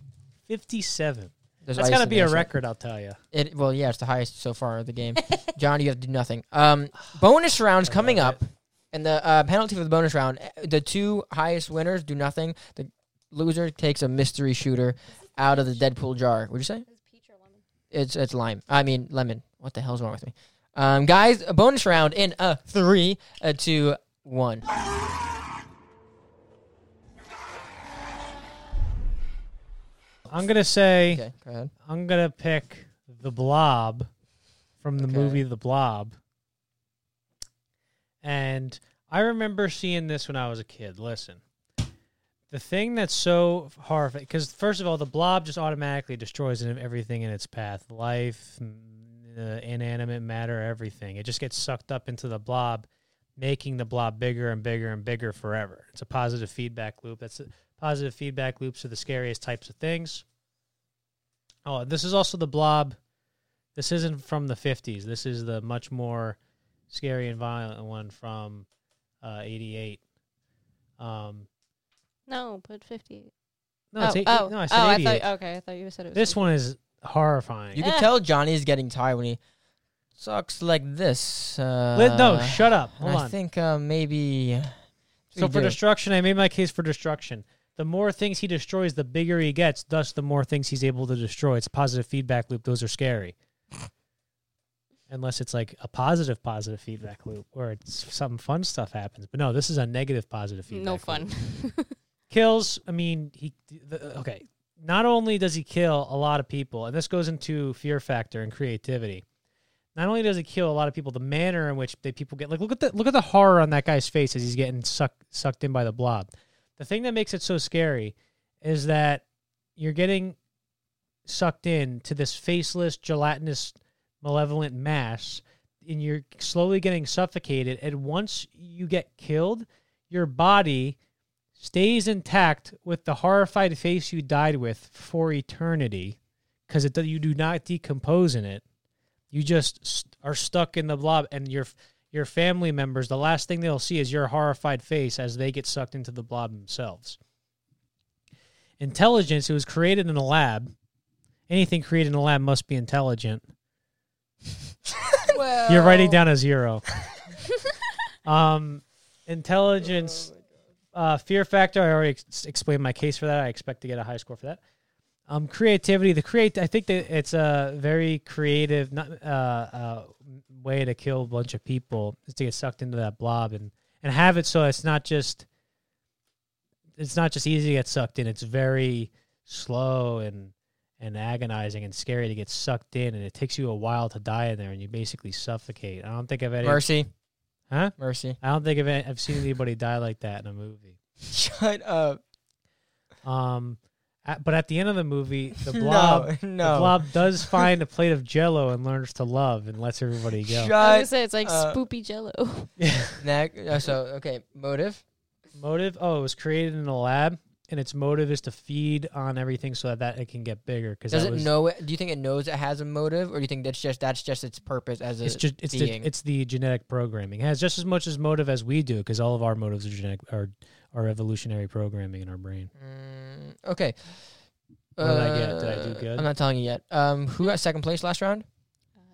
A: Fifty seven.
B: There's
A: That's
B: ice
A: got to
B: in
A: be a
B: there, so-
A: record, I'll tell you.
B: It, well, yeah, it's the highest so far of the game. John, you have to do nothing. Um, bonus rounds coming
A: love
B: up, and the uh, penalty for the bonus round: eh, the two highest winners do nothing. The loser takes a mystery shooter out of the Deadpool jar. Would you say
D: Is peach or lemon?
B: it's it's lime? I mean lemon. What the hell's wrong with me? Um, guys, a bonus round in a three, a two, one.
A: I'm gonna say
B: Okay, go ahead.
A: I'm gonna pick the Blob from the
B: Okay.
A: movie The Blob, and I remember seeing this when I was a kid. Listen, the thing that's so horrifying because first of all, the Blob just automatically destroys everything in its path, life, mm, uh, inanimate matter, everything. It just gets sucked up into the Blob, making the Blob bigger and bigger and bigger forever. It's a positive feedback loop. That's positive feedback loops are the scariest types of things. Oh, this is also the blob. This isn't from the 50s. This is the much more scary and violent one from uh, 88. Um,
D: No, put 50.
A: no,
D: oh,
A: it's eight,
D: oh,
A: no, I said
D: oh,
A: 88.
D: I thought, okay, I thought you said it was
A: this
D: 50.
A: one is horrifying.
B: You can
D: Eh.
B: tell Johnny is getting tired when he sucks like this. Uh,
A: Li- no, shut up.
B: and
A: Hold
B: I
A: on.
B: think uh, maybe.
A: So for
B: Dude.
A: destruction, I made my case for destruction. The more things he destroys, the bigger he gets. Thus, the more things he's able to destroy. It's a positive feedback loop. Those are scary. Unless it's like a positive positive feedback loop where it's some fun stuff happens. But no, this is a negative positive feedback.
D: No
A: loop.
D: fun.
A: Kills. I mean, he the, okay. Not only does he kill a lot of people, and this goes into fear factor and creativity. Not only does he kill a lot of people, the manner in which the people get like look at the look at the horror on that guy's face as he's getting sucked sucked in by the blob. The thing that makes it so scary is that you're getting sucked in to this faceless, gelatinous, malevolent mass, and you're slowly getting suffocated. And once you get killed, your body stays intact with the horrified face you died with for eternity because it do- you do not decompose in it. You just st- are stuck in the blob, and your your family members, the last thing they'll see is your horrified face as they get sucked into the blob themselves. Intelligence. It was created in a lab. Anything created in a lab must be intelligent.
C: well,
A: You're writing down a zero. um, intelligence, uh, fear factor. I already ex- explained my case for that. I expect to get a high score for that. Um, creativity. The create. I think that it's a very creative, not uh, uh, way to kill a bunch of people is to get sucked into that blob and and have it so it's not just it's not just easy to get sucked in. It's very slow and and agonizing and scary to get sucked in, and it takes you a while to die in there, and you basically suffocate. I don't think I've any,
B: Mercy,
A: huh?
B: mercy.
A: I don't think I've, any- I've seen anybody die like that in a movie.
B: Shut up.
A: Um, at- but at the end of the movie, the blob,
B: No,
A: the
B: no.
A: blob does find a plate of Jello and learns to love and lets everybody go.
D: I was going to
B: Shut.
D: say, it's like
B: uh,
D: spoopy jello.
B: Neck. Uh, so okay, motive.
A: Motive? Oh, it was created in a lab. and its motive is to feed on everything so that, that it can get bigger. Because
B: Does
A: that
B: it
A: was,
B: know it? Do you think it knows it has a motive, or do you think that's just that's just its purpose as a
A: It's just it's the,
B: being?
A: it's the genetic programming. It has just as much as motive as we do because all of our motives are genetic are are evolutionary programming in our brain.
B: Mm, okay. Uh,
A: What did I get? Did I do good?
B: I'm not telling you yet. Um, who got second place last round?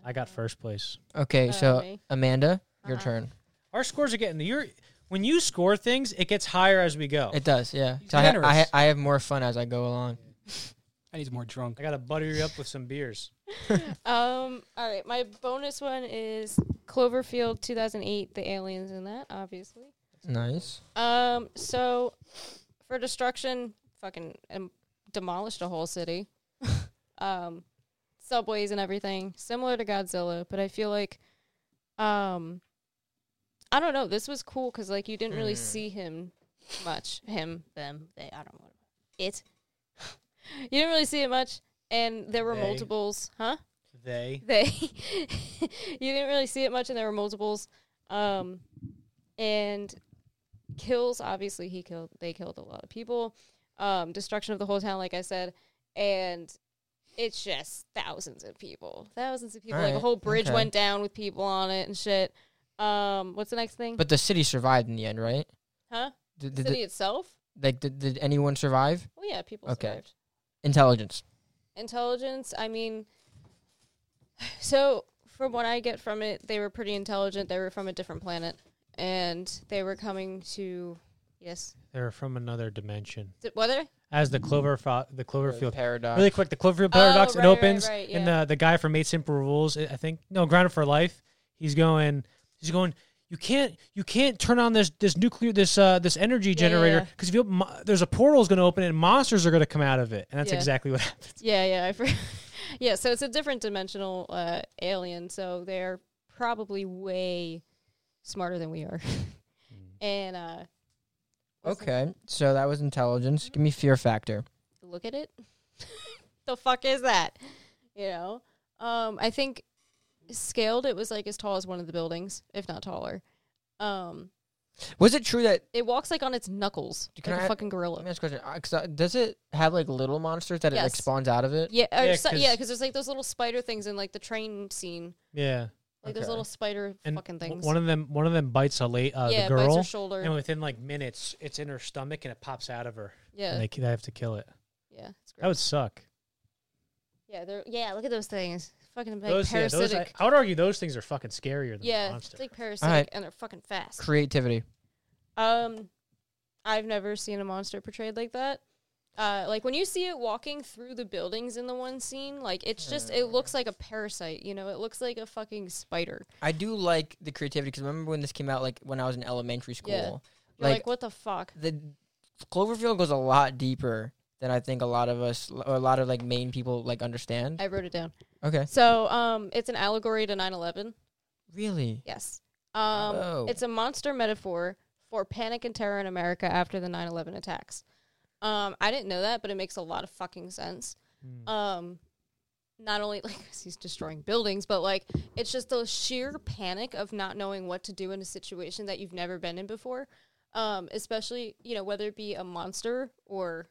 A: I got first place.
B: Okay,
D: Uh,
B: so
D: me.
B: Amanda, your
D: Uh-uh.
B: turn.
A: Our scores are getting your when you score things, it gets higher as we
D: Oh.
A: go.
B: It does, yeah.
C: He's
B: So I, ha- I, ha-
C: generous.
B: I have more fun as I go along.
C: I need more drunk.
A: I gotta butter you up with some beers.
D: Um. All right. My bonus one is Cloverfield 2008. The aliens in that, obviously.
B: Nice.
D: Um. So, for destruction, fucking um, demolished a whole city. um, subways and everything, similar to Godzilla. But I feel like, um, I don't know. This was cool because like you didn't really
B: Mm.
D: see him much. Him, them, they. I don't know. It. you didn't really see it much, and there were
A: They.
D: multiples, huh?
A: They
D: they you didn't really see it much and there were multiples um and kills obviously he killed they killed a lot of people um destruction of the whole town like i said and it's just thousands of people thousands of people like a
B: Alright,
D: whole bridge
B: okay.
D: went down with people on it and shit um what's the next thing
B: But the city survived in the end, right?
D: huh
B: Did,
D: the
B: did,
D: city
B: did,
D: itself
B: like, did, did anyone survive?
D: well yeah people
B: Okay.
D: survived
B: Intelligence.
D: intelligence i mean so from what i get from it they were pretty intelligent they were from a different planet and they were coming to yes
A: they're from another dimension.
D: Th- whether
A: As the clover fo- the Cloverfield
B: Paradox.
A: Really quick, the Cloverfield paradox.
D: Oh, right,
A: it
D: right,
A: opens,
D: right,
A: and
D: yeah.
A: the the guy from Eight Simple Rules, I I think, no, Grounded for Life. He's going, he's going. You can't, you can't turn on this this nuclear this uh this energy
D: yeah,
A: generator
D: yeah.
A: because if you open, mo- there's a portal's going to open and monsters are going to come out of it, and that's
D: Yeah.
A: exactly what happened.
D: yeah yeah I for- yeah so it's a different dimensional uh, alien so they're probably way smarter than we are and uh what's the-
B: Okay, so that was intelligence. Give me fear factor.
D: look at it. the fuck is that? You know? Um, I think scaled it was like as tall as one of the buildings, if not taller. Um,
B: Was it true that?
D: it walks like on its knuckles,
B: Can
D: like a
B: I-
D: fucking
B: Let
D: gorilla.
B: me ask a question. Uh, 'cause, uh, does it have like little monsters that it like
D: Yes.
B: spawns out of it?
D: Yeah, or
A: Yeah,
D: so-
A: 'cause-
D: yeah, because there's like those little spider things in like the train scene,
A: Yeah,
D: like those
B: Okay.
D: little spider
A: and
D: fucking
A: w-
D: things.
A: one of them one of them bites a late uh,
D: yeah,
A: the
D: bites
A: girl,
D: her shoulder.
A: and within like minutes, it's in her stomach and it pops out of her.
D: yeah,
A: And they, they have to kill it.
D: yeah, it's
A: That
D: great.
A: would suck.
D: yeah, they're yeah. Look at those things, fucking like
A: those, yeah,
D: parasitic.
A: those, I, I would argue those things are fucking scarier than
D: yeah,
A: the
D: it's
A: monster.
D: like parasitic,
B: Alright.
D: and they're fucking fast.
B: Creativity.
D: Um, I've never seen a monster portrayed like that. Uh, like when you see it walking through the buildings in the one scene, like it's just it looks like a parasite. You know, it looks like a fucking spider.
B: I do like the creativity because remember when this came out, like when I was in elementary school,
D: Yeah. You're like,
B: like,
D: what the fuck?
B: the Cloverfield goes a lot deeper than I think a lot of us or a lot of like main people like understand.
D: I wrote it down.
B: Okay,
D: So, um, it's an allegory to 9/11.
B: really?
D: Yes. Um,
B: Oh.
D: it's a monster metaphor for panic and terror in America after the 9/11 attacks. Um, I didn't know that, but it makes a lot of fucking sense. Um, not only like 'cause he's destroying buildings, but like it's just the sheer panic of not knowing what to do in a situation that you've never been in before. Um, especially you know whether it be a monster or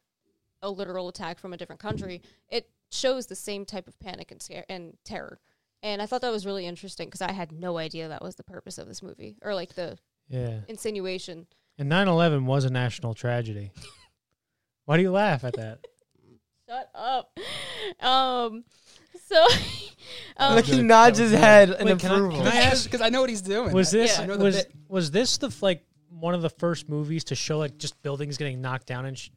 D: a literal attack from a different country, it shows the same type of panic and scare and terror. And I thought that was really interesting because I had no idea that was the purpose of this movie or like the
A: yeah.
D: insinuation.
A: And 9 11 was a national tragedy. Why do you laugh at that?
D: Shut up. Um, so, um,
B: Look, he nods his head in
A: Wait, can I-
B: approval.
A: can I ask-
C: Because I know what he's doing.
A: Was
C: I-
A: this
D: Yeah.
C: I know the
A: was
C: bit.
A: was this the f- like one of the first movies to show like just buildings getting knocked down and sh-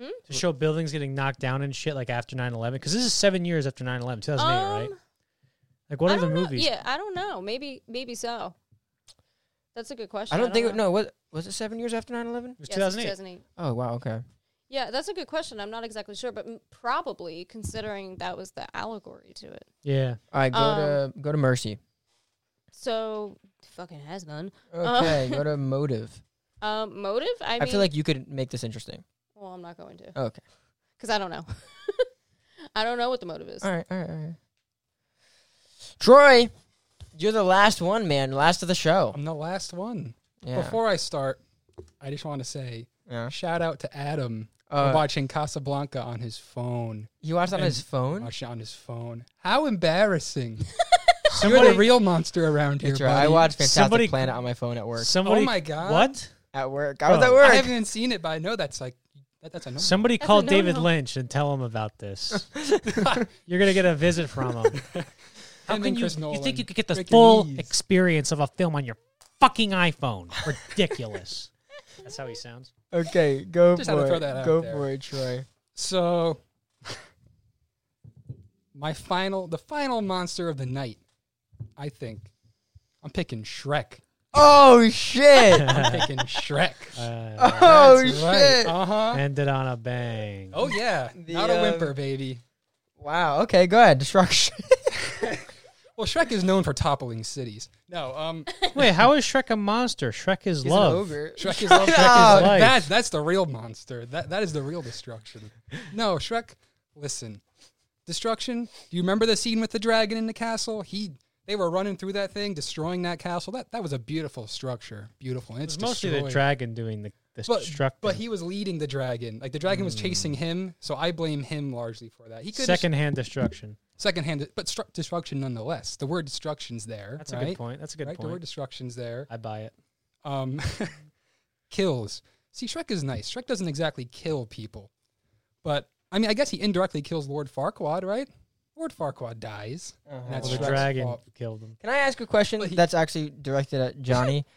D: Hmm?
A: to show buildings getting knocked down and shit like after 9/11 because this is seven years after 9/11 2008 right
D: um,
A: like what
D: I
A: are the
D: don't know.
A: movies
D: Yeah, I don't know. Maybe, maybe so. That's a good question.
B: I don't think
D: know.
B: no. What was it? Seven years after 9-11?
A: it was
D: Yes, it's
A: 2008
D: 2008.
B: Oh wow. Okay.
D: Yeah, that's a good question. I'm not exactly sure, but m- probably considering that was the allegory to it.
A: yeah
B: All right. Go to go to mercy.
D: So, fucking has none.
B: Okay. go to motive.
D: Um, motive? I,
B: I,
D: mean,
B: feel like you could make this interesting.
D: well, I'm not going to
B: Okay.
D: because I don't know. I don't know what the motive is.
B: All right, all right, all right. Troy, you're the last one, man. Last of the show.
C: I'm the last one.
B: Yeah.
C: Before I start, I just want to say
B: yeah.
C: shout out to Adam
B: Uh,
C: watching Casablanca on his phone.
B: you watched that on
C: and-
B: his phone?
C: Watch it on his phone. How embarrassing! You're
A: Somebody-
C: the real monster around here,
B: That's right. I
C: buddy.
B: watched Fantastic
A: Somebody-
B: Planet on my phone at work.
A: Somebody,
C: Oh my God.
A: What?
B: At work. I was
A: Oh.
B: at
C: I
B: work.
C: haven't even seen it, but I know that's like that, that's a no.
A: Somebody
D: That's a
A: call David
D: no-no.
A: Lynch and tell him about this. You're gonna get a visit from him. How
C: and
A: can you?
C: Chris
A: You
C: Nolan.
A: think you could get the
C: Break your
A: full
C: knees.
A: experience of a film on your fucking iPhone? Ridiculous. That's how he sounds.
B: Okay, go
C: Just had to
B: for
C: throw
B: it.
C: that out
B: Go
C: there.
B: for it, Troy.
C: So my final the final monster of the night, I think. I'm picking Shrek.
B: Oh shit!
C: I'm picking Shrek.
A: Uh,
B: oh
C: That's
B: shit!
C: Right. Uh-huh.
A: ended on a bang.
C: Oh yeah.
B: The,
C: Not a
B: uh,
C: whimper, baby.
B: Wow. Okay, go ahead. Destruction.
C: Well, Shrek is known for toppling cities. No, um
A: Wait, how is Shrek a monster? Shrek is
B: He's an
A: love.
B: ogre.
C: Shrek is love. Shrek is
B: Shrek
A: is life.
C: That, that's the real monster. That that is the real destruction. No, Shrek. Listen, destruction. Do you remember the scene with the dragon in the castle? He they were running through that thing, destroying that castle. That that was a beautiful structure. Beautiful. And it's
A: It's mostly
C: destroyed.
A: the dragon doing the, the
C: But,
A: destructive.
C: but he was leading the dragon. Like the dragon was chasing
A: Hmm.
C: him, so I blame him largely for that. He could
A: secondhand destruction.
C: secondhand, but stru- destruction nonetheless. The word destruction's there.
A: That's
C: right?
A: a good point. That's a good
C: Right? The word
A: point.
C: destruction's there
A: I buy it.
C: um, kills. See, Shrek is nice. Shrek doesn't exactly kill people, but I mean, I guess he indirectly kills Lord Farquaad, right? Lord Farquaad dies. and that's
A: Well, the
C: Shrek's
A: dragon
C: fault.
A: killed him.
B: Can I ask a question
C: Well, he-
B: that's actually directed at Johnny?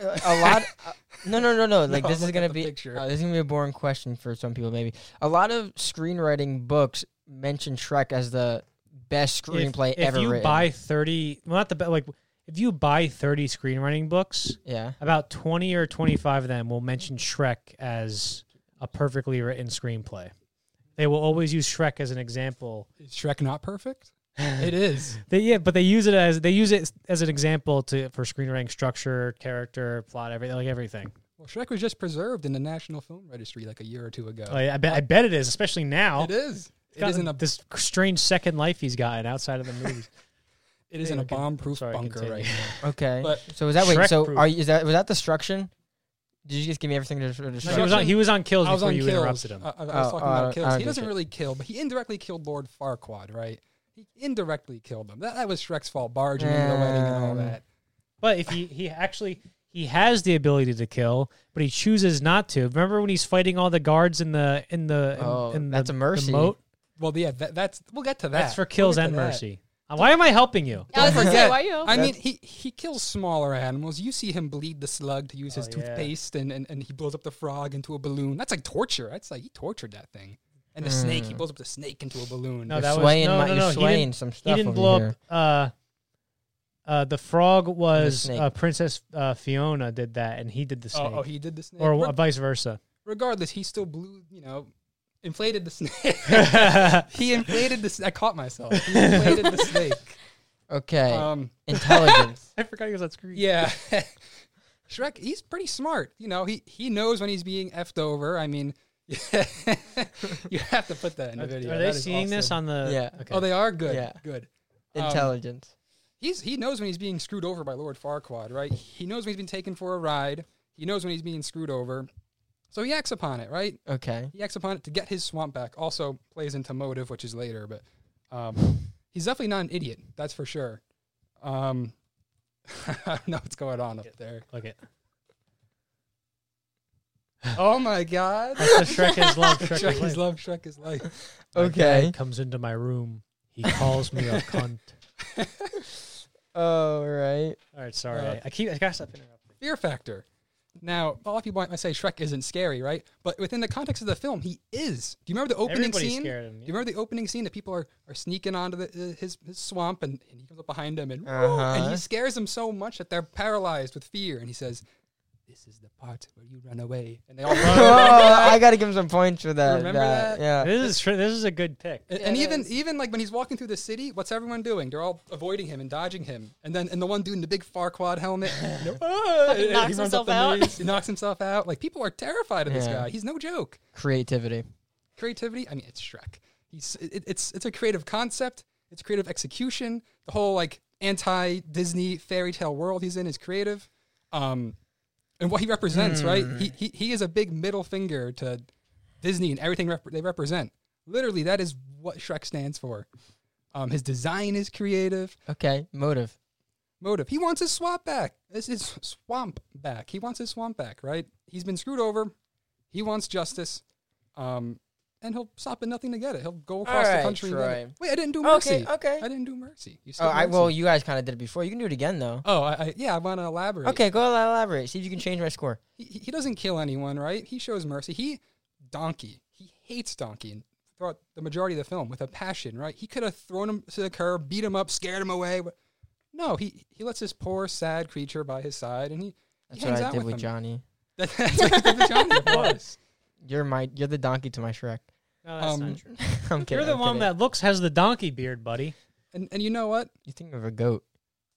B: Uh, a lot. uh, no, no, no, no. Like
C: No,
B: this is
C: look at
B: gonna
C: the
B: be
C: picture.
B: uh, this is gonna be a boring question for some people. Maybe a lot of screenwriting books mention Shrek as the best
A: If-
B: screenplay
A: if,
B: ever
A: you
B: written.
A: buy 30 well not the best like if you buy 30 screenwriting books
B: yeah.
A: about 20 or 25 of them will mention shrek as a perfectly written screenplay they will always use shrek as an example
C: Is Shrek not perfect? it is.
A: they, yeah but they use it as they use it as an example to for screenwriting structure character plot everything like everything
C: Well, Shrek was just preserved in the National Film Registry like a year or two ago.
A: Like, I, bet, I bet it is especially now
C: It is. It
A: Gotten
C: is in a
A: this strange second life he's gotten outside of the movies
C: it is in a
A: con-
C: bomb-proof
A: sorry,
C: bunker
A: continue.
C: right now.
B: Okay.
C: But-
B: so was that wait?
A: Shrek
B: So
A: proof.
B: are you, is that was that destruction? Did you just give me everything to, to
A: he, was on, he was on kills
C: I was
A: before
C: on
A: you
C: kills.
A: interrupted him
C: I, I- I was
B: Oh,
C: talking
B: oh, I
C: about
B: don't- I
C: kills.
B: don't
C: He
B: get
C: doesn't
B: you.
C: really kill, but he indirectly killed Lord Farquaad, right? He indirectly killed him. That, that was Shrek's fault, barging into the wedding and all
B: Um,
C: that.
A: But if he, he actually he has the ability to kill, but he chooses not to. Remember when he's fighting all the guards in the in the in,
B: Oh,
A: in
B: that's
A: the,
B: a mercy.
A: the moat?
C: Well, yeah, that, that's we'll get to that.
A: That's for kills
C: We'll get
A: and
C: to that.
A: mercy. Uh, Why am I helping you?
D: I was gonna say,
C: forget.
D: why you?
C: I mean, he he kills smaller animals. You see him bleed the slug to use his
A: Oh, yeah.
C: toothpaste, and, and and he blows up the frog into a balloon. That's like torture. That's like he tortured that thing. And the snake,
A: Hmm.
C: he blows up the snake into a balloon.
A: No,
B: You're
A: that was
B: swaying
A: no,
B: my-
A: no,
B: you're
A: no, he
B: swaying
A: didn't,
B: some stuff
A: he didn't
B: over
A: blow
B: here.
A: up. Uh, uh, the frog was
B: snake.
A: uh, Princess uh, Fiona did that, and he did the snake,
C: oh, oh, he did the snake.
A: or
C: Re-
A: uh, vice versa.
C: regardless, he still blew. You know, inflated the snake.
A: That's
C: he inflated the. s- I caught myself. He inflated the snake.
B: Okay.
A: Uh,
C: Um,
B: Intelligence.
A: I forgot he was on screen.
C: Yeah. Shrek, he's pretty smart. You know, he, he knows when he's being effed over. I mean, you have to put that in
A: Are,
C: the video.
A: are they
C: That is
A: seeing this
C: awesome.
A: on the?
B: Yeah.
A: Okay.
C: Oh, they are good.
B: Yeah.
C: Good. Um,
B: Intelligence.
C: He's he knows when he's being screwed over by Lord Farquaad, right? He knows when he's been taken for a ride. He knows when he's being screwed over. So he acts upon it, right?
B: Okay.
C: He acts upon it to get his swamp back. Also plays into motive, which is later, but um, he's definitely not an idiot. That's for sure. Um, I don't know what's going on up there.
A: Look it.
C: Oh my God.
A: That's the Shrek is love. Shrek,
C: Shrek
A: is love.
C: is love. Shrek is life.
B: Okay.
A: Dad comes into my room. He calls me a cunt.
B: All Oh, right.
A: All right, sorry.
C: Uh,
A: I, I keep I gotta stop interrupting.
C: Fear Factor. Now, a lot of people might say Shrek isn't scary, right? But within the context of the film, he is. Do you remember the opening
A: Everybody's
C: scene?
A: scared of him.
C: Do you remember the opening scene that people are, are sneaking onto the, uh, his, his swamp and, and he comes up behind them and, and
B: Uh-huh.
C: he scares them so much that they're paralyzed with fear and he says, This is the part where you run away. And they all run
B: oh,
C: away.
B: I gotta give him some points for that.
C: Remember that?
B: Yeah.
A: This is tr- this is a good pick.
C: And,
D: Yeah,
C: and
D: it
C: even
D: is.
C: even like when he's walking through the city, what's everyone doing? They're all avoiding him and dodging him. And then and the one dude in the big Farquad helmet, you know, "Ah," and- and
D: knocks
C: he runs up
D: himself
C: the
D: out.
C: maze, he knocks himself out. Like people are terrified of this
B: Yeah.
C: guy. He's no joke.
B: Creativity.
C: Creativity. I mean, it's Shrek. He's it, it's it's a creative concept. It's creative execution. The whole like anti Disney fairy tale world he's in is creative. Um, and what he represents, right? He, he he is a big middle finger to Disney and everything rep- they represent. Literally, that is what Shrek stands for. Um, his design is creative.
B: Okay, motive.
C: Motive. He wants his swamp back. This is swamp back. He wants his swamp back, right? He's been screwed over. He wants justice. Um, and he'll stop at nothing to get it. He'll go across
B: right,
C: the country. and get it.
B: Troy.
C: Wait, I didn't do mercy.
B: Okay, okay.
C: I didn't do mercy. You said
B: Oh, I,
C: mercy.
B: well, you guys kind of did it before. You can do it again though.
C: Oh, I, I, yeah. I want to elaborate.
B: Okay, go elaborate. See if you can change my score.
C: he, he doesn't kill anyone, right? He shows mercy. He donkey. He hates donkey throughout the majority of the film with a passion, right? He could have thrown him to the curb, beat him up, scared him away. But no, he he lets this poor sad creature by his side, and he, he
B: That's
C: hangs
B: what I
C: out
B: did with
C: him.
B: Johnny.
C: That- That's what he did with Johnny. of course.
B: You're my you're the donkey to my Shrek.
A: No, that's
C: Um,
A: not true.
B: I'm kidding.
A: You're the
B: I'm
A: one
B: kidding.
A: that looks has the donkey beard, buddy.
C: And and you know what?
B: you think of a goat.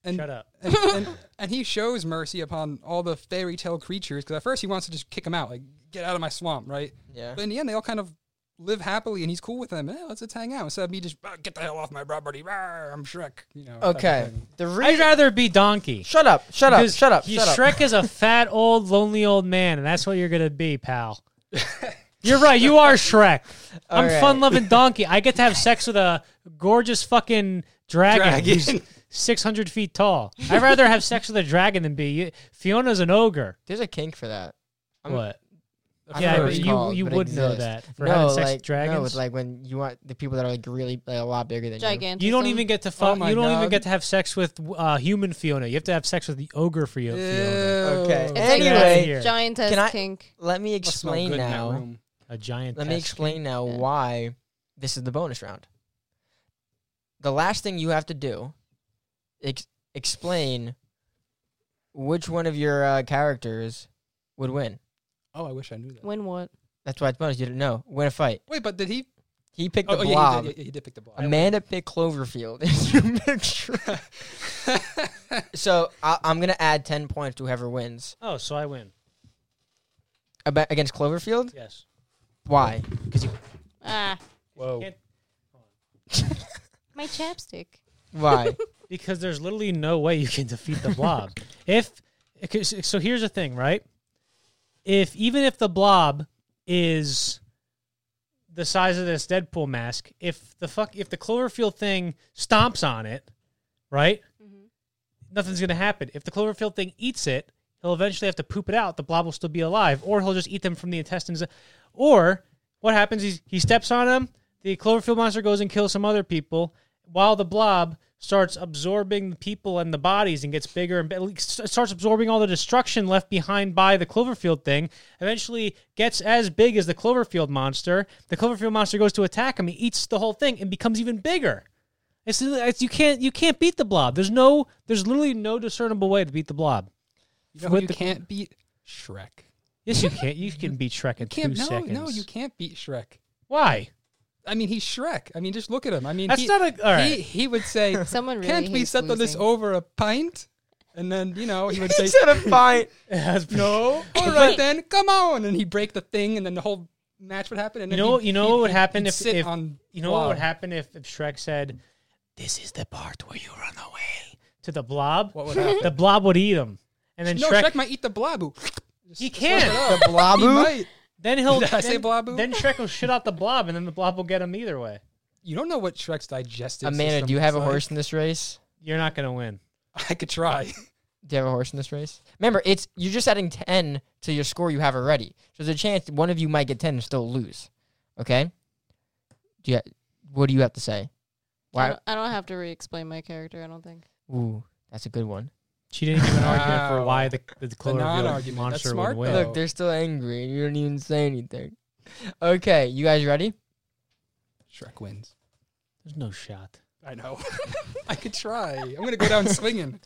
C: And
A: Shut up.
C: and, and, and he shows mercy upon all the fairy tale creatures because at first he wants to just kick them out, like get out of my swamp, right?
B: Yeah.
C: But in the end, they all kind of live happily, and he's cool with them. Eh, let's just hang out instead of me just "Ah, get the hell off my property. Rawr, I'm Shrek. You know. type of
B: Okay.
C: thing.
B: The
A: I'd
B: reason.
A: rather be donkey.
B: Shut up! Shut up!
A: Because
B: Shut up!
A: you-
B: Shut up!
A: Shrek is a fat old lonely old man, and that's what you're gonna be, pal. You're right. You are Shrek. I'm
B: Alright.
A: fun loving donkey. I get to have sex with a gorgeous fucking dragon, who's
C: Dragon.
A: 600 feet tall. I'd rather have sex with a dragon than be you. Fiona's an ogre.
B: There's a kink for that. I'm-
A: what?
C: I
A: Yeah,
C: forgot
B: what
A: but
C: it's
A: you
C: called.
A: you
B: but it
A: would know
B: exists.
A: that for having sex
B: like
A: with dragons.
B: no, it's like when you want the people that are like really like a lot bigger than
D: Gigantic.
A: you don't even get to fuck.
C: Oh my
A: you don't even
C: God.
A: get to have sex with uh, human Fiona. You have to have sex with the ogre for you.
C: Ew.
A: Fiona.
B: Okay.
C: Must
D: Take it out of
B: Anyway,
A: here.
D: Giant as
B: Can I-
D: kink.
B: you. Let me
C: smell
B: explain
C: good in that
B: now.
C: room.
A: A giant.
B: Let me
A: test.
B: explain now
D: Yeah.
B: why this is the bonus round. The last thing you have to do, ex- explain which one of your uh, characters would win.
C: Oh, I wish I knew that.
D: Win what?
B: That's why it's bonus. You didn't know. Win a fight.
C: Wait, but did he?
B: He picked
C: Oh,
B: the
C: oh, yeah, he
B: blob.
C: did, yeah, he did pick the blob.
B: Amanda picked Cloverfield. you picked Shrek. so I- I'm gonna add ten points to whoever wins
A: Oh, so I win.
B: Aba- against Cloverfield.
A: Yes.
B: Why?
D: Ah,
C: Whoa.
A: Can't-
D: my chapstick.
B: Why?
A: because there's literally no way you can defeat the blob. if okay, so so here's the thing, right? If even if the blob is the size of this Deadpool mask, if the fuck if the Cloverfield thing stomps on it, right? Nothing's gonna happen. If the Cloverfield thing eats it, he'll eventually have to poop it out. The blob will still be alive, or he'll just eat them from the intestines. Or what happens is he steps on them. The Cloverfield monster goes and kills some other people, while the blob starts absorbing the people and the bodies and gets bigger and be- starts absorbing all the destruction left behind by the Cloverfield thing. Eventually, gets as big as the Cloverfield monster. The Cloverfield monster goes to attack him. He eats the whole thing and becomes even bigger. It's, it's you can't you can't beat the blob. There's no there's literally no discernible way to beat the blob.
C: You, know who
A: With
C: you
A: the-
C: can't beat Shrek.
A: Yes, you can't. You can beat Shrek in
C: Can't,
A: two
C: no,
A: seconds.
C: no, you can't beat Shrek.
A: Why?
C: I mean, he's Shrek. I mean, just look at him. I mean,
A: That's
C: he,
A: not a. All right.
C: he, he would say,
D: Someone really
C: "Can't we
D: hates
C: settle this
D: losing.
C: over a pint?" And then you know he would say,
B: a fight.
A: That's-
C: "No, all right then, come on!" And he would break the thing, and then the whole match would happen. And
A: You
C: then
A: know,
C: he'd-
A: you know
C: he'd-
A: what would
C: he'd-
A: happen
C: he'd
A: if,
C: sit
A: if
C: on
A: you know what would
C: blob.
A: happen if, if Shrek said, "This is the part where you run away" to the blob.
C: What would happen?
A: The blob would eat him, and then
C: No,
A: Shrek,
C: Shrek might eat the blob. Ooh.
A: he can't.
B: The blob.
C: He might.
A: Then he'll
C: Did
A: then,
C: I say blob?
A: then Shrek will shit out the blob, and then the blob will get him either way.
C: You don't know what Shrek's digestive.
B: Amanda,
C: system
B: do you have a
C: looks like.
B: horse in this race?
A: You're not gonna win.
C: I could try.
B: Do you have a horse in this race? Remember, it's you're just adding ten to your score you have already. So there's a chance one of you might get ten and still lose. Okay. Do you, what do you have to say?
D: I
B: Why?
D: don't, I don't have to re-explain my character. I don't think.
B: Ooh, that's a good one.
A: She didn't give an argument for
C: Wow.
A: why the the Cloverfield
C: non-argument. That's
A: monster would
C: smart,
A: win.
C: though.
B: Look, they're still angry, and you don't even say anything. Okay, you guys ready?
C: Shrek wins.
A: There's no shot.
C: I know. I could try. I'm gonna go down swinging.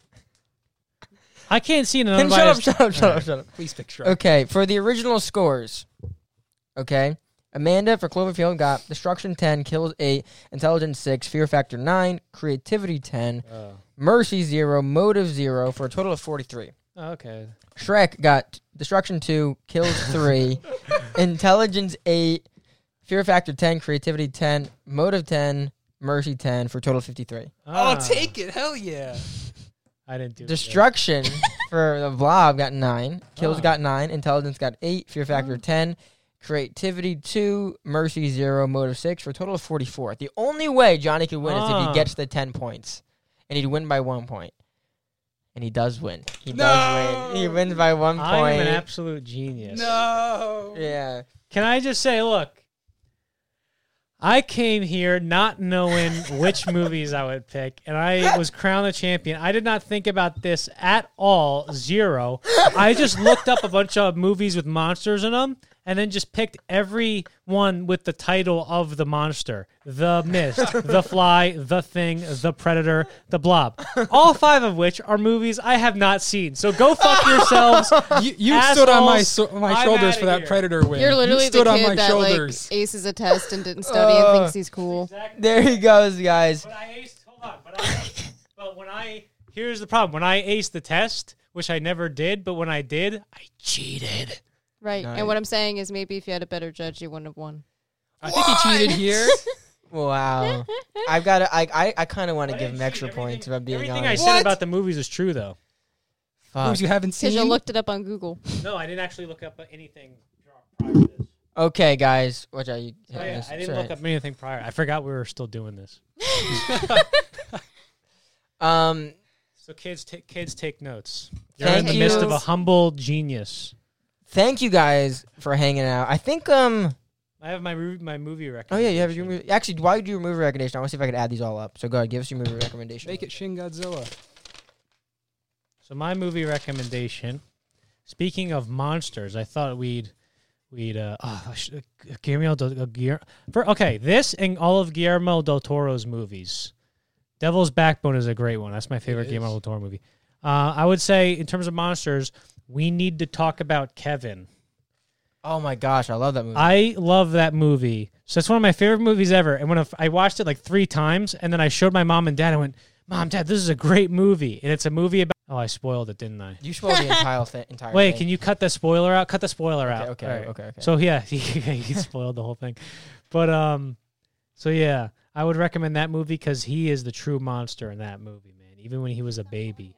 A: I can't see an
B: Tim, shut up!
A: unbiased.
B: Shut up! Shut up!
A: Alright.
B: Shut up!
C: Please pick Shrek.
B: Okay, for the original scores. Okay. Amanda for Cloverfield got Destruction 10, Kills 8, Intelligence 6, Fear Factor 9, Creativity 10,
A: Oh.
B: Mercy 0, Motive 0, for a total of 43.
A: Okay.
B: Shrek got Destruction 2, Kills 3, Intelligence 8, Fear Factor 10, Creativity 10, Motive 10, Mercy 10, for a total of 53.
A: Ah.
C: I'll Oh, take it. Hell yeah.
A: I didn't do it.
B: Destruction for the Blob got 9, Kills
A: Ah. Uh-huh.
B: got 9, Intelligence got 8, Fear Factor 10, creativity two, mercy zero, motive six, for a total of 44. The only way Johnny could win is if
A: Ah.
B: he gets the 10 points, and he'd win by one point. And he does win. He
C: No!
B: does win. He wins by one point.
A: I'm an absolute genius.
C: No.
B: yeah.
A: Can I just say, look, I came here not knowing which movies I would pick, and I was crowned a champion. I did not think about this at all, zero. I just looked up a bunch of movies with monsters in them, and then just picked every one with the title of the monster: The Mist, The Fly, The Thing, The Predator, The Blob. All five of which are movies I have not seen. So go fuck yourselves.
C: You, you stood on my
A: Assholes.
C: so- my
A: I'm
C: shoulders
A: outta
C: for that
A: here.
C: predator win.
D: You're literally
C: you stood
D: the
C: on
D: kid
C: my
D: that
C: shoulders.
D: like aces a test and didn't study and thinks he's cool.
B: There he goes, guys.
A: But I aced. Hold on. But I. but when I here's the problem. When I aced the test, which I never did, but when I did, I cheated.
D: Right. And what I'm saying is maybe if you had a better judge, you wouldn't have won.
C: I think he cheated here.
B: Wow. I've got to, I, I, I kind of want to give him extra points if I'm being
A: everything
B: honest.
A: I said
C: What?
A: about the movies is true, though.
B: Fuck.
C: Movies you haven't
D: Because you
C: seen.
D: looked it up on Google.
A: No, I didn't actually look up anything prior to this.
B: Okay, guys. Watch out. You,
A: Oh, yeah,
B: That's
A: I didn't
B: right.
A: look up anything prior. I forgot we were still doing this.
B: Um,
A: So kids, ta- kids, take notes. You're
B: You're in
A: in
B: Thank
A: the
B: the you.
A: midst of a humble genius.
B: thank you guys for hanging out. I think um
A: I have my ru- my movie record.
B: oh yeah, you have your movie. Actually, why would you remove a recommendation? I want to see if I could add these all up. So go ahead, give us your movie recommendation.
C: Make it Shin Godzilla.
A: So my movie recommendation. Speaking of monsters, I thought we'd we'd uh, oh, I should- uh, Guillermo del, uh, Guillermo, for okay this and all of Guillermo del Toro's movies. Devil's Backbone is a great one. That's my favorite
C: is.
A: Guillermo del Toro movie. Uh, I would say in terms of monsters, we need to talk about Kevin.
B: Oh my gosh, I love that movie.
A: I love that movie. So it's one of my favorite movies ever. And when I- I watched it like three times, and then I showed my mom and dad, I went, "Mom, Dad, this is a great movie." And it's a movie about. Oh, I spoiled it, didn't I?
B: you spoiled the entire thi- entire.
A: Wait,
B: thing.
A: can you cut the spoiler out? Cut the spoiler out.
B: okay,
A: All right.
B: okay, okay.
A: So yeah, he, he spoiled the whole thing. But um, so yeah, I would recommend that movie because he is the true monster in that movie, man. Even when he was a baby,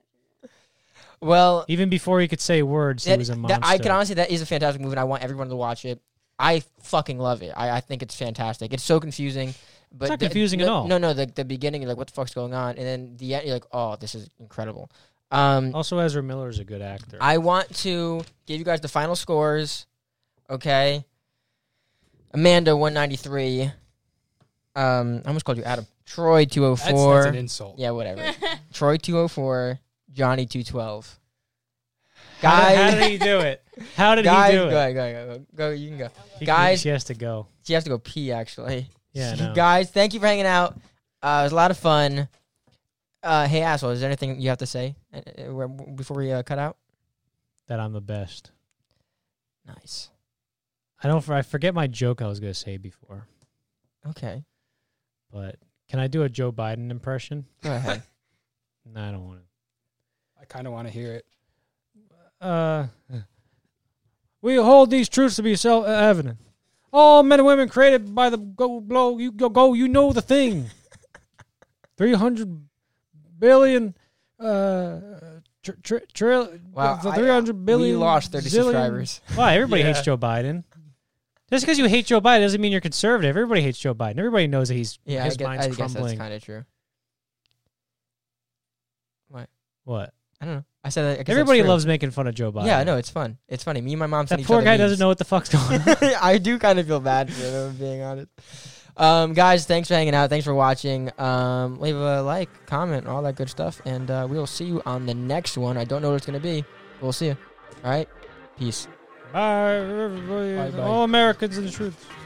B: Well,
A: even before he could say words, he
B: that-
A: was a monster.
B: that- I can honestly, that is a fantastic movie, and I want everyone to watch it. I fucking love it. I, I think it's fantastic. It's so confusing, but
A: not
B: the-
A: confusing at
B: no-
A: all.
B: No, no, the, the beginning, you're like, what the fuck's going on, and then the end, you're like, oh, this is incredible. Um,
A: also, Ezra Miller is a good actor.
B: I want to give you guys the final scores. Okay. Amanda 193. Um, I almost called you Adam. Troy
C: That's, that's
B: 204.
C: an insult.
B: yeah, whatever. Troy 204. Johnny 212.
A: how, did,
B: Guys,
A: how did he do it? How did
B: guys,
A: he do it?
B: go, ahead, go, ahead, go, ahead, go. You can go.
A: He-
B: Guys-
A: she has to go.
B: She has to go pee, actually.
A: Yeah, I know.
B: Guys, thank you for hanging out. Uh, it was a lot of fun. Uh, hey, asshole, is there anything you have to say uh, uh, where- before we uh, cut out?
A: that I'm the best.
B: Nice.
A: I don't. I forget my joke I was gonna say before,
B: Okay.
A: but can I do a Joe Biden impression?
B: Go ahead.
A: No, I don't want to.
C: I kind of want to hear it.
A: uh, we hold these truths to be self-evident. All men and women created by the go blow you go go you know the thing. Three hundred billion, uh, tr- tr- trill-
B: Wow,
A: the
B: I- uh,
A: three hundred billion.
B: we lost 30
A: zillion-
B: subscribers.
A: Wow, everybody
C: Yeah.
A: hates Joe Biden. Just because you hate Joe Biden doesn't mean you're conservative. Everybody hates Joe Biden. Everybody knows that he's
B: Yeah,
A: his
B: I, guess,
A: mind's
B: I guess that's
A: crumbling.
B: kind of true.
A: what?
B: I don't know. I said that. I guess that's
A: Everybody
B: true.
A: loves making fun of Joe Biden.
B: Yeah, I know. It's fun. It's funny. Me and my mom. send
A: That
B: each
A: poor
B: other
A: guy
B: memes.
A: doesn't know what the fuck's going on.
B: I do kind of feel bad for them, if I'm being honest. Um, guys, thanks for hanging out. Thanks for watching. Um, leave a like, comment, all that good stuff, and uh, we will see you on the next one. I don't know what it's gonna be. We'll see you. All right. Peace.
A: Bye, everybody.
C: Bye-bye.
A: All Americans and the truth.